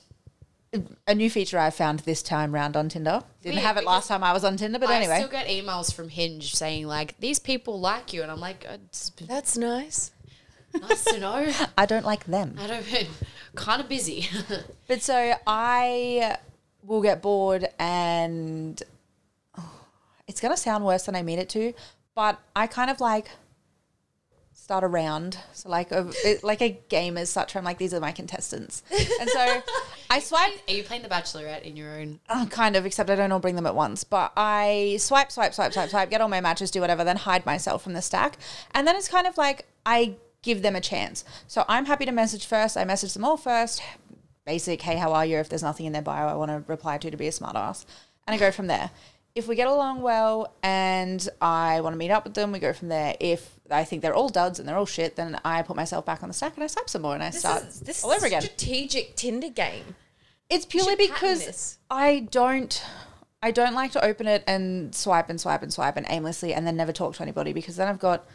Speaker 2: A new feature I found this time round on Tinder. Didn't
Speaker 1: Weird,
Speaker 2: have it last time I was on Tinder, but
Speaker 1: I
Speaker 2: anyway.
Speaker 1: still get emails from Hinge saying like these people like you, and I'm like, "Oh, it's
Speaker 3: That's nice.
Speaker 1: nice to know.
Speaker 2: I don't like them.
Speaker 1: I don't. Kind of busy.
Speaker 2: But so I will get bored and oh, it's going to sound worse than I mean it to, but I kind of like start a round. So like a, it- like a game as such, I'm like, these are my contestants. And so I swipe
Speaker 5: Are you playing The Bachelorette in your own?
Speaker 2: uh, kind of, except I don't all bring them at once. But I swipe, swipe, swipe, swipe, swipe, get all my matches, do whatever, then hide myself from the stack. And then it's kind of like I give them a chance. So I'm happy to message first. I message them all first. Basic, hey, how are you? If there's nothing in their bio I want to reply to to be a smartass. And I go from there. If we get along well and I want to meet up with them, we go from there. If I think they're all duds and they're all shit, then I put myself back on the stack and I swipe some more and I start all over again.
Speaker 3: strategic Tinder game.
Speaker 2: It's purely
Speaker 3: should patent
Speaker 2: because
Speaker 3: this.
Speaker 2: I don't I don't like to open it and swipe and swipe and swipe and aimlessly and then never talk to anybody because then I've got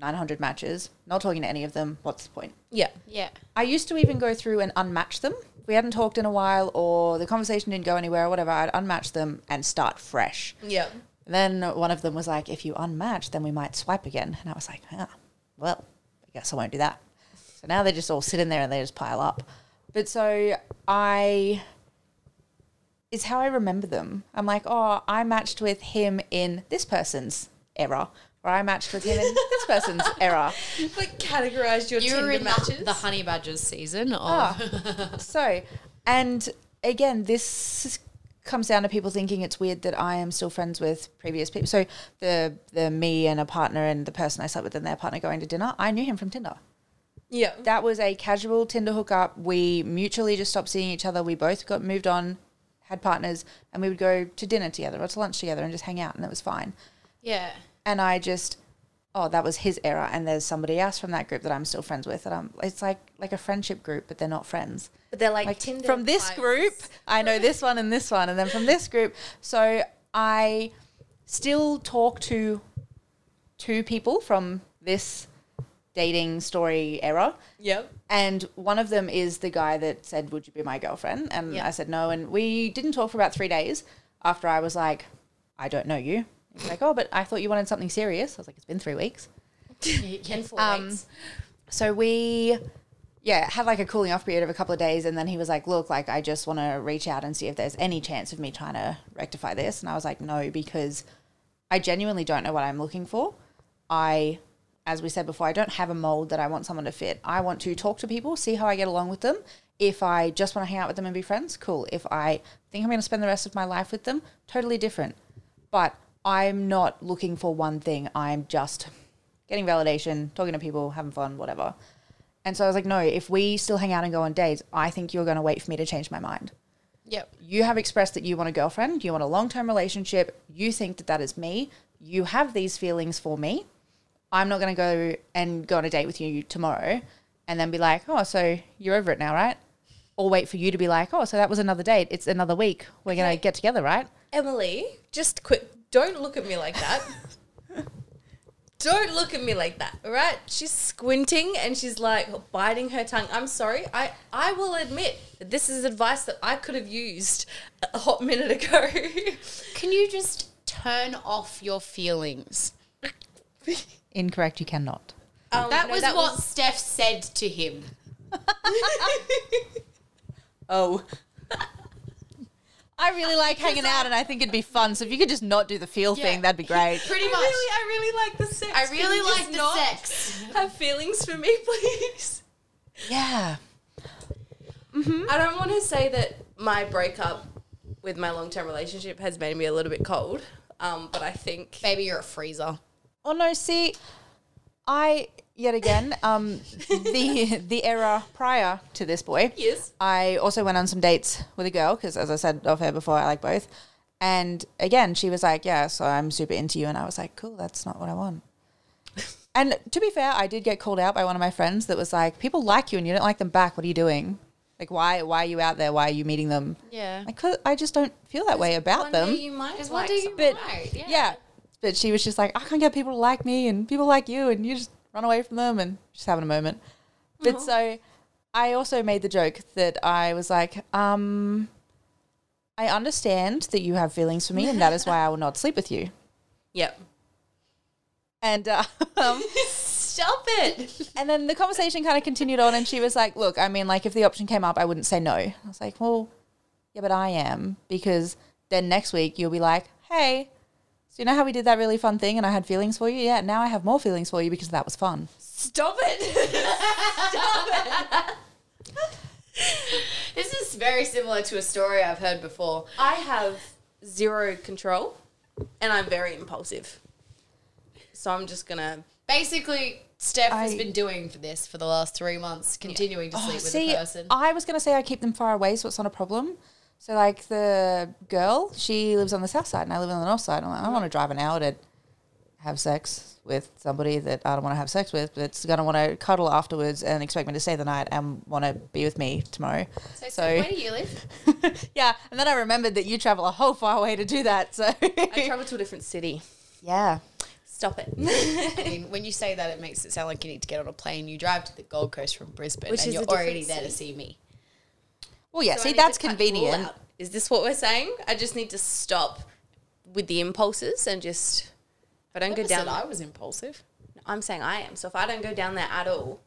Speaker 2: 900 matches, not talking to any of them. What's the point?
Speaker 3: Yeah.
Speaker 5: Yeah.
Speaker 2: I used to even go through and unmatch them. If we hadn't talked in a while or the conversation didn't go anywhere or whatever, I'd unmatch them and start fresh.
Speaker 3: Yeah.
Speaker 2: Then one of them was like, if you unmatch, then we might swipe again. And I was like, ah, well, I guess I won't do that. So now they just all sit in there and they just pile up. But so I is how I remember them. I'm like, oh, I matched with him in this person's era, or I matched with him in this person's era.
Speaker 3: Like categorized your
Speaker 5: You
Speaker 3: Tinder
Speaker 5: were in
Speaker 3: matches.
Speaker 5: the, the Honey Badgers season of
Speaker 2: So, and again, this comes down to people thinking it's weird that I am still friends with previous people. So the the me and a partner and the person I slept with and their partner going to dinner, I knew him from Tinder.
Speaker 3: yeah.
Speaker 2: That was a casual Tinder hookup. We mutually just stopped seeing each other. We both got moved on, had partners, and we would go to dinner together or to lunch together and just hang out, and it was fine.
Speaker 5: Yeah.
Speaker 2: And I just, oh, that was his era, and there's somebody else from that group that I'm still friends with. And I'm, it's like like a friendship group, but they're not friends
Speaker 3: but they're like,
Speaker 2: like
Speaker 3: Tinder
Speaker 2: from this
Speaker 3: vibes.
Speaker 2: group i know this one and this one and then from this group so i still talk to two people from this dating story era
Speaker 3: Yep.
Speaker 2: and one of them is the guy that said would you be my girlfriend and i said no and we didn't talk for about three days after i was like i don't know you He's like oh but i thought you wanted something serious i was like it's been three weeks
Speaker 3: And four weeks.
Speaker 2: so we yeah had like a cooling off period of a couple of days and then he was like look like i just want to reach out and see if there's any chance of me trying to rectify this and i was like no because i genuinely don't know what i'm looking for i as we said before i don't have a mold that i want someone to fit i want to talk to people see how i get along with them if i just want to hang out with them and be friends cool if i think i'm going to spend the rest of my life with them totally different but i'm not looking for one thing i'm just getting validation, talking to people, having fun, whatever. And so I was like, no, if we still hang out and go on dates, I think you're going to wait for me to change my mind.
Speaker 5: Yep.
Speaker 2: You have expressed that you want a girlfriend, you want a long term relationship, you think that that is me, you have these feelings for me. I'm not going to go and go on a date with you tomorrow and then be like, oh, so you're over it now, right? Or wait for you to be like, oh, so that was another date. It's another week. We're going
Speaker 3: Okay.
Speaker 2: to get together, right?
Speaker 3: Emily, just quit. Don't look at me like that. Don't look at me like that, all right? She's squinting and she's like biting her tongue. I'm sorry. I, I will admit that this is advice that I could have used a hot minute ago.
Speaker 5: Can you just turn off your feelings?
Speaker 2: Incorrect, you cannot.
Speaker 3: Um,
Speaker 5: That
Speaker 3: no,
Speaker 5: was what Steph said to him.
Speaker 2: Oh. I really like hanging out and I think it'd be fun. So if you could just not do the feel thing, that'd be great.
Speaker 5: Pretty
Speaker 3: I
Speaker 5: much.
Speaker 3: really, I really like the sex.
Speaker 5: I
Speaker 3: Can
Speaker 5: really
Speaker 3: you just
Speaker 5: like the
Speaker 3: not
Speaker 5: sex.
Speaker 3: Have feelings for me, please.
Speaker 2: Yeah.
Speaker 3: I don't want to say that my breakup with my long term relationship has made me a little bit cold, um, but I think
Speaker 5: Baby, you're a freezer.
Speaker 2: Oh no, see, I yet again, um the the era prior to this boy.
Speaker 3: Yes.
Speaker 2: I also went on some dates with a girl because as I said off air before, I like both. And again, she was like, Yeah, so I'm super into you and I was like, Cool, that's not what I want. And to be fair, I did get called out by one of my friends that was like, People like you and you don't like them back. What are you doing? Like why why are you out there? Why are you meeting them?
Speaker 5: Yeah.
Speaker 2: Like, 'cause I just don't feel that way about
Speaker 3: one
Speaker 2: them.
Speaker 3: day you might like
Speaker 5: What do you
Speaker 3: someone.
Speaker 2: but
Speaker 5: right?
Speaker 2: yeah. but she was just like, I can't get people to like me, and people like you, and you just run away from them, and just having a moment. But
Speaker 3: Uh-huh.
Speaker 2: so, I also made the joke that I was like, um, I understand that you have feelings for me, and that is why I will not sleep with you.
Speaker 3: Yep.
Speaker 2: And uh, um,
Speaker 3: Stop it.
Speaker 2: and then the conversation kind of continued on, and she was like, "Look, I mean, like if the option came up, I wouldn't say no." I was like, "Well, yeah, but I am because then next week you'll be like, hey." So you know how we did that really fun thing and I had feelings for you? Yeah, now I have more feelings for you because that was fun.
Speaker 3: Stop it.
Speaker 1: This is very similar to a story I've heard before.
Speaker 3: I have zero control and I'm very impulsive. So I'm just gonna
Speaker 1: Basically, Steph has
Speaker 2: I-
Speaker 1: been doing for this for the last three months, continuing
Speaker 3: Oh,
Speaker 1: to sleep with
Speaker 2: See,
Speaker 1: a person.
Speaker 2: I was gonna say I keep them far away, so it's not a problem. So like the girl, she lives on the south side, and I live on the north side. I'm like, I want to drive an hour to have sex with somebody that I don't want to have sex with, that's gonna want to cuddle afterwards and expect me to stay the night and want to be with me tomorrow. So,
Speaker 1: where do you live?
Speaker 2: yeah, and then I remembered that you travel a whole far way to do that. So
Speaker 3: I travel to a different city.
Speaker 2: yeah,
Speaker 3: Stop it.
Speaker 1: I mean, when you say that, it makes it sound like you need to get on a plane. You drive to the Gold Coast from Brisbane,
Speaker 3: Which
Speaker 1: and
Speaker 3: is
Speaker 1: you're
Speaker 3: a different
Speaker 1: already there to see me.
Speaker 2: well, yeah.
Speaker 3: So I
Speaker 2: see,
Speaker 3: need to
Speaker 2: that's
Speaker 3: cut you all
Speaker 2: convenient.
Speaker 3: out. Is this what we're saying? I just need to stop with the impulses and just if I don't go down
Speaker 1: Said I was impulsive.
Speaker 3: I'm saying I am. So if I don't go down there at all,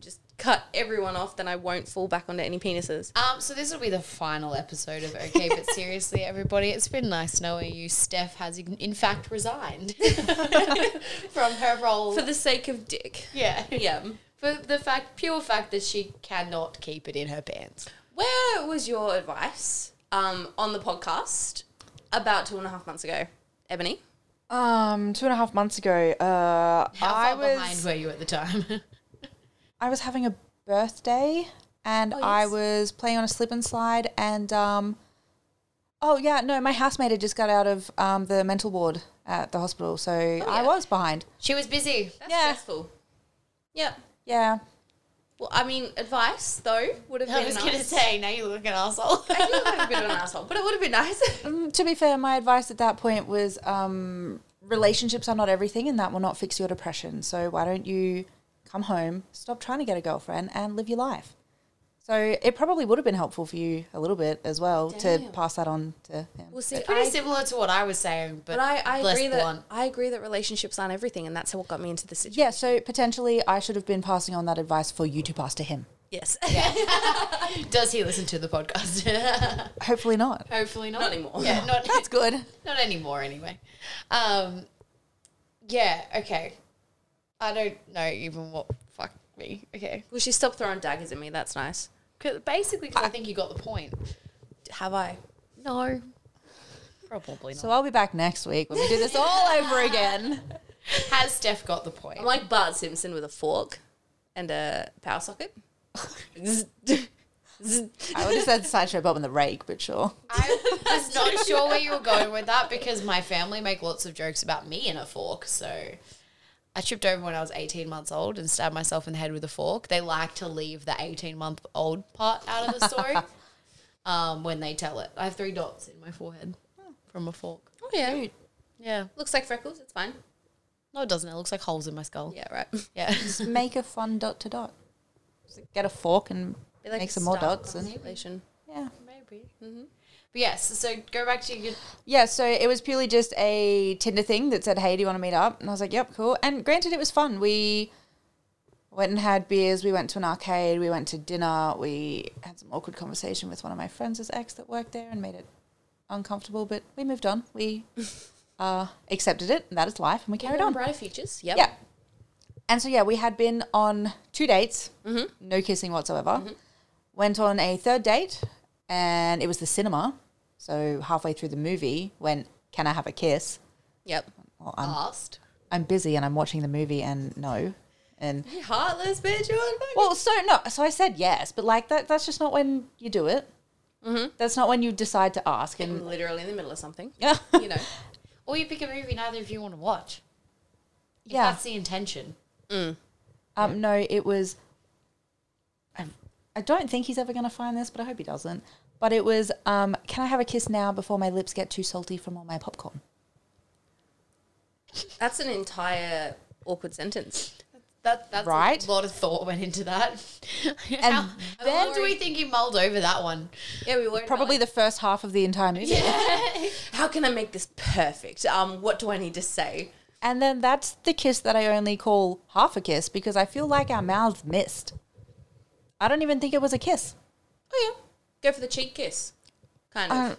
Speaker 3: just cut everyone off, then I won't fall back onto any penises.
Speaker 1: Um, so this will be the final episode of Okay, but seriously, everybody, it's been nice knowing you. Steph has, in in fact, resigned from her role.
Speaker 3: For the sake of dick.
Speaker 1: yeah,
Speaker 3: Yeah.
Speaker 1: for the fact, pure fact that she cannot keep it in her pants.
Speaker 3: Where was your advice um, on the podcast about two and a half months ago, Ebony?
Speaker 2: Um, two and a half months ago, uh,
Speaker 1: How far
Speaker 2: I was
Speaker 1: behind were you at the time?
Speaker 2: I was having a birthday and
Speaker 3: Oh,
Speaker 2: I was playing on a slip and slide and um oh yeah, no, my housemate had just got out of um the mental ward at the hospital, so I was behind.
Speaker 1: she was busy.
Speaker 3: Oh, That's
Speaker 2: Yeah.
Speaker 3: stressful. Yep.
Speaker 2: Yeah.
Speaker 3: Well, I mean, advice though would have
Speaker 1: I
Speaker 3: been
Speaker 1: was
Speaker 3: nice.
Speaker 1: gonna say, now you look like an asshole.
Speaker 3: I feel like I'm a bit of an asshole, but it would have been nice.
Speaker 2: Mm, to be fair, my advice at that point was um relationships are not everything and that will not fix your depression. So why don't you come home, stop trying to get a girlfriend and live your life. So it probably would have been helpful for you a little bit as well to
Speaker 3: Damn.
Speaker 2: pass that on to him.
Speaker 3: Well, see,
Speaker 1: Pretty
Speaker 3: I,
Speaker 1: similar to what I was saying, but,
Speaker 3: but I, I
Speaker 1: less
Speaker 3: agree
Speaker 1: blunt.
Speaker 3: that I agree that relationships aren't everything, and that's what got me into the situation.
Speaker 2: Yeah, so potentially I should have been passing on that advice for you to pass to him.
Speaker 3: Yes.
Speaker 1: Does he listen to the podcast?
Speaker 2: Hopefully not.
Speaker 1: Hopefully not.
Speaker 3: Not anymore.
Speaker 1: Yeah, not
Speaker 2: That's good.
Speaker 1: not anymore anyway. Um, yeah. Okay. I don't know even what. Fuck me. Okay.
Speaker 3: Well, she stopped throwing daggers at me. That's nice.
Speaker 1: 'Cause- basically, because I think you got the point.
Speaker 3: Have I?
Speaker 1: No. Probably not.
Speaker 2: So I'll be back next week when we do this all over again.
Speaker 1: Has Steph got the point?
Speaker 3: I'm like Bart Simpson with a fork and a power socket.
Speaker 2: I would have said sideshow Bob and the rake, but sure.
Speaker 1: I was not sure where you were going with that because my family make lots of jokes about me and a fork. So I tripped over when I was 18 months old and stabbed myself in the head with a fork. They like to leave the 18 month old part out of the story um, when they tell it. I have three dots in my forehead from a fork.
Speaker 3: Oh yeah,
Speaker 1: Yeah.
Speaker 3: looks like freckles. It's fine.
Speaker 1: No, it doesn't. It looks like holes in my skull.
Speaker 3: Yeah, right.
Speaker 1: Yeah.
Speaker 2: Just make a fun dot to dot. Just get a fork and
Speaker 3: Be like
Speaker 2: make
Speaker 3: a
Speaker 2: some more
Speaker 3: star
Speaker 2: dots. And,
Speaker 3: constellation.
Speaker 2: yeah.
Speaker 1: Maybe. Mm-hmm. But yes, so go back to your.
Speaker 2: Yeah, so it was purely just a Tinder thing that said, "Hey, do you want to meet up?" And I was like, "Yep, cool." And granted, it was fun. We went and had beers. We went to an arcade. We went to dinner. We had some awkward conversation with one of my friends' ex that worked there and made it uncomfortable. But we moved on. We uh, accepted it. And that is life, and we carried on.
Speaker 3: Brighter futures. Yep.
Speaker 2: Yeah. And so yeah, we had been on two dates, no kissing whatsoever. Went on a third date, and it was the cinema. So halfway through the movie, when can I have a kiss?
Speaker 3: Yep.
Speaker 2: Well,
Speaker 3: Ah.
Speaker 2: I'm
Speaker 1: Asked.
Speaker 2: I'm busy and I'm watching the movie, and no, and
Speaker 3: You heartless bitch. You're on fire.
Speaker 2: well, so no, so I said yes, but like that, that's just not when you do it. That's not when you decide to ask,
Speaker 3: I'm
Speaker 2: and
Speaker 3: literally in the middle of something.
Speaker 2: yeah,
Speaker 3: You know.
Speaker 1: Or you pick a movie neither of you want to watch. If
Speaker 2: yeah.
Speaker 1: That's the intention.
Speaker 2: Um, no, it was. I, I don't think he's ever going to find this, but I hope he doesn't. But it was, um, can I have a kiss now before my lips get too salty from all my popcorn?
Speaker 3: That's an entire awkward sentence.
Speaker 1: That, that's
Speaker 2: Right?
Speaker 1: a lot of thought went into that.
Speaker 2: And
Speaker 1: How,
Speaker 2: then-
Speaker 1: how long do we think he mulled over that one?
Speaker 3: Yeah, we were about,
Speaker 2: Probably
Speaker 3: like,
Speaker 2: the first half of the entire movie.
Speaker 3: How can I make this perfect? Um, what do I need to say?
Speaker 2: And then that's the kiss that I only call half a kiss because I feel like our mouths missed. I don't even think it was a kiss.
Speaker 3: Oh yeah, go for the cheek kiss. Kind of.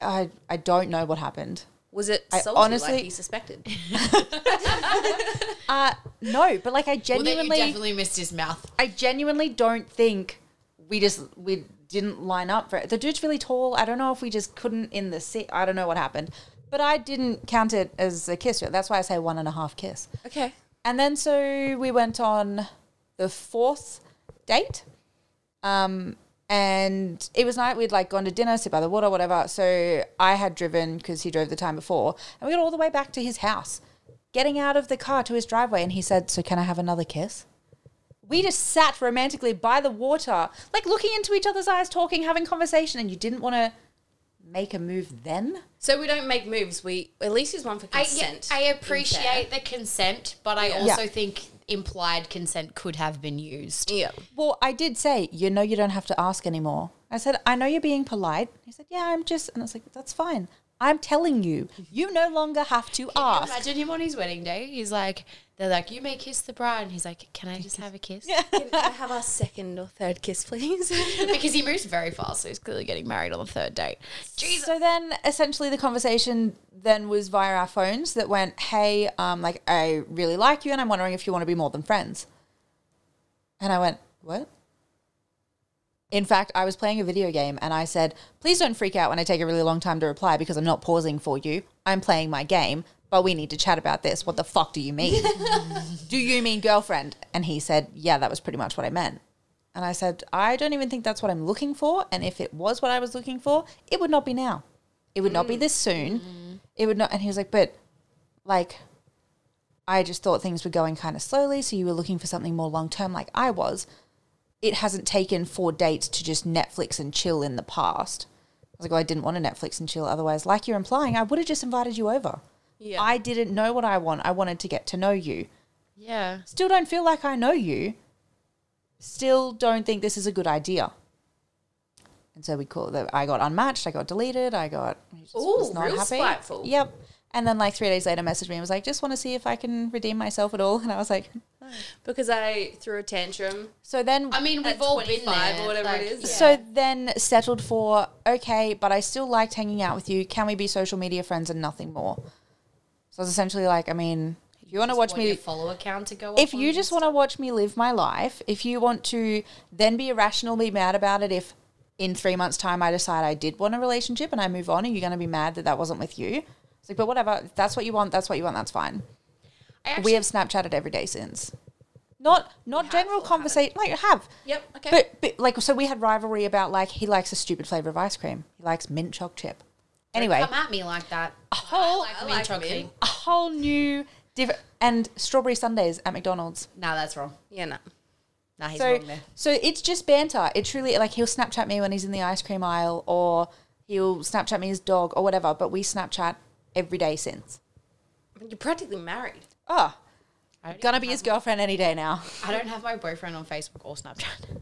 Speaker 2: I, I, I don't know what happened.
Speaker 3: was it
Speaker 2: I
Speaker 3: salty
Speaker 2: honestly-
Speaker 3: like he suspected?
Speaker 2: Uh, no, but like I
Speaker 1: Well, then
Speaker 2: genuinely.
Speaker 1: you definitely missed his mouth.
Speaker 2: I genuinely don't think we just we didn't line up for it. The dude's really tall. I don't know if we just couldn't in the seat. I don't know what happened. But I didn't count it as a kiss. That's why I say one and a half kiss.
Speaker 3: Okay.
Speaker 2: And then so we went on the fourth date. Um, and it was night. We'd like gone to dinner, sit by the water, whatever. So I had driven because he drove the time before. And we got all the way back to his house, getting out of the car to his driveway. And he said, So can I have another kiss? We just sat romantically by the water, like looking into each other's eyes, talking, having conversation. And you didn't want to make a move then?
Speaker 3: So we don't make moves. We at least use one for
Speaker 1: I,
Speaker 3: consent.
Speaker 1: I appreciate the consent, but I also think implied consent could have been used.
Speaker 3: yeah.
Speaker 2: Well, I did say, you know, you don't have to ask anymore. I said, I know you're being polite. He said, yeah, I'm just, and I was like, that's fine. I'm telling you, you no longer have to ask.
Speaker 1: Imagine him on his wedding day. He's like, they're like, you may kiss the bride. And he's like, can I just have a kiss?
Speaker 3: Can I have our second or third kiss, please?
Speaker 1: because he moves very fast, so he's clearly getting married on the third date. Jesus.
Speaker 2: So then essentially the conversation then was via our phones that went, hey, um, like, I really like you and I'm wondering if you want to be more than friends. And I went, what? In fact, I was playing a video game and I said, please don't freak out when I take a really long time to reply because I'm not pausing for you. I'm playing my game, but we need to chat about this. What the fuck do you mean? do you mean girlfriend? And he said, yeah, that was pretty much what I meant. And I said, I don't even think that's what I'm looking for. And if it was what I was looking for, it would not be now. It would not be this soon. It would not. And he was like, but like, I just thought things were going kind of slowly. So you were looking for something more long term, like I was. It hasn't taken four dates to just Netflix and chill in the past. I was like, well, I didn't want to Netflix and chill. Otherwise, like you're implying, I would have just invited you over.
Speaker 3: Yeah.
Speaker 2: I didn't know what I want. I wanted to get to know you.
Speaker 1: Yeah.
Speaker 2: Still don't feel like I know you. Still don't think this is a good idea. And so we call that I got unmatched, I got deleted, I got he just was
Speaker 3: Ooh,
Speaker 2: not
Speaker 3: real
Speaker 2: happy.
Speaker 3: spiteful.
Speaker 2: Yep. And then like three days later messaged me and was like, just want to see if I can redeem myself at all. And I was like,
Speaker 3: because I threw a tantrum.
Speaker 2: so then
Speaker 1: I mean, we've
Speaker 3: At
Speaker 1: all been
Speaker 3: 25
Speaker 1: there.
Speaker 3: or whatever it is.
Speaker 2: So then settled for, okay, but I still liked hanging out with you. Can we be social media friends and nothing more? So I was essentially like, I mean, if you want to watch me
Speaker 1: your follower count to go up.
Speaker 2: if you just want to watch me live my life, if you want to then be irrational, be mad about it, if in three months' time I decide I did want a relationship and I move on, are you going to be mad that that wasn't with you? It's like, but whatever, if that's what you want, that's what you want, that's fine.
Speaker 1: I actually,
Speaker 2: we have Snapchatted every day since. Not not general conversation, like have.
Speaker 3: Yep, okay.
Speaker 2: But, but like, so we had rivalry about like, he likes a stupid flavor of ice cream. He likes mint choc chip. Anyway,
Speaker 1: come at me like that.
Speaker 2: whole-
Speaker 1: I like
Speaker 3: I
Speaker 1: mint
Speaker 3: like
Speaker 1: chocolate.
Speaker 3: mint.
Speaker 2: a whole new different, and strawberry sundaes at McDonald's.
Speaker 1: Nah, that's wrong.
Speaker 3: Yeah, no.
Speaker 1: Nah, he's
Speaker 2: so
Speaker 1: wrong there.
Speaker 2: so it's just banter. It truly like he'll Snapchat me when he's in the ice cream aisle, or he'll Snapchat me his dog or whatever. But we Snapchat every day since.
Speaker 3: You're practically married.
Speaker 2: Oh,
Speaker 1: I don't,
Speaker 2: gonna be his girlfriend any day now.
Speaker 1: I don't have my boyfriend on Facebook or Snapchat.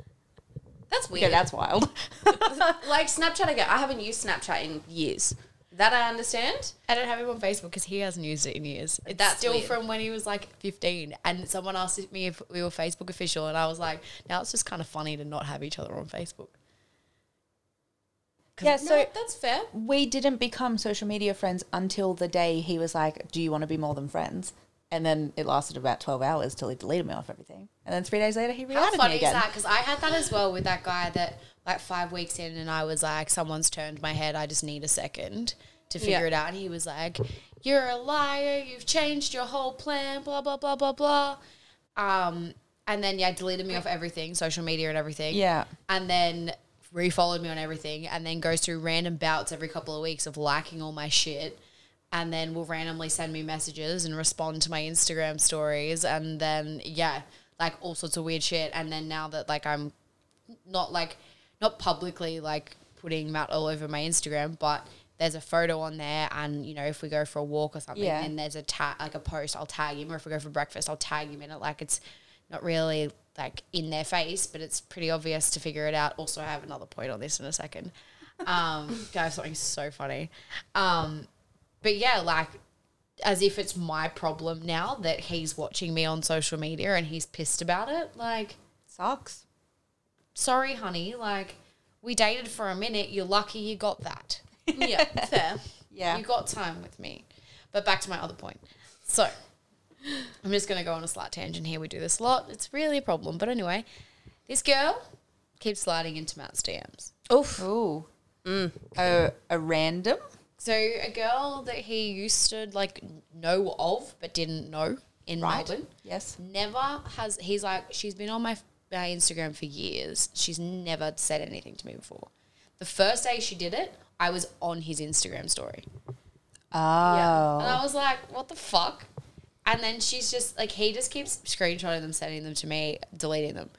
Speaker 3: That's weird.
Speaker 2: Yeah, that's wild.
Speaker 3: like Snapchat again. I haven't used Snapchat in years. That I understand.
Speaker 1: I don't have him on Facebook because he hasn't used it in years. It's
Speaker 3: That's
Speaker 1: still
Speaker 3: weird.
Speaker 1: from when he was like 15. And someone asked if- me if we were Facebook official, and I was like, now it's just kind of funny to not have each other on Facebook.
Speaker 2: yeah,
Speaker 3: No,
Speaker 2: so
Speaker 3: that's fair.
Speaker 2: we didn't become social media friends until the day he was like, "Do you want to be more than friends?" And then it lasted about twelve hours till he deleted me off everything. And then three days later, he
Speaker 1: How
Speaker 2: re-added me
Speaker 1: funny is
Speaker 2: again.
Speaker 1: that? Because I had that as well with that guy that like five weeks in, and I was like, someone's turned my head. I just need a second to figure
Speaker 3: Yeah.
Speaker 1: it out. And he was like, "You're a liar. You've changed your whole plan. Blah blah blah blah blah." Um, and then yeah, deleted me off everything, social media and everything.
Speaker 2: Yeah.
Speaker 1: and then refollowed me on everything, and then goes through random bouts every couple of weeks of liking all my shit. And then will randomly send me messages and respond to my Instagram stories, and then yeah, like all sorts of weird shit. And then now that like I'm not like not publicly like putting Matt all over my Instagram, but there's a photo on there, and you know if we go for a walk or something,
Speaker 2: Yeah.
Speaker 1: and there's a tag like a post, I'll tag him, or if we go for breakfast, I'll tag him in it. Like it's not really like in their face, but it's pretty obvious to figure it out. Also, I have another point on this in a second. Um, guys, something so funny. Um, but yeah, like as if it's my problem now that he's watching me on social media and he's pissed about it. Like
Speaker 2: Sucks.
Speaker 1: sorry, honey, like we dated for a minute. You're lucky you got that.
Speaker 3: Yeah, fair.
Speaker 2: Yeah.
Speaker 1: You got time with me. But back to my other point. So I'm just going to go on a slight tangent here. We do this a lot. It's really a problem. But anyway, this girl keeps sliding into Matt's DMs.
Speaker 3: Oof.
Speaker 2: Ooh.
Speaker 1: Mm.
Speaker 2: A, a random?
Speaker 1: So a girl that he used to like know of but didn't know in
Speaker 2: Right.
Speaker 1: Melbourne
Speaker 2: Yes.
Speaker 1: never has. He's like she's been on my my Instagram for years. She's never said anything to me before. The first day she did it, I was on his Instagram story.
Speaker 2: Oh.
Speaker 1: And I was like, what the fuck? And then she's just like, he just keeps screenshotting them, sending them to me, deleting them.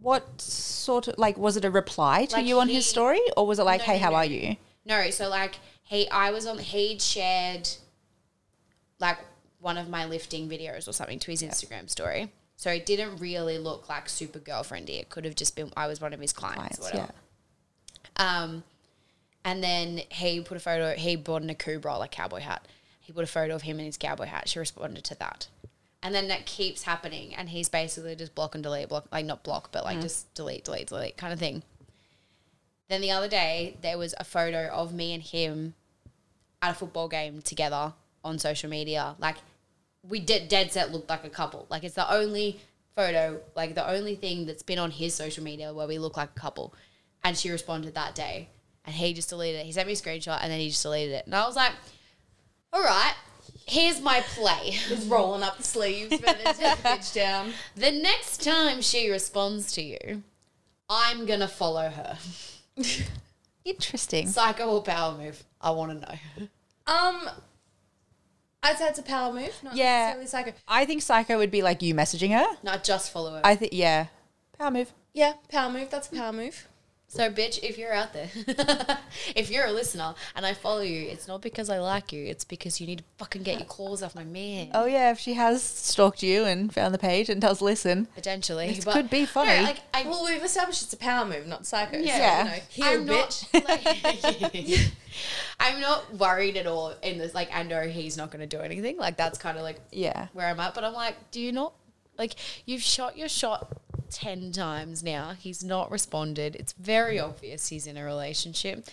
Speaker 2: What sort of like was it a reply to
Speaker 1: Like
Speaker 2: you on his
Speaker 1: he-
Speaker 2: story or was it like,
Speaker 1: No,
Speaker 2: "Hey,
Speaker 1: no,
Speaker 2: how
Speaker 1: no.
Speaker 2: are you?"
Speaker 1: No, so like he, I was on. He'd shared like one of my lifting videos or something to his Instagram story. So it didn't really look like super girlfriendy. It could have just been I was one of his clients,
Speaker 2: Clients,
Speaker 1: or whatever. Um, and then he put a photo. He bought an Akubra like cowboy hat. He put a photo of him in his cowboy hat. She responded to that, and then that keeps happening. And he's basically just block and delete, block like not block, but like just delete, delete, delete kind of thing. Then the other day there was a photo of me and him at a football game together on social media. Like we did dead set looked like a couple. Like it's the only photo, like the only thing that's been on his social media where we look like a couple. And she responded that day. And he just deleted it. He sent me a screenshot and then he just deleted it. And I was like, all right, here's my play.
Speaker 3: Just rolling up the sleeves, but it's just bitch down.
Speaker 1: the next time she responds to you, I'm going to follow her.
Speaker 2: Yeah. Interesting.
Speaker 1: Psycho or power move? I want to know.
Speaker 3: Um, I'd say it's a power move, not
Speaker 2: Yeah.
Speaker 3: necessarily psycho.
Speaker 2: I think psycho would be like you messaging her.
Speaker 1: Not just follow her.
Speaker 2: I think yeah. Power move.
Speaker 3: Yeah, power move. That's a power move.
Speaker 1: So, bitch, if you're out there, if you're a listener and I follow you, it's not because I like you. It's because you need to fucking get your claws off my man.
Speaker 2: Oh yeah, if she has stalked you and found the page and does listen,
Speaker 1: Potentially,
Speaker 2: This could be funny.
Speaker 1: like, I,
Speaker 3: Well, we've established it's a power move, not psycho. Yeah.
Speaker 2: Yeah.
Speaker 3: you know, here,
Speaker 1: I'm
Speaker 3: bitch.
Speaker 1: not. like- I'm not worried at all in this. Like, I know he's not going to do anything. Like, that's kind of like
Speaker 2: yeah.
Speaker 1: where I'm at. But I'm like, do you not? Like, you've shot your shot ten times now. He's not responded. It's very obvious he's in a relationship.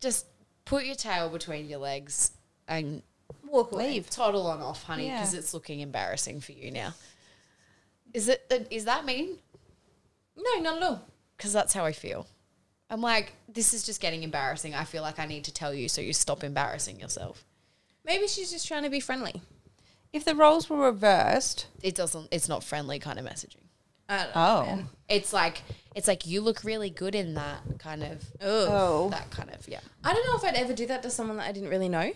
Speaker 1: Just put your tail between your legs and
Speaker 3: Walk away.
Speaker 2: Leave.
Speaker 1: toddle on off, honey,
Speaker 2: Yeah.
Speaker 1: because it's looking embarrassing for you now. Is it? Is that mean?
Speaker 3: No, not at all.
Speaker 1: Because that's how I feel. I'm like, this is just getting embarrassing. I feel like I need to tell you so you stop embarrassing yourself.
Speaker 3: Maybe she's just trying to be friendly.
Speaker 2: If the roles were reversed,
Speaker 1: It doesn't. It's not friendly kind of messaging.
Speaker 3: I don't know.
Speaker 2: oh.
Speaker 1: It's like it's like you look really good in that kind of
Speaker 3: Ugh.
Speaker 2: Oh.
Speaker 1: that kind of yeah.
Speaker 3: I don't know if I'd ever do that to someone that I didn't really know.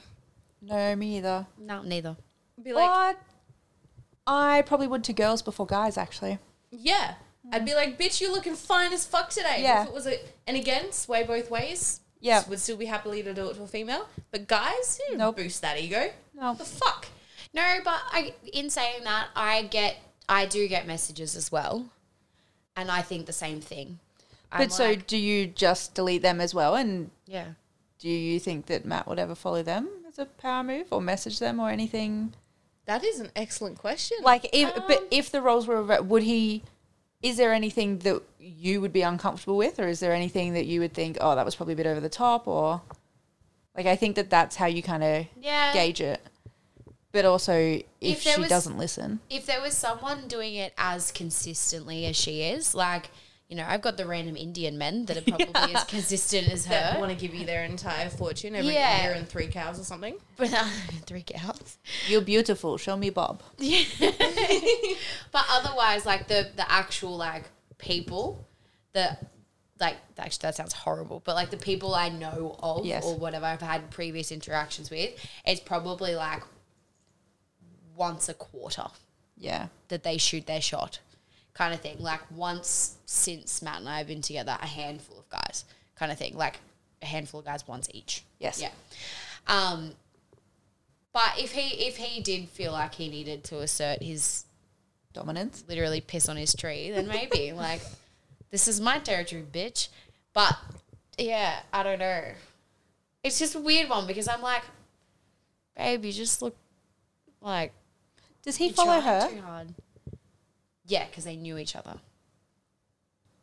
Speaker 2: No, me either.
Speaker 1: No, neither.
Speaker 3: Be like,
Speaker 2: but I probably would to girls before guys actually.
Speaker 3: yeah. I'd be like, bitch, you're looking fine as fuck today.
Speaker 2: Yeah.
Speaker 3: If it was a, and again, sway both ways.
Speaker 2: Yeah.
Speaker 3: Would still be happily to do it to a female. But guys, you
Speaker 2: Nope.
Speaker 3: boost that ego.
Speaker 2: No.
Speaker 3: The fuck?
Speaker 1: No, but I, in saying that, I get I do get messages as well, and I think the same thing. I'm
Speaker 2: But so do you just delete them as well and
Speaker 1: yeah.
Speaker 2: do you think that Matt would ever follow them as a power move or message them or anything?
Speaker 3: That is an excellent question.
Speaker 2: Like, if,
Speaker 1: Um.
Speaker 2: but if the roles were reversed, would he? Is there anything that you would be uncomfortable with, or is there anything that you would think, oh, that was probably a bit over the top, or like I think that that's how you kind of
Speaker 1: Yeah.
Speaker 2: gauge it. But also, if,
Speaker 1: If there
Speaker 2: she
Speaker 1: was-
Speaker 2: doesn't listen,
Speaker 1: if there was someone doing it as consistently as she is, like, you know, I've got the random Indian men that are probably as consistent as
Speaker 3: that
Speaker 1: her.
Speaker 3: want to give you their entire fortune every
Speaker 1: Yeah.
Speaker 3: year and three cows or something.
Speaker 1: But uh, three gals.
Speaker 2: you're beautiful. Show me Bob.
Speaker 1: But otherwise, like the the actual like people, the like actually that sounds horrible, but like the people I know of
Speaker 2: Yes.
Speaker 1: or whatever I've had previous interactions with, it's probably like once a quarter.
Speaker 2: Yeah,
Speaker 1: that they shoot their shot kind of thing. Like once since Matt and I have been together, a handful of guys kind of thing. Like a handful of guys once each.
Speaker 2: Yes.
Speaker 1: Yeah. Um but if he if he did feel like he needed to assert his
Speaker 2: dominance.
Speaker 1: literally piss on his tree, then maybe like this is my territory, bitch. But yeah, I don't know. It's just a weird one because I'm like, babe, you just look like
Speaker 2: Does he
Speaker 1: you
Speaker 2: follow
Speaker 1: tried
Speaker 2: her?
Speaker 1: Too hard. Yeah, because they knew each other.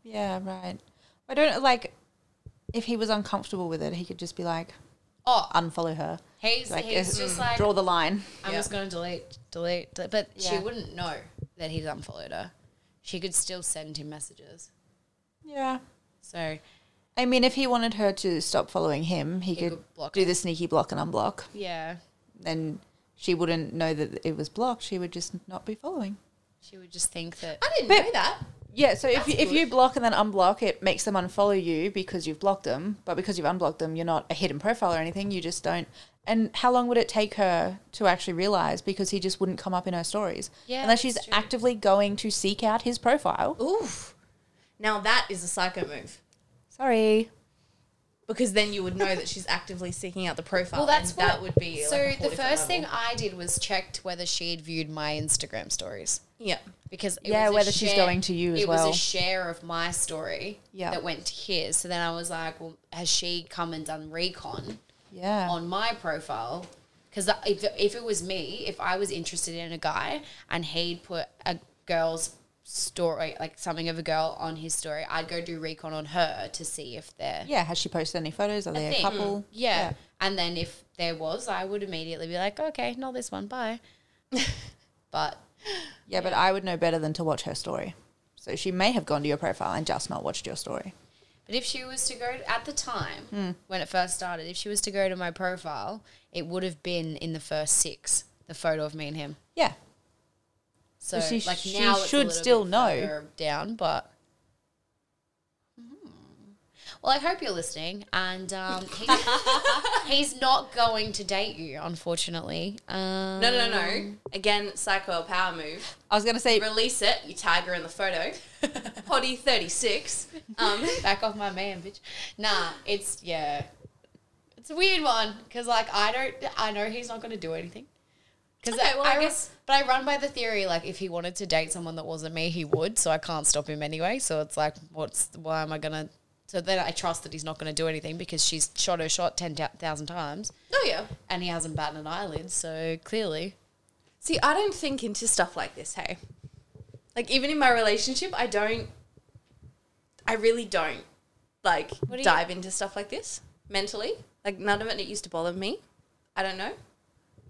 Speaker 2: Yeah, right. I don't like. If he was uncomfortable with it, he could just be like,
Speaker 1: Oh,
Speaker 2: unfollow her.
Speaker 1: he's
Speaker 2: Like,
Speaker 1: he's just like uh,
Speaker 2: draw the line.
Speaker 1: I'm just gonna delete, delete, delete. but she
Speaker 2: Yeah.
Speaker 1: wouldn't know that he's unfollowed her. She could still send him messages.
Speaker 2: Yeah.
Speaker 1: So
Speaker 2: I mean, if he wanted her to stop following him, he, could,
Speaker 1: could block
Speaker 2: do the sneaky block and unblock.
Speaker 1: Yeah.
Speaker 2: Then she wouldn't know that it was blocked. She would just not be following.
Speaker 1: She would just think that.
Speaker 3: I didn't
Speaker 2: But-
Speaker 3: know that.
Speaker 2: Yeah, so if you, if you block and then unblock, it makes them unfollow you because you've blocked them. But because you've unblocked them, you're not a hidden profile or anything. You just don't. And how long would it take her to actually realize? Because he just wouldn't come up in her stories.
Speaker 1: Yeah,
Speaker 2: Unless
Speaker 1: that's
Speaker 2: she's
Speaker 1: true.
Speaker 2: actively going to seek out his profile.
Speaker 3: Oof. Now that is a psycho move.
Speaker 2: Sorry.
Speaker 3: Because then you would know that she's actively seeking out the profile.
Speaker 1: Well, that's
Speaker 3: and that would
Speaker 1: what-
Speaker 3: be
Speaker 1: So
Speaker 3: like, a whole
Speaker 1: the
Speaker 3: different
Speaker 1: first thing
Speaker 3: level.
Speaker 1: I did was checked whether she had viewed my Instagram stories
Speaker 3: Yeah.
Speaker 1: because it
Speaker 2: Yeah,
Speaker 1: was a
Speaker 2: whether she's
Speaker 1: share-
Speaker 2: going to you as
Speaker 1: it
Speaker 2: well.
Speaker 1: was a share of my story
Speaker 2: Yeah.
Speaker 1: that went to his. So then I was like, well, has she come and done recon
Speaker 2: Yeah.
Speaker 1: on my profile? Because if if it was me, if I was interested in a guy and he'd put a girl's story, like something of a girl on his story, I'd go do recon on her to see if they're
Speaker 2: yeah. Has she posted any photos? Are they a
Speaker 1: thing. Mm.
Speaker 2: couple?
Speaker 1: Yeah. And then if there was, I would immediately be like, okay, not this one, bye. but
Speaker 2: Yeah, but I would know better than to watch her story. So she may have gone to your profile and just not watched your story.
Speaker 1: but if she was to go at the time
Speaker 2: Hmm.
Speaker 1: when it first started, if she was to go to my profile, it would have been in the first six, the photo of me and him.
Speaker 2: Yeah.
Speaker 1: So,
Speaker 2: So she-
Speaker 1: like
Speaker 2: she
Speaker 1: now it's a
Speaker 2: should
Speaker 1: little
Speaker 2: still
Speaker 1: bit
Speaker 2: know.
Speaker 1: further down, but. Hmm. Well, I hope you're listening, and um, he's, he's not going to date you, unfortunately. Um,
Speaker 3: No, no, no, no. Again, psycho power move.
Speaker 2: I was going to say,
Speaker 3: Release it. You tag her in the photo. Potty thirty six. Um,
Speaker 1: back off my man, bitch. Nah, it's yeah, it's a weird one because like I don't, I know he's not gonna do anything. Because
Speaker 3: Okay,
Speaker 1: I,
Speaker 3: well, I
Speaker 1: I run-
Speaker 3: guess-
Speaker 1: but I run by the theory like if he wanted to date someone that wasn't me, he would. So I can't stop him anyway. So it's like, what's why am I gonna? So then I trust that he's not gonna do anything because she's shot her shot ten thousand times
Speaker 3: oh yeah.
Speaker 1: and he hasn't batted an eyelid. So clearly,
Speaker 3: See, I don't think into stuff like this, hey. Like even in my relationship, I don't I really don't like
Speaker 1: do you-
Speaker 3: dive into stuff like this mentally. Like none of it, it used to bother me. I don't know.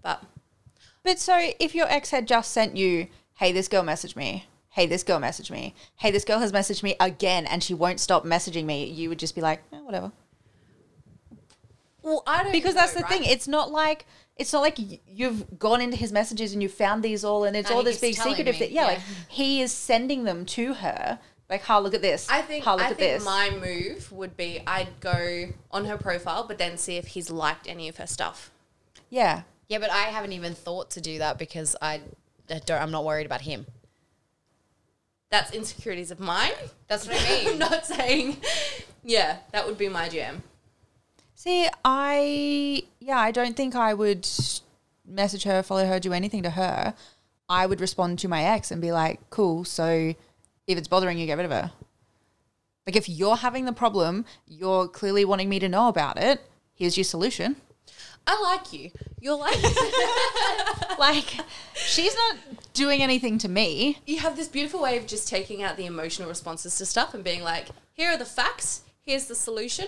Speaker 3: But
Speaker 2: but so if your ex had just sent you, hey, this girl messaged me. Hey, this girl messaged me. Hey, this girl has messaged me again and she won't stop messaging me. You would just be like, eh, whatever.
Speaker 3: well, I don't
Speaker 2: Because that's
Speaker 3: know,
Speaker 2: the thing.
Speaker 3: right?
Speaker 2: It's not like. It's not like y- you've gone into his messages and you found these all, and it's
Speaker 1: And
Speaker 2: all
Speaker 1: he
Speaker 2: this big
Speaker 1: keeps telling
Speaker 2: secretive
Speaker 1: me,
Speaker 2: thing. Yeah,
Speaker 1: yeah.
Speaker 2: like he is sending them to her. Like, ha, look at this.
Speaker 3: I think
Speaker 2: ha, look
Speaker 3: I
Speaker 2: at
Speaker 3: think
Speaker 2: this.
Speaker 3: my move would be I'd go on her profile but then see if he's liked any of her stuff.
Speaker 2: yeah,
Speaker 1: yeah. But I haven't even thought to do that because I, I don't. I'm not worried about him.
Speaker 3: That's insecurities of mine.
Speaker 1: That's what I mean.
Speaker 3: I'm not saying Yeah, that would be my jam.
Speaker 2: See, I yeah, I don't think I would message her, follow her, do anything to her. I would respond to my ex and be like, "Cool, so if it's bothering you, get rid of her." Like if you're having the problem, you're clearly wanting me to know about it. Here's your solution.
Speaker 3: I like you. You're like
Speaker 2: Like she's not doing anything to me.
Speaker 3: you have this beautiful way of just taking out the emotional responses to stuff and being like, here are the facts, here's the solution,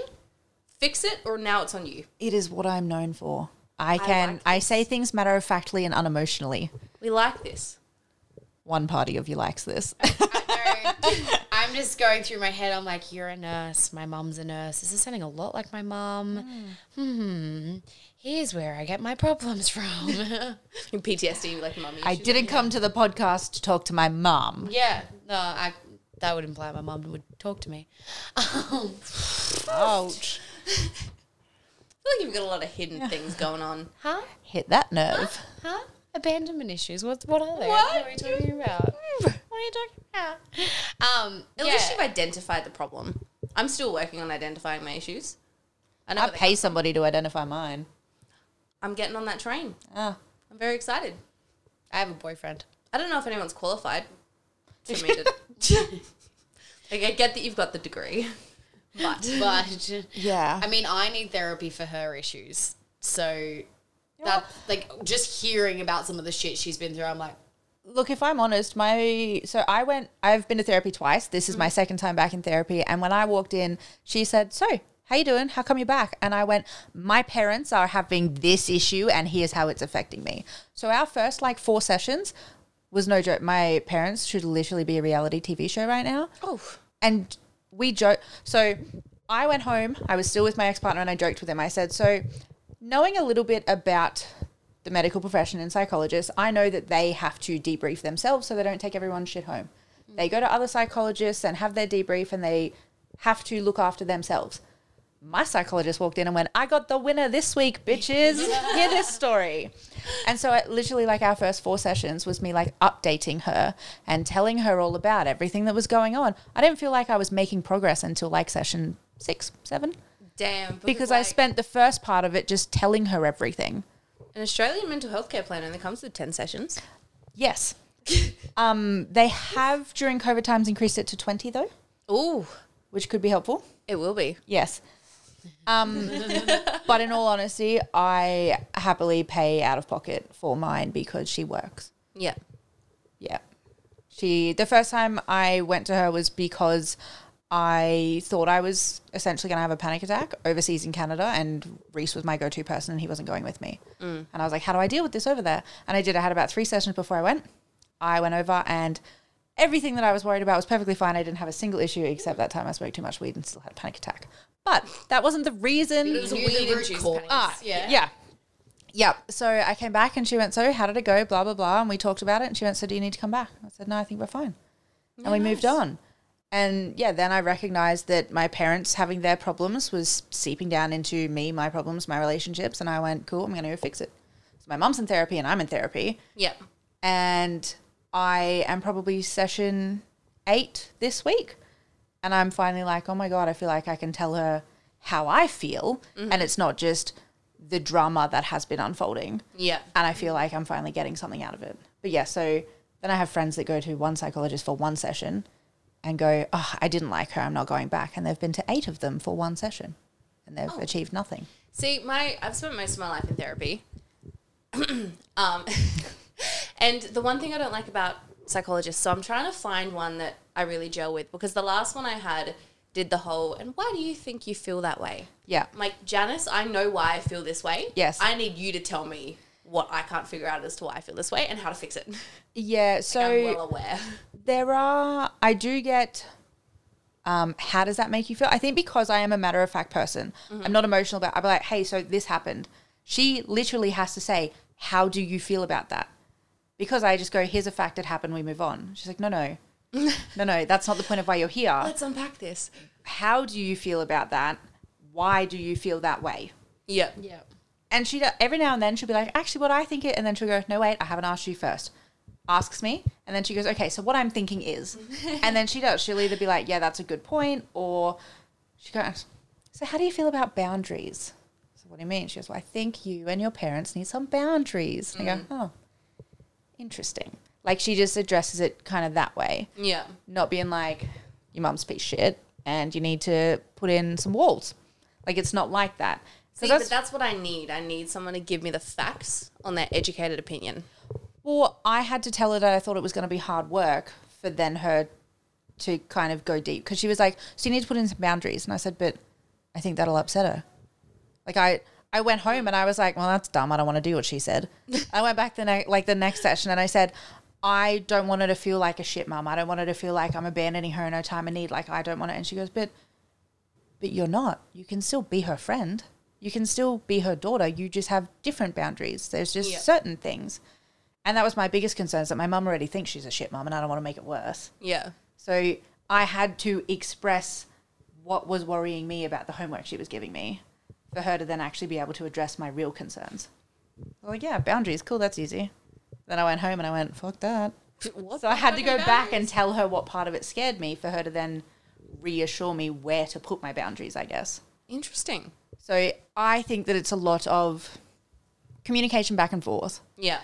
Speaker 3: fix it, or now it's on you.
Speaker 2: It is what I'm known for. I can I,
Speaker 3: like
Speaker 2: say things matter of factly and unemotionally.
Speaker 3: We like this.
Speaker 2: One party of you likes this.
Speaker 1: No. I'm just going through my head. I'm like, you're a nurse. My mum's a nurse. This is sounding a lot like my mum. Hmm. Here's where I get my problems from.
Speaker 3: In PTSD, like mummy.
Speaker 2: I
Speaker 3: issues.
Speaker 2: didn't come to the podcast to talk to my mom.
Speaker 1: yeah. No, I. That would imply my mum would talk to me. Um,
Speaker 2: Ouch.
Speaker 3: I feel like you've got a lot of hidden things going on.
Speaker 1: huh?
Speaker 2: Hit that nerve.
Speaker 1: Huh? Abandonment issues. What? What are they?
Speaker 3: What?
Speaker 1: What are we talking about? What are you talking about? Um.
Speaker 3: At
Speaker 1: yeah.
Speaker 3: least you've identified the problem. I'm still working on identifying my issues. I know
Speaker 2: I
Speaker 3: what they-
Speaker 2: pay somebody to identify mine.
Speaker 3: I'm getting on that train.
Speaker 2: Ah.
Speaker 3: I'm very excited.
Speaker 1: I have a boyfriend.
Speaker 3: I don't know if anyone's qualified for me to. like, I get that you've got the degree, but.
Speaker 1: But
Speaker 2: Yeah.
Speaker 1: I mean, I need therapy for her issues. So that like just hearing about some of the shit she's been through, I'm like,
Speaker 2: Look, if I'm honest, my so I went I've been to therapy twice. This is my second time back in therapy and when I walked in, she said, "So, how you doing? How come you're back?" And I went, "My parents are having this issue and here's how it's affecting me." So our first like four sessions was no joke. My parents should literally be a reality TV show right now.
Speaker 3: Oh,
Speaker 2: and we joke. So I went home. I was still with my ex partner and I joked with him. I said, So, knowing a little bit about the medical profession and psychologists, I know that they have to debrief themselves so they don't take everyone's shit home. They go to other psychologists and have their debrief and they have to look after themselves. My psychologist walked in and went, I got the winner this week, bitches. Hear this story. And so, it, literally, like our first four sessions was me like updating her and telling her all about everything that was going on. I didn't feel like I was making progress until like session six, seven,
Speaker 3: Damn.
Speaker 2: because I spent the first part of it just telling her everything.
Speaker 3: an Australian mental health care plan only comes with 10 sessions.
Speaker 2: Yes. um, they have during COVID times increased it to 20 though,
Speaker 3: Ooh,
Speaker 2: which could be helpful.
Speaker 3: it will be.
Speaker 2: Yes. Um, but in all honesty, I happily pay out of pocket for mine because she works.
Speaker 3: Yeah.
Speaker 2: Yeah. She the first time I went to her was because I thought I was essentially going to have a panic attack overseas in Canada, and Reese was my go-to person, and he wasn't going with me. And I was like, "How do I deal with this over there?" And I did. I had about three sessions before I went. I went over, and everything that I was worried about was perfectly fine. I didn't have a single issue except that time I smoked too much weed and still had a panic attack. But that wasn't the reason.
Speaker 1: Weed and juice packets.
Speaker 2: Ah, yeah. Yeah. Yep. So I came back and she went, So how did it go? Blah, blah, blah. And we talked about it. And she went, So do you need to come back? I said, No, I think we're fine. And we moved on. And yeah, then I recognized that my parents having their problems was seeping down into me, my problems, my relationships. And I went, Cool, I'm going to go fix it. So my mom's in therapy and I'm in therapy.
Speaker 3: Yeah.
Speaker 2: And I am probably session eight this week. And I'm finally like, oh my God, I feel like I can tell her how I feel.
Speaker 3: Mm-hmm.
Speaker 2: And it's not just the drama that has been unfolding.
Speaker 3: Yeah.
Speaker 2: And I feel like I'm finally getting something out of it. But yeah, so then I have friends that go to one psychologist for one session and go, oh, I didn't like her. I'm not going back. And they've been to eight of them for one session and
Speaker 3: Oh.
Speaker 2: they've achieved nothing.
Speaker 3: See, my I've spent most of my life in therapy. um, and the one thing I don't like about psychologists, so I'm trying to find one that I really gel with because the last one I had did the whole and why do you think you feel that way?
Speaker 2: Yeah.
Speaker 3: I'm like, Janice, I know why I feel this way.
Speaker 2: Yes.
Speaker 3: I need you to tell me what I can't figure out as to why I feel this way and how to fix it.
Speaker 2: Yeah. So.
Speaker 3: I'm well aware.
Speaker 2: there are i do get um, how does that make you feel i think because i am a matter of fact person i'm not emotional about i'll be like hey so this happened she literally has to say how do you feel about that because i just go here's a fact it happened we move on she's like no no no no that's not the point of why you're here
Speaker 3: Let's unpack this.
Speaker 2: how do you feel about that why do you feel that way
Speaker 3: Yeah.
Speaker 1: Yeah.
Speaker 2: and she every now and then she'll be like, actually, what I think it, and then she'll go, no wait, I haven't asked you first. Asks me, and then she goes, okay, so what I'm thinking is, and then she does. She'll either be like, yeah, that's a good point, or she goes, so how do you feel about boundaries? So what do you mean? She goes, well, I think you and your parents need some boundaries. And I go,
Speaker 3: Mm.
Speaker 2: oh, interesting. Like she just addresses it kind of that way,
Speaker 3: Yeah.
Speaker 2: not being like, your mum's a piece of shit, and you need to put in some walls. Like it's not like that. 'Cause
Speaker 3: See, but that's what I need. I need someone to give me the facts on their educated opinion.
Speaker 2: Well, I had to tell her that I thought it was going to be hard work for then her to kind of go deep because she was like, "So you need to put in some boundaries," and I said, "But I think that'll upset her." Like I, I went home and I was like, "Well, that's dumb. I don't want to do what she said." I went back the next, like the next session, and I said, "I don't want her to feel like a shit mum. I don't want her to feel like I'm abandoning her in her time of need. Like I don't want it." And she goes, "But, but you're not. You can still be her friend. You can still be her daughter. You just have different boundaries. There's just
Speaker 3: Yeah.
Speaker 2: certain things." And that was my biggest concern is that my mum already thinks she's a shit mum and I don't want to make it worse.
Speaker 3: Yeah.
Speaker 2: So I had to express what was worrying me about the homework she was giving me for her to then actually be able to address my real concerns. I was like, yeah, boundaries, cool, that's easy. Then I went home and I went, fuck that. so I had to go back and tell her what part of it scared me for her to then reassure me where to put my boundaries, I guess.
Speaker 3: Interesting.
Speaker 2: So I think that it's a lot of communication back and forth
Speaker 3: Yeah.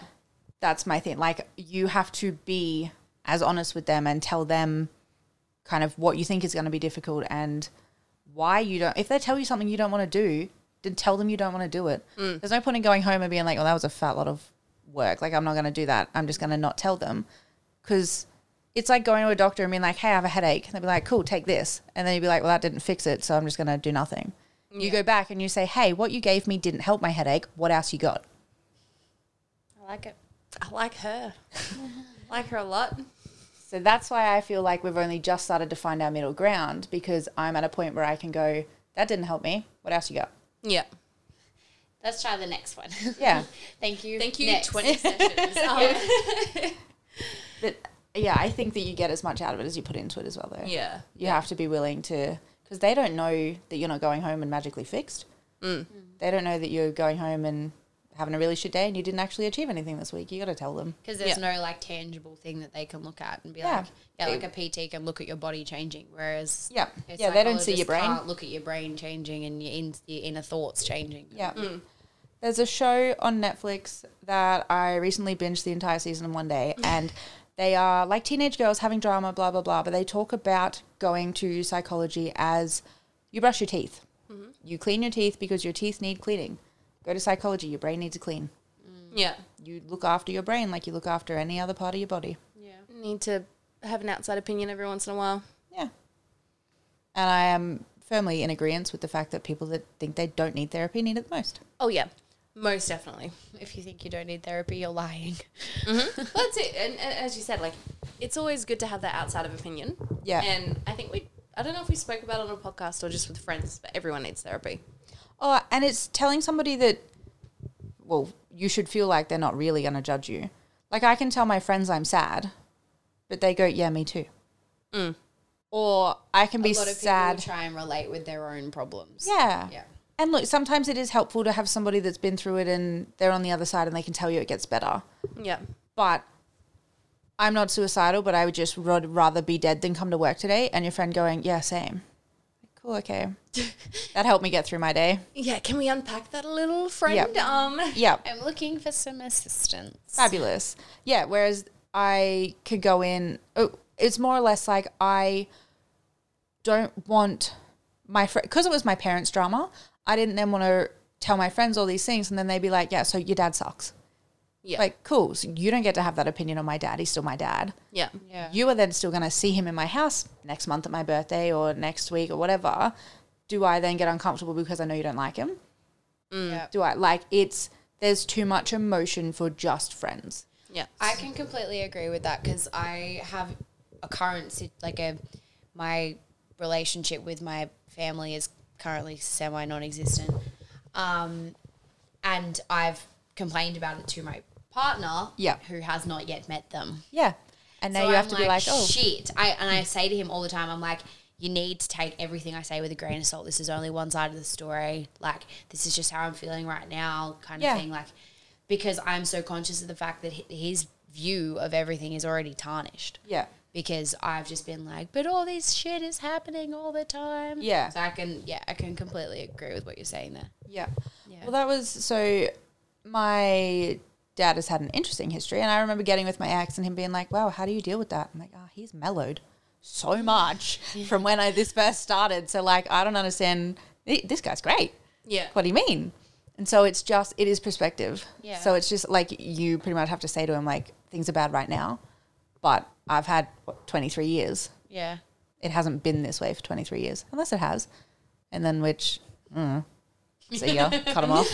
Speaker 2: that's my thing. Like you have to be as honest with them and tell them kind of what you think is going to be difficult and why you don't. If they tell you something you don't want to do, then tell them you don't want to do it. There's no point in going home and being like, "Well, that was a fat lot of work. Like I'm not going to do that. I'm just going to not tell them." Because it's like going to a doctor and being like, "Hey, I have a headache." And they'll be like, "Cool, take this," and then you'd be like, "Well, that didn't fix it, so I'm just going to do nothing." You go back and you say, "Hey, what you gave me didn't help my headache. What else you got?"
Speaker 3: I like it. I like her. like her a lot.
Speaker 2: So that's why I feel like we've only just started to find our middle ground because I'm at a point where I can go, that didn't help me. What else you got?
Speaker 3: Yeah.
Speaker 1: Let's try the next one.
Speaker 2: Yeah.
Speaker 1: Thank you.
Speaker 3: Thank you.
Speaker 1: Next.
Speaker 3: Twenty sessions.
Speaker 2: Oh.
Speaker 3: Um,
Speaker 2: But yeah, I think that you get as much out of it as you put into it as well, though.
Speaker 3: yeah.
Speaker 2: You have to be willing to, because they don't know that you're not going home and magically fixed. Mm. They don't know that you're going home and having a really shit day and you didn't actually achieve anything this week. You got to tell them.
Speaker 1: Because there's no like tangible thing that they can look at and be
Speaker 2: Yeah.
Speaker 1: like, yeah, like a PT can look at your body changing, whereas
Speaker 2: Yeah.
Speaker 1: a
Speaker 2: Yeah, they don't see your
Speaker 1: psychologist
Speaker 2: brain.
Speaker 1: Can't look at your brain changing and your, in, your inner thoughts changing.
Speaker 2: Yeah. There's a show on Netflix that I recently binged the entire season in one day, and they are like teenage girls having drama, blah, blah, blah. But they talk about going to psychology as you brush your teeth, you clean your teeth because your teeth need cleaning. Go to psychology, your brain needs a clean.
Speaker 3: Yeah.
Speaker 2: You look after your brain like you look after any other part of your body.
Speaker 3: Need to have an outside opinion every once in a while.
Speaker 2: Yeah. And I am firmly in agreement with the fact that people that think they don't need therapy need it the most.
Speaker 3: Oh yeah. Most definitely.
Speaker 1: If you think you don't need therapy, you're lying.
Speaker 3: Well, that's it. And, and as you said, like, it's always good to have that outside of opinion.
Speaker 2: Yeah.
Speaker 3: And I think we, I don't know if we spoke about it on a podcast or just with friends, but everyone needs therapy.
Speaker 2: Oh, and it's telling somebody that, well, you should feel like they're not really going to judge you. Like I can tell my friends I'm sad, but they go, "Yeah, me too." Or I can be
Speaker 1: Mm. a lot of
Speaker 2: sad.
Speaker 1: people try and relate with their own problems.
Speaker 2: yeah.
Speaker 1: Yeah.
Speaker 2: And look, sometimes it is helpful to have somebody that's been through it and they're on the other side and they can tell you it gets better.
Speaker 3: Yeah.
Speaker 2: But I'm not suicidal, but I would just ra- rather be dead than come to work today. And your friend going, "Yeah, same." Cool. Okay. that helped me get through my day.
Speaker 3: Yeah. Can we unpack that a little, friend? Um,
Speaker 2: Yeah.
Speaker 1: I'm looking for some assistance.
Speaker 2: fabulous. Yeah. Whereas I could go in. Oh, it's more or less like I don't want my friend because it was my parents' drama. I didn't then want to tell my friends all these things, and then they'd be like, "Yeah, so your dad sucks."
Speaker 3: Yeah.
Speaker 2: Like, cool. So you don't get to have that opinion on my dad. He's still my dad.
Speaker 3: yeah.
Speaker 1: Yeah.
Speaker 2: You are then still going to see him in my house next month at my birthday or next week or whatever. Do I then get uncomfortable because I know you don't like him?
Speaker 1: Yeah.
Speaker 2: Do I like it's there's too much emotion for just friends.
Speaker 3: Yeah.
Speaker 1: I can completely agree with that because I have a current sit- like a my relationship with my family is currently semi non-existent, um, and I've complained about it to my partner,
Speaker 2: Yeah.
Speaker 1: who has not yet met them.
Speaker 2: Yeah. And now you have to be like, oh,
Speaker 1: shit. I and I say to him all the time, I'm like, you need to take everything I say with a grain of salt. This is only one side of the story. Like, this is just how I'm feeling right now, kind
Speaker 2: Yeah.
Speaker 1: of thing. Like, because I'm so conscious of the fact that hi- his view of everything is already tarnished.
Speaker 2: yeah,
Speaker 1: Because I've just been like, but all this shit is happening all the time.
Speaker 2: Yeah.
Speaker 1: So I can, yeah, I can completely agree with what you're saying there.
Speaker 2: yeah. Well, that was so. My dad has had an interesting history, and I remember getting with my ex and him being like, "Wow, how do you deal with that?" I'm like, "Ah, he's mellowed so much from when I this first started." So like, I don't understand. Th- This guy's great.
Speaker 3: Yeah.
Speaker 2: What do you mean? And so it's just it is perspective.
Speaker 1: Yeah.
Speaker 2: So it's just like you pretty much have to say to him like things are bad right now, but I've had what, 23 years.
Speaker 1: Yeah.
Speaker 2: it hasn't been this way for 23 years, unless it has. And then which, mm, see ya, cut them off.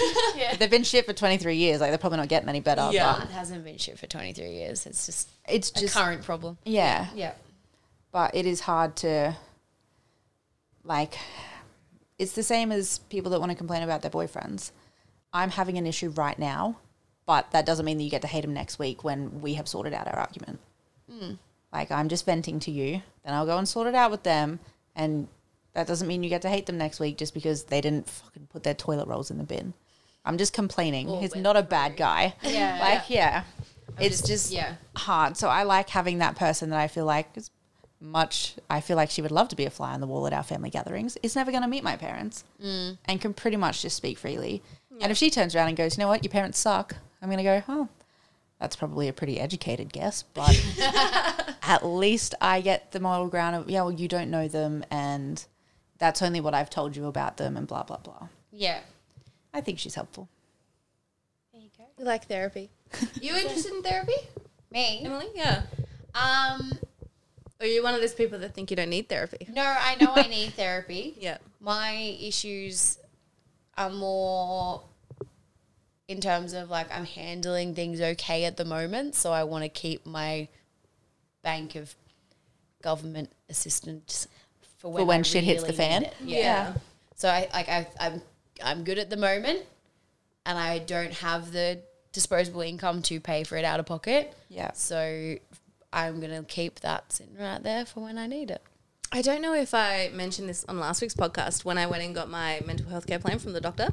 Speaker 2: But they've been shit for 23 years. Like they're probably not getting any better.
Speaker 3: Yeah.
Speaker 1: It hasn't been shit for 23 years. It's just
Speaker 2: But it's
Speaker 1: a
Speaker 2: just,
Speaker 1: current problem.
Speaker 2: yeah.
Speaker 1: Yeah.
Speaker 2: But it is hard to, like, it's the same as people that want to complain about their boyfriends. I'm having an issue right now, but that doesn't mean that you get to hate him next week when we have sorted out our argument. Like, I'm just venting to you, then I'll go and sort it out with them. And that doesn't mean you get to hate them next week just because they didn't fucking put their toilet rolls in the bin. I'm just complaining. He's not a bad guy.
Speaker 1: Yeah.
Speaker 2: Like, yeah. It's just,
Speaker 1: yeah.
Speaker 2: hard. So I like having that person that I feel like is much I feel like she would love to be a fly on the wall at our family gatherings. Is never going to meet my parents and can pretty much just speak freely. And if she turns around and goes, "You know what? Your parents suck." I'm going to go, "Oh, that's probably a pretty educated guess, but at least I get the moral ground of, yeah, well, you don't know them and that's only what I've told you about them and blah blah blah."
Speaker 1: Yeah.
Speaker 2: I think she's helpful.
Speaker 3: We like therapy.
Speaker 1: You interested in therapy? Me?
Speaker 3: Emily? Yeah.
Speaker 1: Um,
Speaker 3: Are you one of those people that think you don't need therapy?
Speaker 1: no, I know I need therapy.
Speaker 3: Yeah.
Speaker 1: My issues are more in terms of like I'm handling things okay at the moment, so I want to keep my bank of
Speaker 7: government assistance for when,
Speaker 2: for when
Speaker 7: I
Speaker 2: shit hits the
Speaker 7: really
Speaker 2: fan.
Speaker 7: need it. Yeah. So I like I I'm I'm good at the moment, and I don't have the disposable income to pay for it out of pocket.
Speaker 2: Yeah.
Speaker 7: So I'm gonna keep that sitting right there for when I need it.
Speaker 3: I don't know if I mentioned this on last week's podcast when I went and got my mental health care plan from the doctor.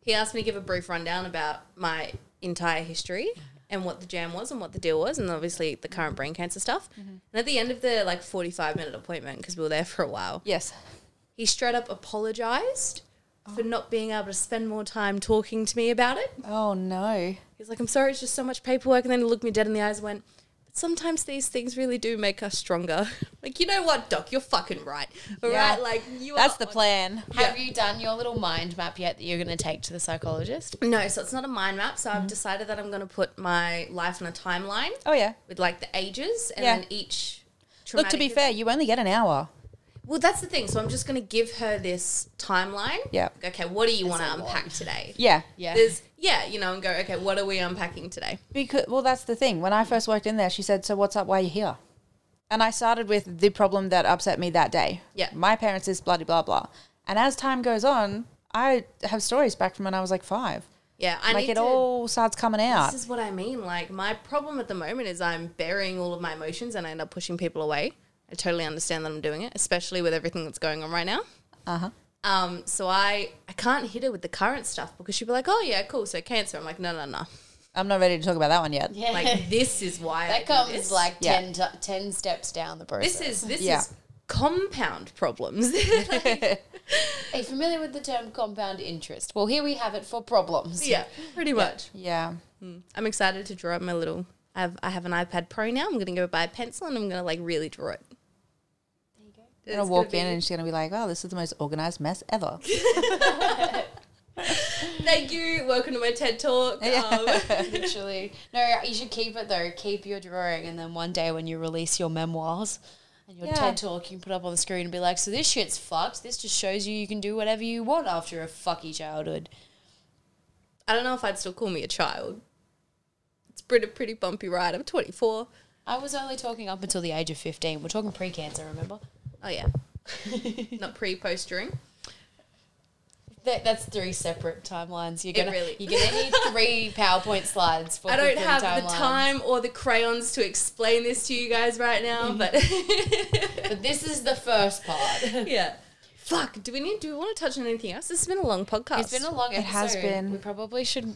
Speaker 3: He asked me to give a brief rundown about my entire history and what the jam was and what the deal was, and obviously the current brain cancer stuff. And at the end of the like 45 minute appointment, because we were there for a while,
Speaker 2: Yes.
Speaker 3: he straight up apologized for not being able to spend more time talking to me about it.
Speaker 2: Oh no.
Speaker 3: He's like, I'm sorry, it's just so much paperwork. And then he looked me dead in the eyes and went, but sometimes these things really do make us stronger. like, you know what, Doc, you're fucking right. All
Speaker 2: Yeah.
Speaker 3: right, Like, you
Speaker 2: That's
Speaker 3: are
Speaker 2: the
Speaker 3: on-
Speaker 2: plan.
Speaker 7: Have you done your little mind map yet that you're gonna take to the psychologist?
Speaker 3: No, so it's not a mind map. So
Speaker 2: Mm-hmm.
Speaker 3: I've decided that I'm going to put my life on a timeline
Speaker 2: Oh yeah.
Speaker 3: with like the ages and
Speaker 2: Yeah.
Speaker 3: then each.
Speaker 2: Look, to
Speaker 3: traumatic
Speaker 2: be
Speaker 3: event-
Speaker 2: fair, you only get an hour.
Speaker 3: Well, that's the thing. So I'm just going to give her this timeline.
Speaker 2: Yeah.
Speaker 3: Like, Okay, what do you want to unpack today?
Speaker 2: Yeah.
Speaker 7: Yeah.
Speaker 3: There's, yeah, you know, and go, okay, what are we unpacking today?
Speaker 2: Because well, that's the thing. When I first worked in there, she said, "So what's up? Why are you here?" And I started with the problem that upset me that day.
Speaker 3: Yeah.
Speaker 2: My parents is bloody blah blah. And as time goes on, I have stories back from when I was like five.
Speaker 3: Yeah, I
Speaker 2: like
Speaker 3: need
Speaker 2: it
Speaker 3: to,
Speaker 2: all starts coming out.
Speaker 3: This is what I mean. Like my problem at the moment is I'm burying all of my emotions and I end up pushing people away. I totally understand that I'm doing it, especially with everything that's going on right now.
Speaker 2: Uh-huh.
Speaker 3: Uh huh. Um, so I I can't hit her with the current stuff because she'd be like, "Oh yeah, cool." So cancer. I'm like, no, no, no.
Speaker 2: I'm not ready to talk about that one yet.
Speaker 3: Like this is why I
Speaker 1: That
Speaker 3: do
Speaker 1: comes
Speaker 3: this.
Speaker 1: like
Speaker 2: Yeah.
Speaker 1: 10, to- 10 steps down the process.
Speaker 3: this is this
Speaker 2: Yeah.
Speaker 3: is compound problems.
Speaker 1: Are you familiar with the term compound interest? Well, here we have it for problems.
Speaker 3: yeah, pretty much.
Speaker 2: Yeah.
Speaker 3: I'm excited to draw up my little. I have I have an iPad Pro now. I'm gonna go buy a pencil and I'm gonna like really draw it.
Speaker 2: I'm gonna
Speaker 3: It's
Speaker 2: walk
Speaker 3: be-
Speaker 2: in and she's gonna be like, "Oh, this is the most organized mess ever."
Speaker 3: Thank you. Welcome to my TED Talk. Um,
Speaker 1: Literally. No, you should keep it though. Keep your drawing, and then one day when you release your memoirs and your
Speaker 2: Yeah.
Speaker 1: TED talk, you can put up on the screen and be like, "So this shit's fucked. This just shows you you can do whatever you want after a fucky childhood."
Speaker 3: I don't know if I'd still call me a child. It's pretty pretty bumpy ride. I'm 24.
Speaker 1: I was only talking up until the age of fifteen. We're talking pre-cancer, remember?
Speaker 3: Oh yeah, not pre post during.
Speaker 1: That, that's three separate timelines. You're
Speaker 3: It
Speaker 1: gonna
Speaker 3: really-
Speaker 1: you're gonna need three PowerPoint slides for
Speaker 3: I don't
Speaker 1: different
Speaker 3: have the
Speaker 1: timelines.
Speaker 3: time or the crayons to explain this to you guys right now, but
Speaker 1: But this is the first part.
Speaker 3: yeah. Fuck. Do we need? Do we want to touch on anything else? This has been a long podcast.
Speaker 1: It's been a long episode.
Speaker 2: It has been.
Speaker 1: We probably should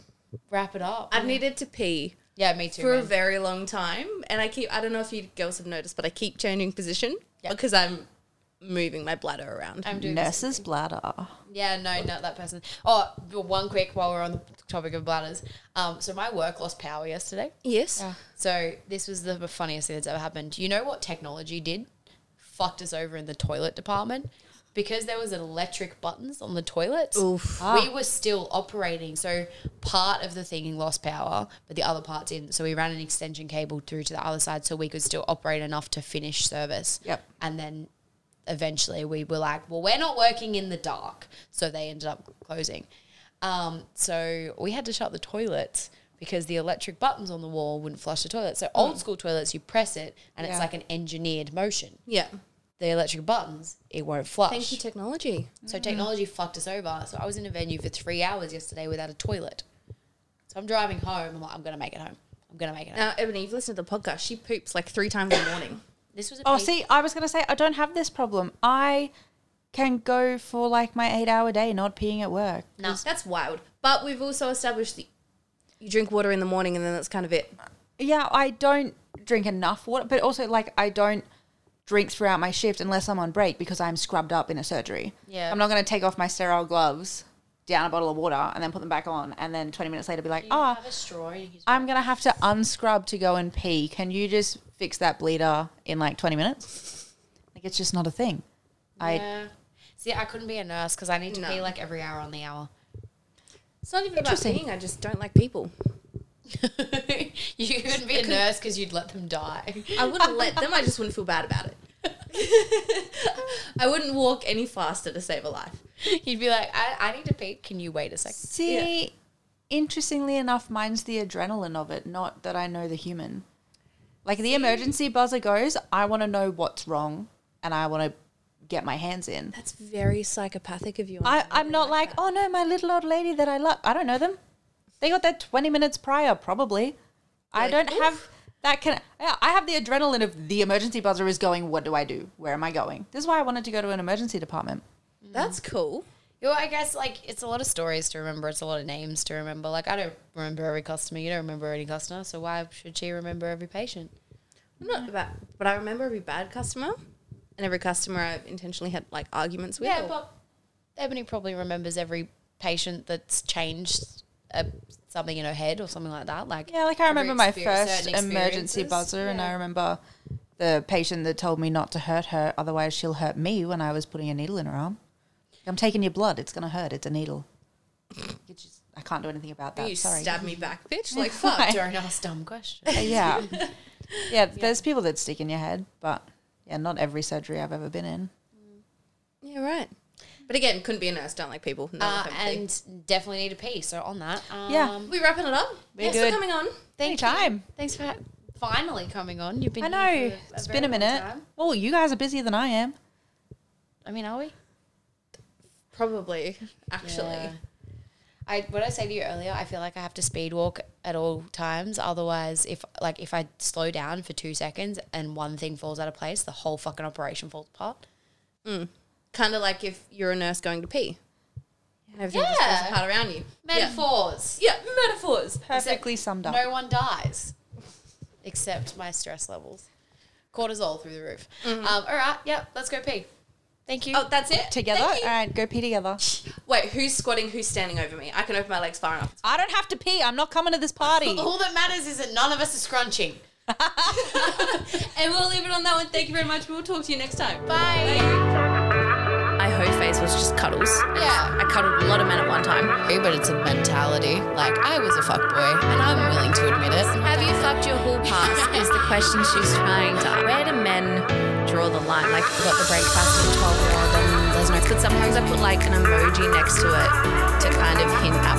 Speaker 1: wrap it up.
Speaker 3: I've needed to pee
Speaker 1: yeah, me too.
Speaker 3: for a
Speaker 1: man.
Speaker 3: very long time, and I keep. I don't know if you girls have noticed, but I keep changing position
Speaker 1: Yep.
Speaker 3: because I'm moving my bladder around.
Speaker 1: I'm doing this.
Speaker 2: Nurse's bladder.
Speaker 1: Yeah, no, not that person. Oh, but one quick while we're on the topic of bladders. Um, so my work lost power yesterday.
Speaker 3: yes.
Speaker 1: So this was the funniest thing that's ever happened. You know what technology did? Fucked us over in the toilet department because there was electric buttons on the toilets. We were still operating. So part of the thing lost power, but the other part didn't. So we ran an extension cable through to the other side so we could still operate enough to finish service.
Speaker 2: Yep.
Speaker 1: And then eventually we were like, well, we're not working in the dark. So they ended up closing. Um, so we had to shut the toilets because the electric buttons on the wall wouldn't flush the toilet. So old school toilets, you press it and
Speaker 2: Hmm. Yeah.
Speaker 1: it's like an engineered motion.
Speaker 3: Yeah.
Speaker 1: The electric buttons, it won't flush.
Speaker 3: Thank you, technology.
Speaker 1: so
Speaker 2: Mm.
Speaker 1: technology fucked us over. So I was in a venue for three hours yesterday without a toilet. So I'm driving home. I'm like, I'm gonna make it home. I'm gonna make it home.
Speaker 3: Now, Uh, Ebony, you've listened to the podcast. She poops like three times in the morning.
Speaker 1: This was a
Speaker 2: Oh,
Speaker 1: piece-
Speaker 2: see, I was gonna say I don't have this problem. I can go for like my eight-hour day not peeing at work.
Speaker 3: No, that's wild. But we've also established that you drink water in the morning, and then that's kind of it.
Speaker 2: Yeah, I don't drink enough water, but also like I don't drink throughout my shift unless I'm on break because I'm scrubbed up in a surgery.
Speaker 1: Yeah.
Speaker 2: I'm not going to take off my sterile gloves, down a bottle of water, and then put them back on, and then 20 minutes later be like, ah,
Speaker 1: have a straw. You can-
Speaker 2: I'm going to have to unscrub to go and pee. Can you just fix that bleeder in like 20 minutes? Like it's just not a thing. I
Speaker 1: yeah. See, I couldn't be a nurse because I need to
Speaker 3: No.
Speaker 1: pee like every hour on the hour.
Speaker 3: It's not even about
Speaker 2: Interesting.
Speaker 3: peeing. I just don't like people.
Speaker 1: you couldn't be a nurse because you'd let them die.
Speaker 3: I wouldn't let them. I just wouldn't feel bad about it. I wouldn't walk any faster to save a life.
Speaker 1: You'd be like, I, I need to pee. Can you wait a second?
Speaker 2: see. Interestingly enough, mine's the adrenaline of it, not that I know the human. Like the emergency buzzer goes, I want to know what's wrong and I want to get my hands in.
Speaker 3: That's very psychopathic of you.
Speaker 2: I, I'm not like, oh no, my little old lady that I love. I don't know them. They got there 20 minutes prior, probably. I don't have that. Can yeah, I have the adrenaline of the emergency buzzer is going. What do I do? Where am I going? This is why I wanted to go to an emergency department.
Speaker 3: Mm. That's cool.
Speaker 1: Well, I guess like it's a lot of stories to remember. It's a lot of names to remember. Like I don't remember every customer. You don't remember any customer. So why should she remember every patient?
Speaker 3: I'm not about, but I remember every bad customer and every customer I've intentionally had like arguments with.
Speaker 1: Yeah,
Speaker 3: or-
Speaker 1: but Ebony probably remembers every patient that's changed uh something in her head or something like that. Like
Speaker 2: Yeah, like I remember my
Speaker 1: exper- certain
Speaker 2: first emergency
Speaker 1: experiences.
Speaker 2: buzzer, and I remember the patient that told me not to hurt her, otherwise she'll hurt me when I was putting a needle in her arm. I'm taking your blood; it's gonna hurt. It's a needle. You just- I can't do anything about that.
Speaker 3: you
Speaker 2: Sorry.
Speaker 3: stab me back, bitch. Like fuck.
Speaker 1: Don't ask dumb questions.
Speaker 2: yeah. yeah, There's people that stick in your head, but yeah, not every surgery I've ever been in.
Speaker 3: yeah, right. But again, couldn't be a nurse. Don't like people. No,
Speaker 1: Uh,
Speaker 3: empathy.
Speaker 1: and definitely need a pee. So on that, um,
Speaker 2: Yeah.
Speaker 3: we wrapping it up.
Speaker 2: We're
Speaker 3: Thanks
Speaker 2: good.
Speaker 3: for coming on.
Speaker 1: Thank
Speaker 2: Anytime.
Speaker 1: You. Thanks for ha- finally coming on. You've been.
Speaker 2: I
Speaker 1: here
Speaker 2: know.
Speaker 1: for a
Speaker 2: It's
Speaker 1: very
Speaker 2: been a
Speaker 1: long
Speaker 2: minute.
Speaker 1: time.
Speaker 2: Oh, you guys are busier than I am.
Speaker 1: I mean, are we?
Speaker 3: Probably, actually.
Speaker 1: Yeah. I what I said to you earlier, I feel like I have to speed walk at all times. Otherwise, if like if I slow down for two seconds and one thing falls out of place, the whole fucking operation falls apart.
Speaker 3: Kind of like if you're a nurse going to pee. And everything just
Speaker 1: Yeah.
Speaker 3: falls apart around you.
Speaker 1: Metaphors.
Speaker 3: Yeah, metaphors.
Speaker 2: Perfectly summed up.
Speaker 1: No one dies, except my stress levels. Cortisol through the roof. Um, all right, yep, let's go pee. Thank you.
Speaker 3: Mm-hmm. Oh, that's it.
Speaker 2: Together, all
Speaker 3: Thank you.
Speaker 2: right, go pee together.
Speaker 3: Wait, who's squatting? Who's standing over me? I can open my legs far enough.
Speaker 2: I don't have to pee. I'm not coming to this party.
Speaker 1: all that matters is that none of us are scrunching.
Speaker 3: And we'll leave it on that one. Thank you very much. We'll talk to you next time.
Speaker 1: Bye.
Speaker 8: My whole face was just cuddles.
Speaker 1: Yeah.
Speaker 8: I cuddled a lot of men at one time.
Speaker 1: But it's a mentality. Like I was a fuckboy, and I'm willing to admit it.
Speaker 8: Have you fucked your whole past? is the question she's trying to. Where do men draw the line? Like, got the breakfast and 12 year old, and there's no. But sometimes I put like an emoji next to it to kind of hint at
Speaker 1: Oh